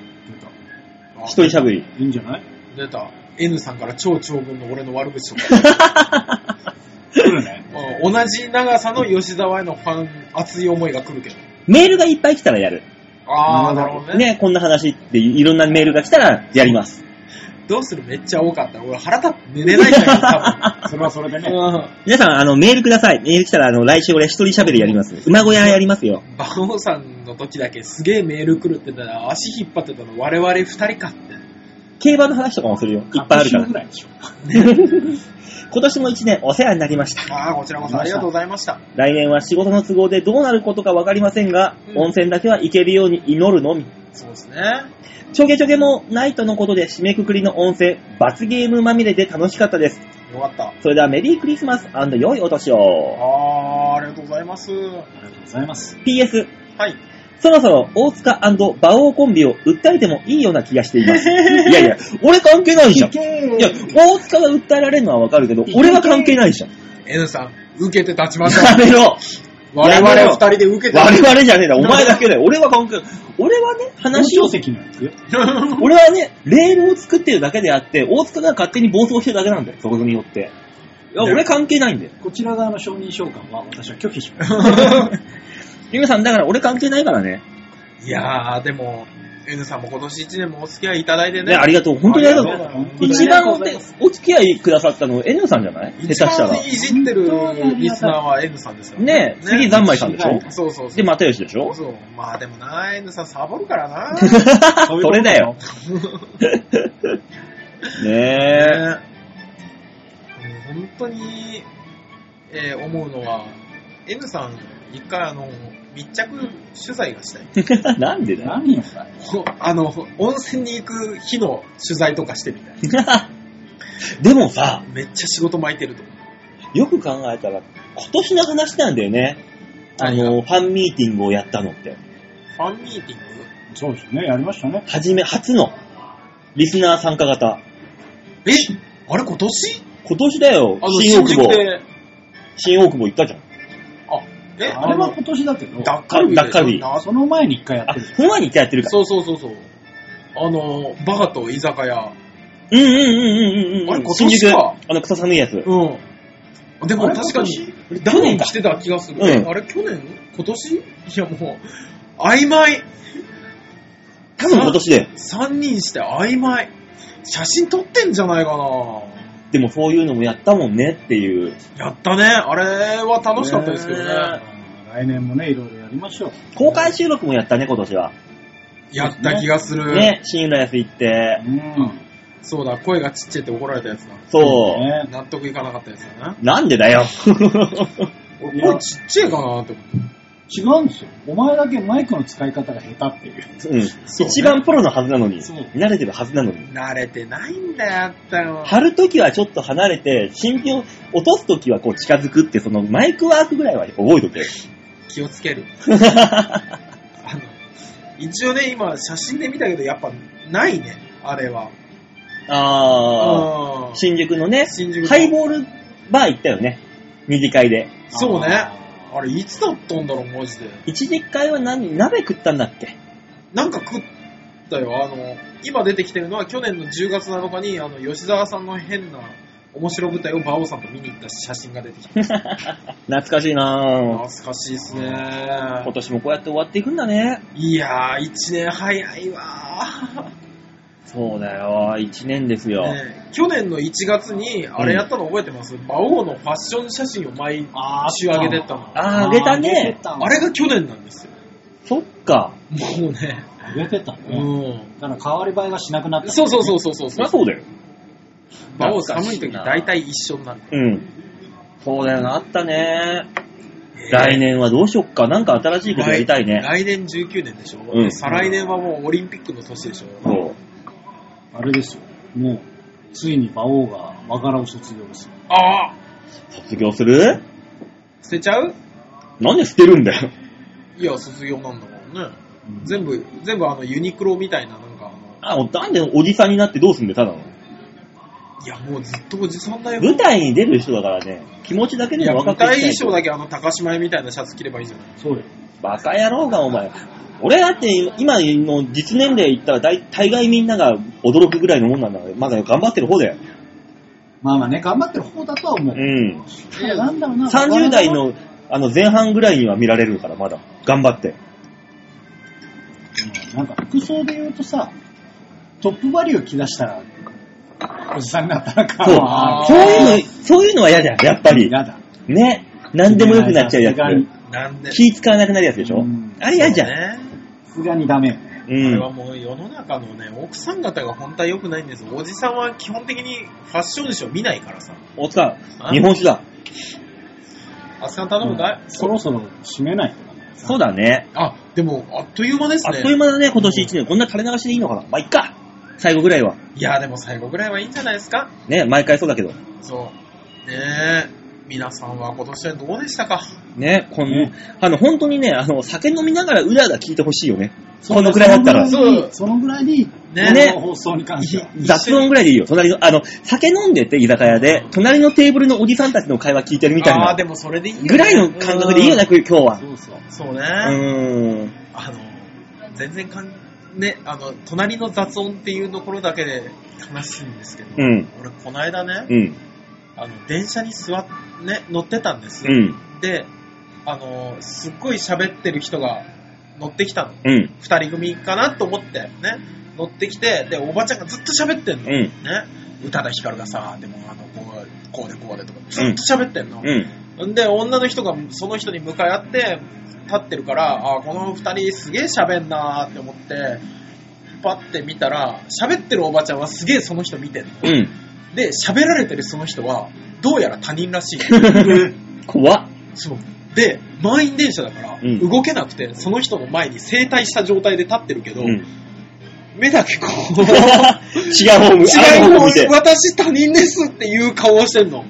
Speaker 3: あ
Speaker 2: 一人喋り。
Speaker 1: いいんじゃない
Speaker 3: 出た。N さんから超長文の俺の悪口とか。
Speaker 1: 来るね。
Speaker 3: うん同じ長さの吉沢へのファン、熱い思いが来るけど。
Speaker 2: メールがいっぱい来たらやる。
Speaker 3: あ
Speaker 1: あ
Speaker 3: ー、
Speaker 1: ー
Speaker 3: なるほどね。
Speaker 2: ね、こんな話っていろんなメールが来たらやります。
Speaker 3: どうするめっちゃ多かった。俺腹立って寝れないじゃん、多
Speaker 1: それはそれでね。
Speaker 3: 分。 うん
Speaker 2: 皆さん、あの、メールください。メール来たら、あの、来週俺一人喋りやります。馬小屋やりますよ。
Speaker 3: 馬王さんの時だけすげえメール来るって言ったら足引っ張ってたの我々二人かって。
Speaker 2: 競馬の話とかもするよ。いっぱいあるから
Speaker 1: 各週ぐ。らいでしょ。
Speaker 2: 今年も一年お世話になりました。
Speaker 3: ああ、こちらこそありがとうございました。
Speaker 2: 来年は仕事の都合でどうなることかわかりませんが、
Speaker 3: うん
Speaker 2: 温泉だけは行けるように祈るのみ。
Speaker 3: そうですね。
Speaker 2: ちょげちょげもないとのことで締めくくりの温泉、罰ゲームまみれで楽しかったです。
Speaker 3: よかった。
Speaker 2: それではメリークリスマス良いお年を。
Speaker 3: ああー、ありがとうございます。は
Speaker 1: ありがとうございます。
Speaker 2: PS、
Speaker 3: い。
Speaker 2: そろそろ大塚馬王コンビを訴えてもいいような気がしています。いやいや、俺関係ないじゃん。いや、大塚が訴えられるのはわかるけど、俺は関係ないじゃん。
Speaker 3: N さん、受けて立ち ましょ
Speaker 2: やめろ
Speaker 3: う。我々二人で受けて
Speaker 2: 我
Speaker 3: 立ち
Speaker 2: 々じゃねえだ、お前だけだよ。俺は関係ない。俺はね、話
Speaker 1: 話
Speaker 2: を
Speaker 1: を、席のやつ
Speaker 2: 俺はね、レールを作ってるだけであって、大塚が勝手に暴走してるだけなんだよ、そこによって。いや、俺関係ないんだよ。
Speaker 1: こちら側の承認召喚は私は拒否します。
Speaker 2: 皆さん、だから俺関係ないからね。
Speaker 3: いやー、でも、N さんも今年一年もお付き合いいただいてね。
Speaker 2: ね、ありがとう。本当にありがとう。
Speaker 1: 当に
Speaker 2: 一
Speaker 1: ありが
Speaker 2: 番
Speaker 1: とう
Speaker 2: お
Speaker 1: ございま
Speaker 2: お付き合いくださったの、N さんじゃない下手
Speaker 3: 一
Speaker 2: したら
Speaker 3: 番。いじってるリスナーは N さんですよ
Speaker 2: ねえ、次、ざんまいさんでしょ
Speaker 3: そうそうそう。
Speaker 2: で、又吉でしょ
Speaker 3: そう。まあでもな、N さんサボるからな。
Speaker 2: それだ よ。ね
Speaker 3: ねえ本当に、えー思うのは、N さん、一回あの、密着取材がしたい。
Speaker 2: え。なんでだ
Speaker 1: 何よ、 これ
Speaker 3: ほあの、温泉に行く日の取材とかしてみたい。
Speaker 2: でもさ、
Speaker 3: めっちゃ仕事巻いてると思う。
Speaker 2: よく考えたら、今年の話なんだよね。あの、ファンミーティングをやったのって。
Speaker 3: ファンミーティング
Speaker 1: そうですね、やりましたね。
Speaker 2: はじめ、初の、リスナー参加型。
Speaker 3: えあれ今年
Speaker 2: 今年だよ
Speaker 3: あ、の、
Speaker 2: 新
Speaker 3: 新
Speaker 2: 大久
Speaker 3: 宿
Speaker 2: 保。
Speaker 3: で、
Speaker 2: 新大久保行ったじゃん。
Speaker 3: あ、え
Speaker 1: あれは今年だけど、
Speaker 3: ダッカルビでしょ。
Speaker 2: ダッカルビ
Speaker 3: な
Speaker 1: その前に一回やっ
Speaker 2: あ、
Speaker 1: てるじ
Speaker 2: その前に一回やってるから。
Speaker 3: そうそうそうそう。あの、バカと居酒屋。
Speaker 2: うんうんうんうんうん
Speaker 3: あ
Speaker 2: う
Speaker 3: れ
Speaker 2: ん。
Speaker 3: 今
Speaker 2: 新
Speaker 3: 年
Speaker 2: 宿、
Speaker 3: か
Speaker 2: あの、草寒いやつ。
Speaker 3: うん。でも
Speaker 1: あれ
Speaker 3: 確かに、
Speaker 2: 去
Speaker 3: 去
Speaker 2: 年
Speaker 3: 年
Speaker 2: か
Speaker 3: 来てた気がする。
Speaker 2: うん
Speaker 3: あれ去年今年いやもう、曖昧。
Speaker 2: 多分今年だよ。
Speaker 3: 3人して曖昧。写真撮ってんじゃないかな
Speaker 2: でもそういうのもやったもんねっていう。
Speaker 3: やったね。あれは
Speaker 1: ゃん。
Speaker 3: 楽しかったですけど
Speaker 2: ね
Speaker 3: ね。
Speaker 1: うん来年もね、いろいろやりましょう。
Speaker 2: 公開収録もやったね、今年は。
Speaker 3: やった気がする。
Speaker 2: ね、新浦安行って
Speaker 1: う。ん。
Speaker 3: そうだ、声がちっちゃいって怒られたやつだ。
Speaker 2: そう。
Speaker 1: ね
Speaker 3: 納得いかなかったやつだな。
Speaker 2: なんで だよ。
Speaker 1: い
Speaker 3: 俺、
Speaker 1: や
Speaker 3: 声ちっちゃいかなって思って。
Speaker 1: 違うんですよ。お前だけマイクの使い方が下手っていう。
Speaker 2: うん。
Speaker 3: そうね
Speaker 2: 一番プロのはずなのに、
Speaker 1: そう
Speaker 2: 慣れてるはずなのに。
Speaker 3: 慣れてないんだよ、あったよ。
Speaker 2: 貼るときはちょっと離れて、新品を落とすときはこう近づくって、そのマイクワークぐらいは覚えとけ。
Speaker 3: 気をつ ける。あの、一応ね、今、写真で見たけど、やっぱ、ないね、あれは。
Speaker 2: あ
Speaker 3: あ
Speaker 2: ー。新宿のね、
Speaker 3: 新宿の
Speaker 2: ハイボールバー行ったよね。二次会で。
Speaker 3: そうね。
Speaker 1: あ
Speaker 3: あれ、いつだったんだろう、マジで。
Speaker 2: 一次会は何、鍋食ったんだっけ
Speaker 3: なんか食ったよ。あの、今出てきてるのは去年の10月7日に、あの、吉沢さんの変な面白舞台を馬王さんと見に行った写真が出てきて。
Speaker 2: 懐かしいなぁ。
Speaker 3: 懐かしいっすね。
Speaker 2: 今年もこうやって終わっていくんだね。
Speaker 3: いやー、1年早いわ
Speaker 2: そうだよ。一年ですよ。
Speaker 3: ー、ねえ去年の1月に、あれやったの覚えてます、馬王のファッション写真を毎
Speaker 1: あー
Speaker 3: 週上げてったの。あ
Speaker 2: あー、あげた
Speaker 1: あげて
Speaker 2: ね。
Speaker 1: た
Speaker 3: れが去年なんですよ。
Speaker 2: そっか。
Speaker 3: もうね。
Speaker 1: あげてたね。
Speaker 3: うん。
Speaker 1: だから変わり映えがしなくなった。
Speaker 3: そうそうそうそうそう
Speaker 2: そりゃそうだよ。
Speaker 3: 馬王寒い時大体一緒になる。
Speaker 2: うん。そうだよな、あったね。来年はどうしよっか。なんか新しいことやりたいね。
Speaker 3: 来年19年でしょ、
Speaker 2: うん
Speaker 3: 再来年はもうオリンピックの年でしょ、
Speaker 2: そう。
Speaker 1: あれですよ。もう、ついに馬王が和柄を卒業ですよ。
Speaker 3: ああ
Speaker 2: 卒業する
Speaker 3: 捨てちゃう
Speaker 2: なんで捨てるんだよ。
Speaker 3: いや、卒業なんだからね。全部、全部あの、ユニクロみたいな、なんかあの、
Speaker 2: あ、なんでおじさんになってどうすんだよ、ただの。
Speaker 3: いや、もうずっとおじさんだよ。
Speaker 2: 舞台に出る人だからね、気持ちだけ
Speaker 3: い
Speaker 2: で
Speaker 3: や、
Speaker 2: 若
Speaker 3: 舞
Speaker 2: く生
Speaker 3: 台
Speaker 2: きた
Speaker 3: 衣
Speaker 2: い
Speaker 3: 装だけあの、高島屋みたいなシャツ着ればいいじゃない。
Speaker 1: そうよ。
Speaker 2: バカ野郎が、お前。俺だって今の実年齢言ったら大大概みんなが驚くぐらいのもんなんだから、まだ頑張ってる方だよ。
Speaker 1: まあまあね、頑張ってる方だとは思う。
Speaker 2: うん。
Speaker 1: いや、なんだろうな。
Speaker 2: 30代のあの前半ぐらいには見られるから、まだ。頑張って。
Speaker 1: なんか服装で言うとさ、トップバリュー着出したら、おじさんになったらか
Speaker 2: そう
Speaker 3: あー。
Speaker 2: そういうの、そういうのは嫌だよ、やっぱり。
Speaker 1: やだ。
Speaker 2: ね。何でも良くなっちゃうや
Speaker 1: さすがに
Speaker 2: つ。
Speaker 3: なんで
Speaker 2: 気使わなくなるやつでしょ
Speaker 1: うん。
Speaker 2: あれ嫌じゃん。
Speaker 3: ね。
Speaker 1: さすがにダメ。
Speaker 2: う
Speaker 3: あれ
Speaker 2: ん
Speaker 3: は。もう世の中のね、奥さん方が本当は良くないんですよ。おじさんは基本的にファッション誌を見ないからさ。
Speaker 2: 大塚
Speaker 3: あ、
Speaker 2: 日本酒だ。
Speaker 3: あすかん頼むかい、
Speaker 1: そろそろ締めないとダメだな
Speaker 2: そうだね。
Speaker 3: あ、でも、あっという間です
Speaker 2: あ
Speaker 3: ね。
Speaker 2: っという間だね、今年1年。こんな垂れ流しでいいのかなまあ、いっか。最後ぐらいは。
Speaker 3: いや、でも最後ぐらいはいいんじゃないですか
Speaker 2: ね、毎回そうだけど。
Speaker 3: そう。ねえ、皆さんは今年はどうでしたか
Speaker 2: ね、この、
Speaker 1: ね
Speaker 2: あの、本当にね、あの、酒飲みながらうらうら聞いてほしいよね。このくらいだったら。
Speaker 1: そのぐらいにそのぐらいに、
Speaker 3: ね
Speaker 2: ね
Speaker 1: この放送に関しては。
Speaker 2: 雑音ぐらいでいいよ。隣の、あの、酒飲んでて居酒屋で、隣のテーブルのおじさんたちの会話聞いてるみたい
Speaker 3: ああー、
Speaker 2: な
Speaker 3: でもそれでいいよね
Speaker 2: ぐらいの感覚でいいよね、今日は。
Speaker 1: そうそう。
Speaker 3: うんそうね。
Speaker 2: うーん。
Speaker 3: あの、全然かん、ね、あの、隣の雑音っていうところだけで悲しいんですけど、
Speaker 2: うん。
Speaker 3: 俺、この間ね、
Speaker 2: うん。
Speaker 3: あの、電車に座っ、ね、乗ってたんです
Speaker 2: う
Speaker 3: よ。
Speaker 2: ん。
Speaker 3: で、あの、すっごい喋ってる人が乗ってきたの。
Speaker 2: うん。
Speaker 3: 二人組かなと思って、ね、乗ってきて、で、おばちゃんがずっと喋ってんの。
Speaker 2: うん。うん。
Speaker 3: ね、宇多田ヒカルがさ、でもあの、こうこうでこうでとか、ずっと喋ってんの。
Speaker 2: うん。
Speaker 3: ん、で、女の人がその人に向かい合って、立ってるから、あーこの二人すげえ喋んなーって思って、パッて見たら、喋ってるおばちゃんはすげえその人見てんの。
Speaker 2: うん。
Speaker 3: で、喋られてるその人は、どうやら他人らしいの。
Speaker 2: 怖っ。
Speaker 3: そう。で、満員電車だから、
Speaker 2: うん
Speaker 3: 動けなくて、その人の前に整体した状態で立ってるけど、
Speaker 2: うん。
Speaker 3: 目だけこう、
Speaker 2: 違うホーム、
Speaker 3: 違
Speaker 2: あ
Speaker 3: う方
Speaker 2: のホーム
Speaker 3: に
Speaker 2: 見て。
Speaker 3: 私他人ですっていう顔をしてんの。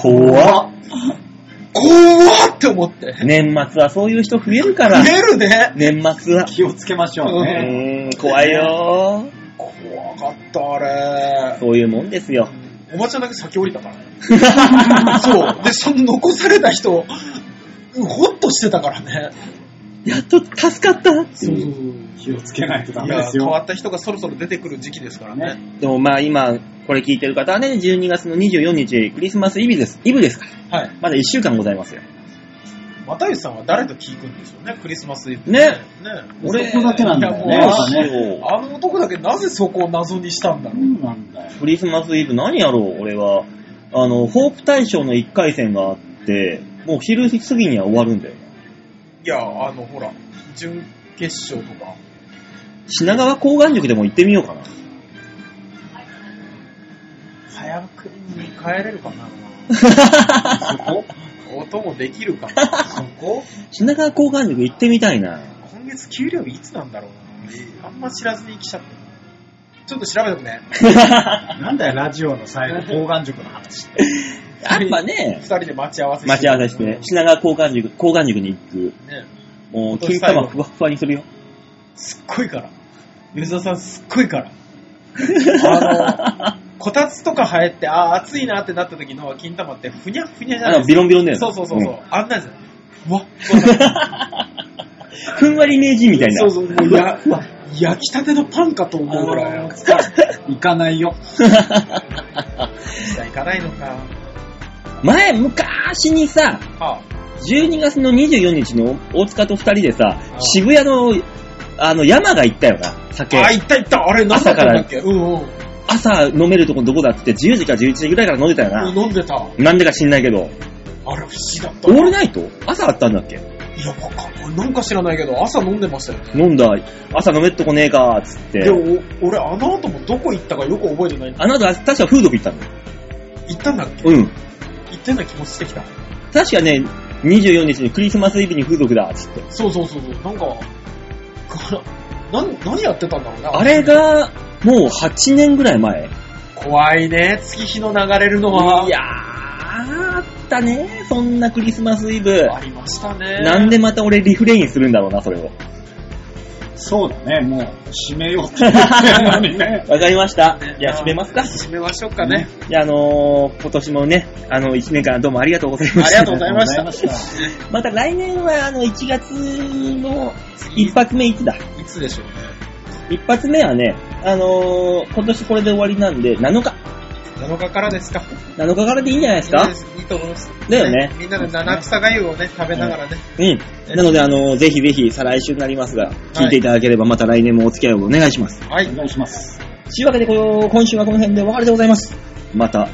Speaker 2: 怖っ。
Speaker 3: 怖っって思って。
Speaker 2: 年末はそういう人増えるから。
Speaker 3: 出るね。
Speaker 2: 年末は。
Speaker 1: 気をつけましょう
Speaker 2: う
Speaker 1: ね。
Speaker 2: ーん、怖いよー。
Speaker 3: 怖かった、あれ。
Speaker 2: そういうもんですよ。
Speaker 3: おばちゃんだけ先降りたからね。そう。 で、その残された人、ほっとしてたからね。
Speaker 2: やっと助かったっていう
Speaker 1: 気をつけないとダ
Speaker 3: い
Speaker 1: メで
Speaker 3: や、
Speaker 1: す
Speaker 3: 変わ
Speaker 1: よ。
Speaker 3: った人がそろそろ出てくる時期ですからね。
Speaker 2: でもまあ今、これ聞いてる方はね、12月の24日、クリスマスイブです。イブですから。
Speaker 3: はい。
Speaker 2: まだ1週間ございますよ。
Speaker 3: 又吉さんは誰と聞くんでしょうね、クリスマスイブ。
Speaker 2: ね
Speaker 3: ね。
Speaker 1: 俺こだけなんだよね
Speaker 3: いやもう
Speaker 1: そうだね
Speaker 3: あの男だけなぜそこを謎にしたんだ
Speaker 1: そ
Speaker 3: ろう。
Speaker 1: うなんだよ。
Speaker 2: クリスマスイブ何やろう、俺は。あの、ホープ大賞の1回戦があって、もう昼過ぎには終わるんだよ。
Speaker 3: いや、あの、ほら、準決勝とか。
Speaker 2: 品川高岩塾でも行ってみようかな。
Speaker 3: 早くに帰れるか な
Speaker 1: そこ
Speaker 3: 音もできるかな
Speaker 1: そこ
Speaker 2: 品川交換塾行ってみたい な。
Speaker 3: 今月給料日いつなんだろうなあんま知らずに来ちゃったちょっと調べとくね
Speaker 5: なんだよ、ラジオの最後、高岩塾の話。
Speaker 2: やっぱね
Speaker 3: 二、人で待ち合わせ
Speaker 2: 待ち合わせしてね、品川交換塾、交換塾に行く。
Speaker 3: ね
Speaker 2: もう、金玉ふわふわにするよ。
Speaker 3: すっごいから吉田さんすっごいから あのこたつとか生えてあー暑いなってなった時の金玉ってふにゃふにゃじゃ
Speaker 2: あ
Speaker 3: ない
Speaker 2: の、ビロンビロンだよね。
Speaker 3: そうそうそうそう、
Speaker 2: ん
Speaker 3: あんなんじゃないふ わっふわだから
Speaker 2: ふんわり名人みたいな。
Speaker 3: そうそう、もうや、焼きたてのパンかと思うぐらい。
Speaker 1: 行かないよ。
Speaker 3: 実際行かないのか。
Speaker 2: 前、昔にさ、
Speaker 3: は
Speaker 2: 12月の24日の大塚と二人でさ
Speaker 3: あ、あ
Speaker 2: 渋谷の、あの、山が行ったよな、
Speaker 3: あ、
Speaker 2: 酒。
Speaker 3: あ、行った行ったあれ、何だったんだっけうんうん。
Speaker 2: 朝飲めるとこどこだっつって10時か11時ぐらいから飲んでたよな。
Speaker 3: 飲んでた。あ
Speaker 2: なんでか知んないけど。
Speaker 3: れ、不思議だった。
Speaker 2: オールナイト朝あったんだっけ
Speaker 3: いや、わかんない。なんか知らないけど、朝飲んでましたよね。
Speaker 2: 飲んだ、朝飲めっとこねえか、っつって
Speaker 3: で、。お俺、あの後もどこ行ったかよく覚えてない。
Speaker 2: あの後、確かフード行ったんだよ。
Speaker 3: 行ったんだっけ
Speaker 2: うん。
Speaker 3: 行ってんな気もしてきた。
Speaker 2: 確かね、24日にクリスマスイブに風俗だ、つって。
Speaker 3: そうそうそうそう。なんか、から なん何やってたんだろうな。
Speaker 2: あれが、もう8年ぐらい前。
Speaker 3: 怖いね、月日の流れるのは。
Speaker 2: いやー、あったね、そんなクリスマスイブ。
Speaker 3: ありましたね。
Speaker 2: なんでまた俺リフレインするんだろうな、それを。
Speaker 1: そうだね、もう、締めようって 言ってんのにね。
Speaker 2: わかりました
Speaker 3: ね。
Speaker 2: じゃあ閉めますか。
Speaker 3: 締めましょうかね。
Speaker 2: じゃあ、あのー、今年もね、あの、1年間どうもありがとうございま
Speaker 3: あ
Speaker 2: し
Speaker 3: り
Speaker 2: た。
Speaker 3: がとうございました
Speaker 1: ありがとうございました。
Speaker 2: また来年は、あの、1月の一発目いつだ
Speaker 3: いつでしょうね。
Speaker 2: 一発目はね、あのー、今年これで終わりなんで、7日。
Speaker 3: 7日からですか。
Speaker 2: 7日からでいいんじゃないですか
Speaker 3: いいと思います。
Speaker 2: だよね
Speaker 3: みんなで七草がゆをね、食べながらね。
Speaker 2: うん。なので、あのー、ぜひぜひ、再来週になりますが、聞いていただければ、また来年もお付き合いをお願いします。
Speaker 3: はい。
Speaker 1: お願いします。
Speaker 2: というわけで、この今週はこの辺でお別れでございます。また、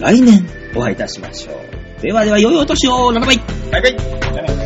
Speaker 2: 来年、お会いいたしましょう。ではでは、良いお年を、ララバイ
Speaker 3: バイバイ。
Speaker 1: じゃあね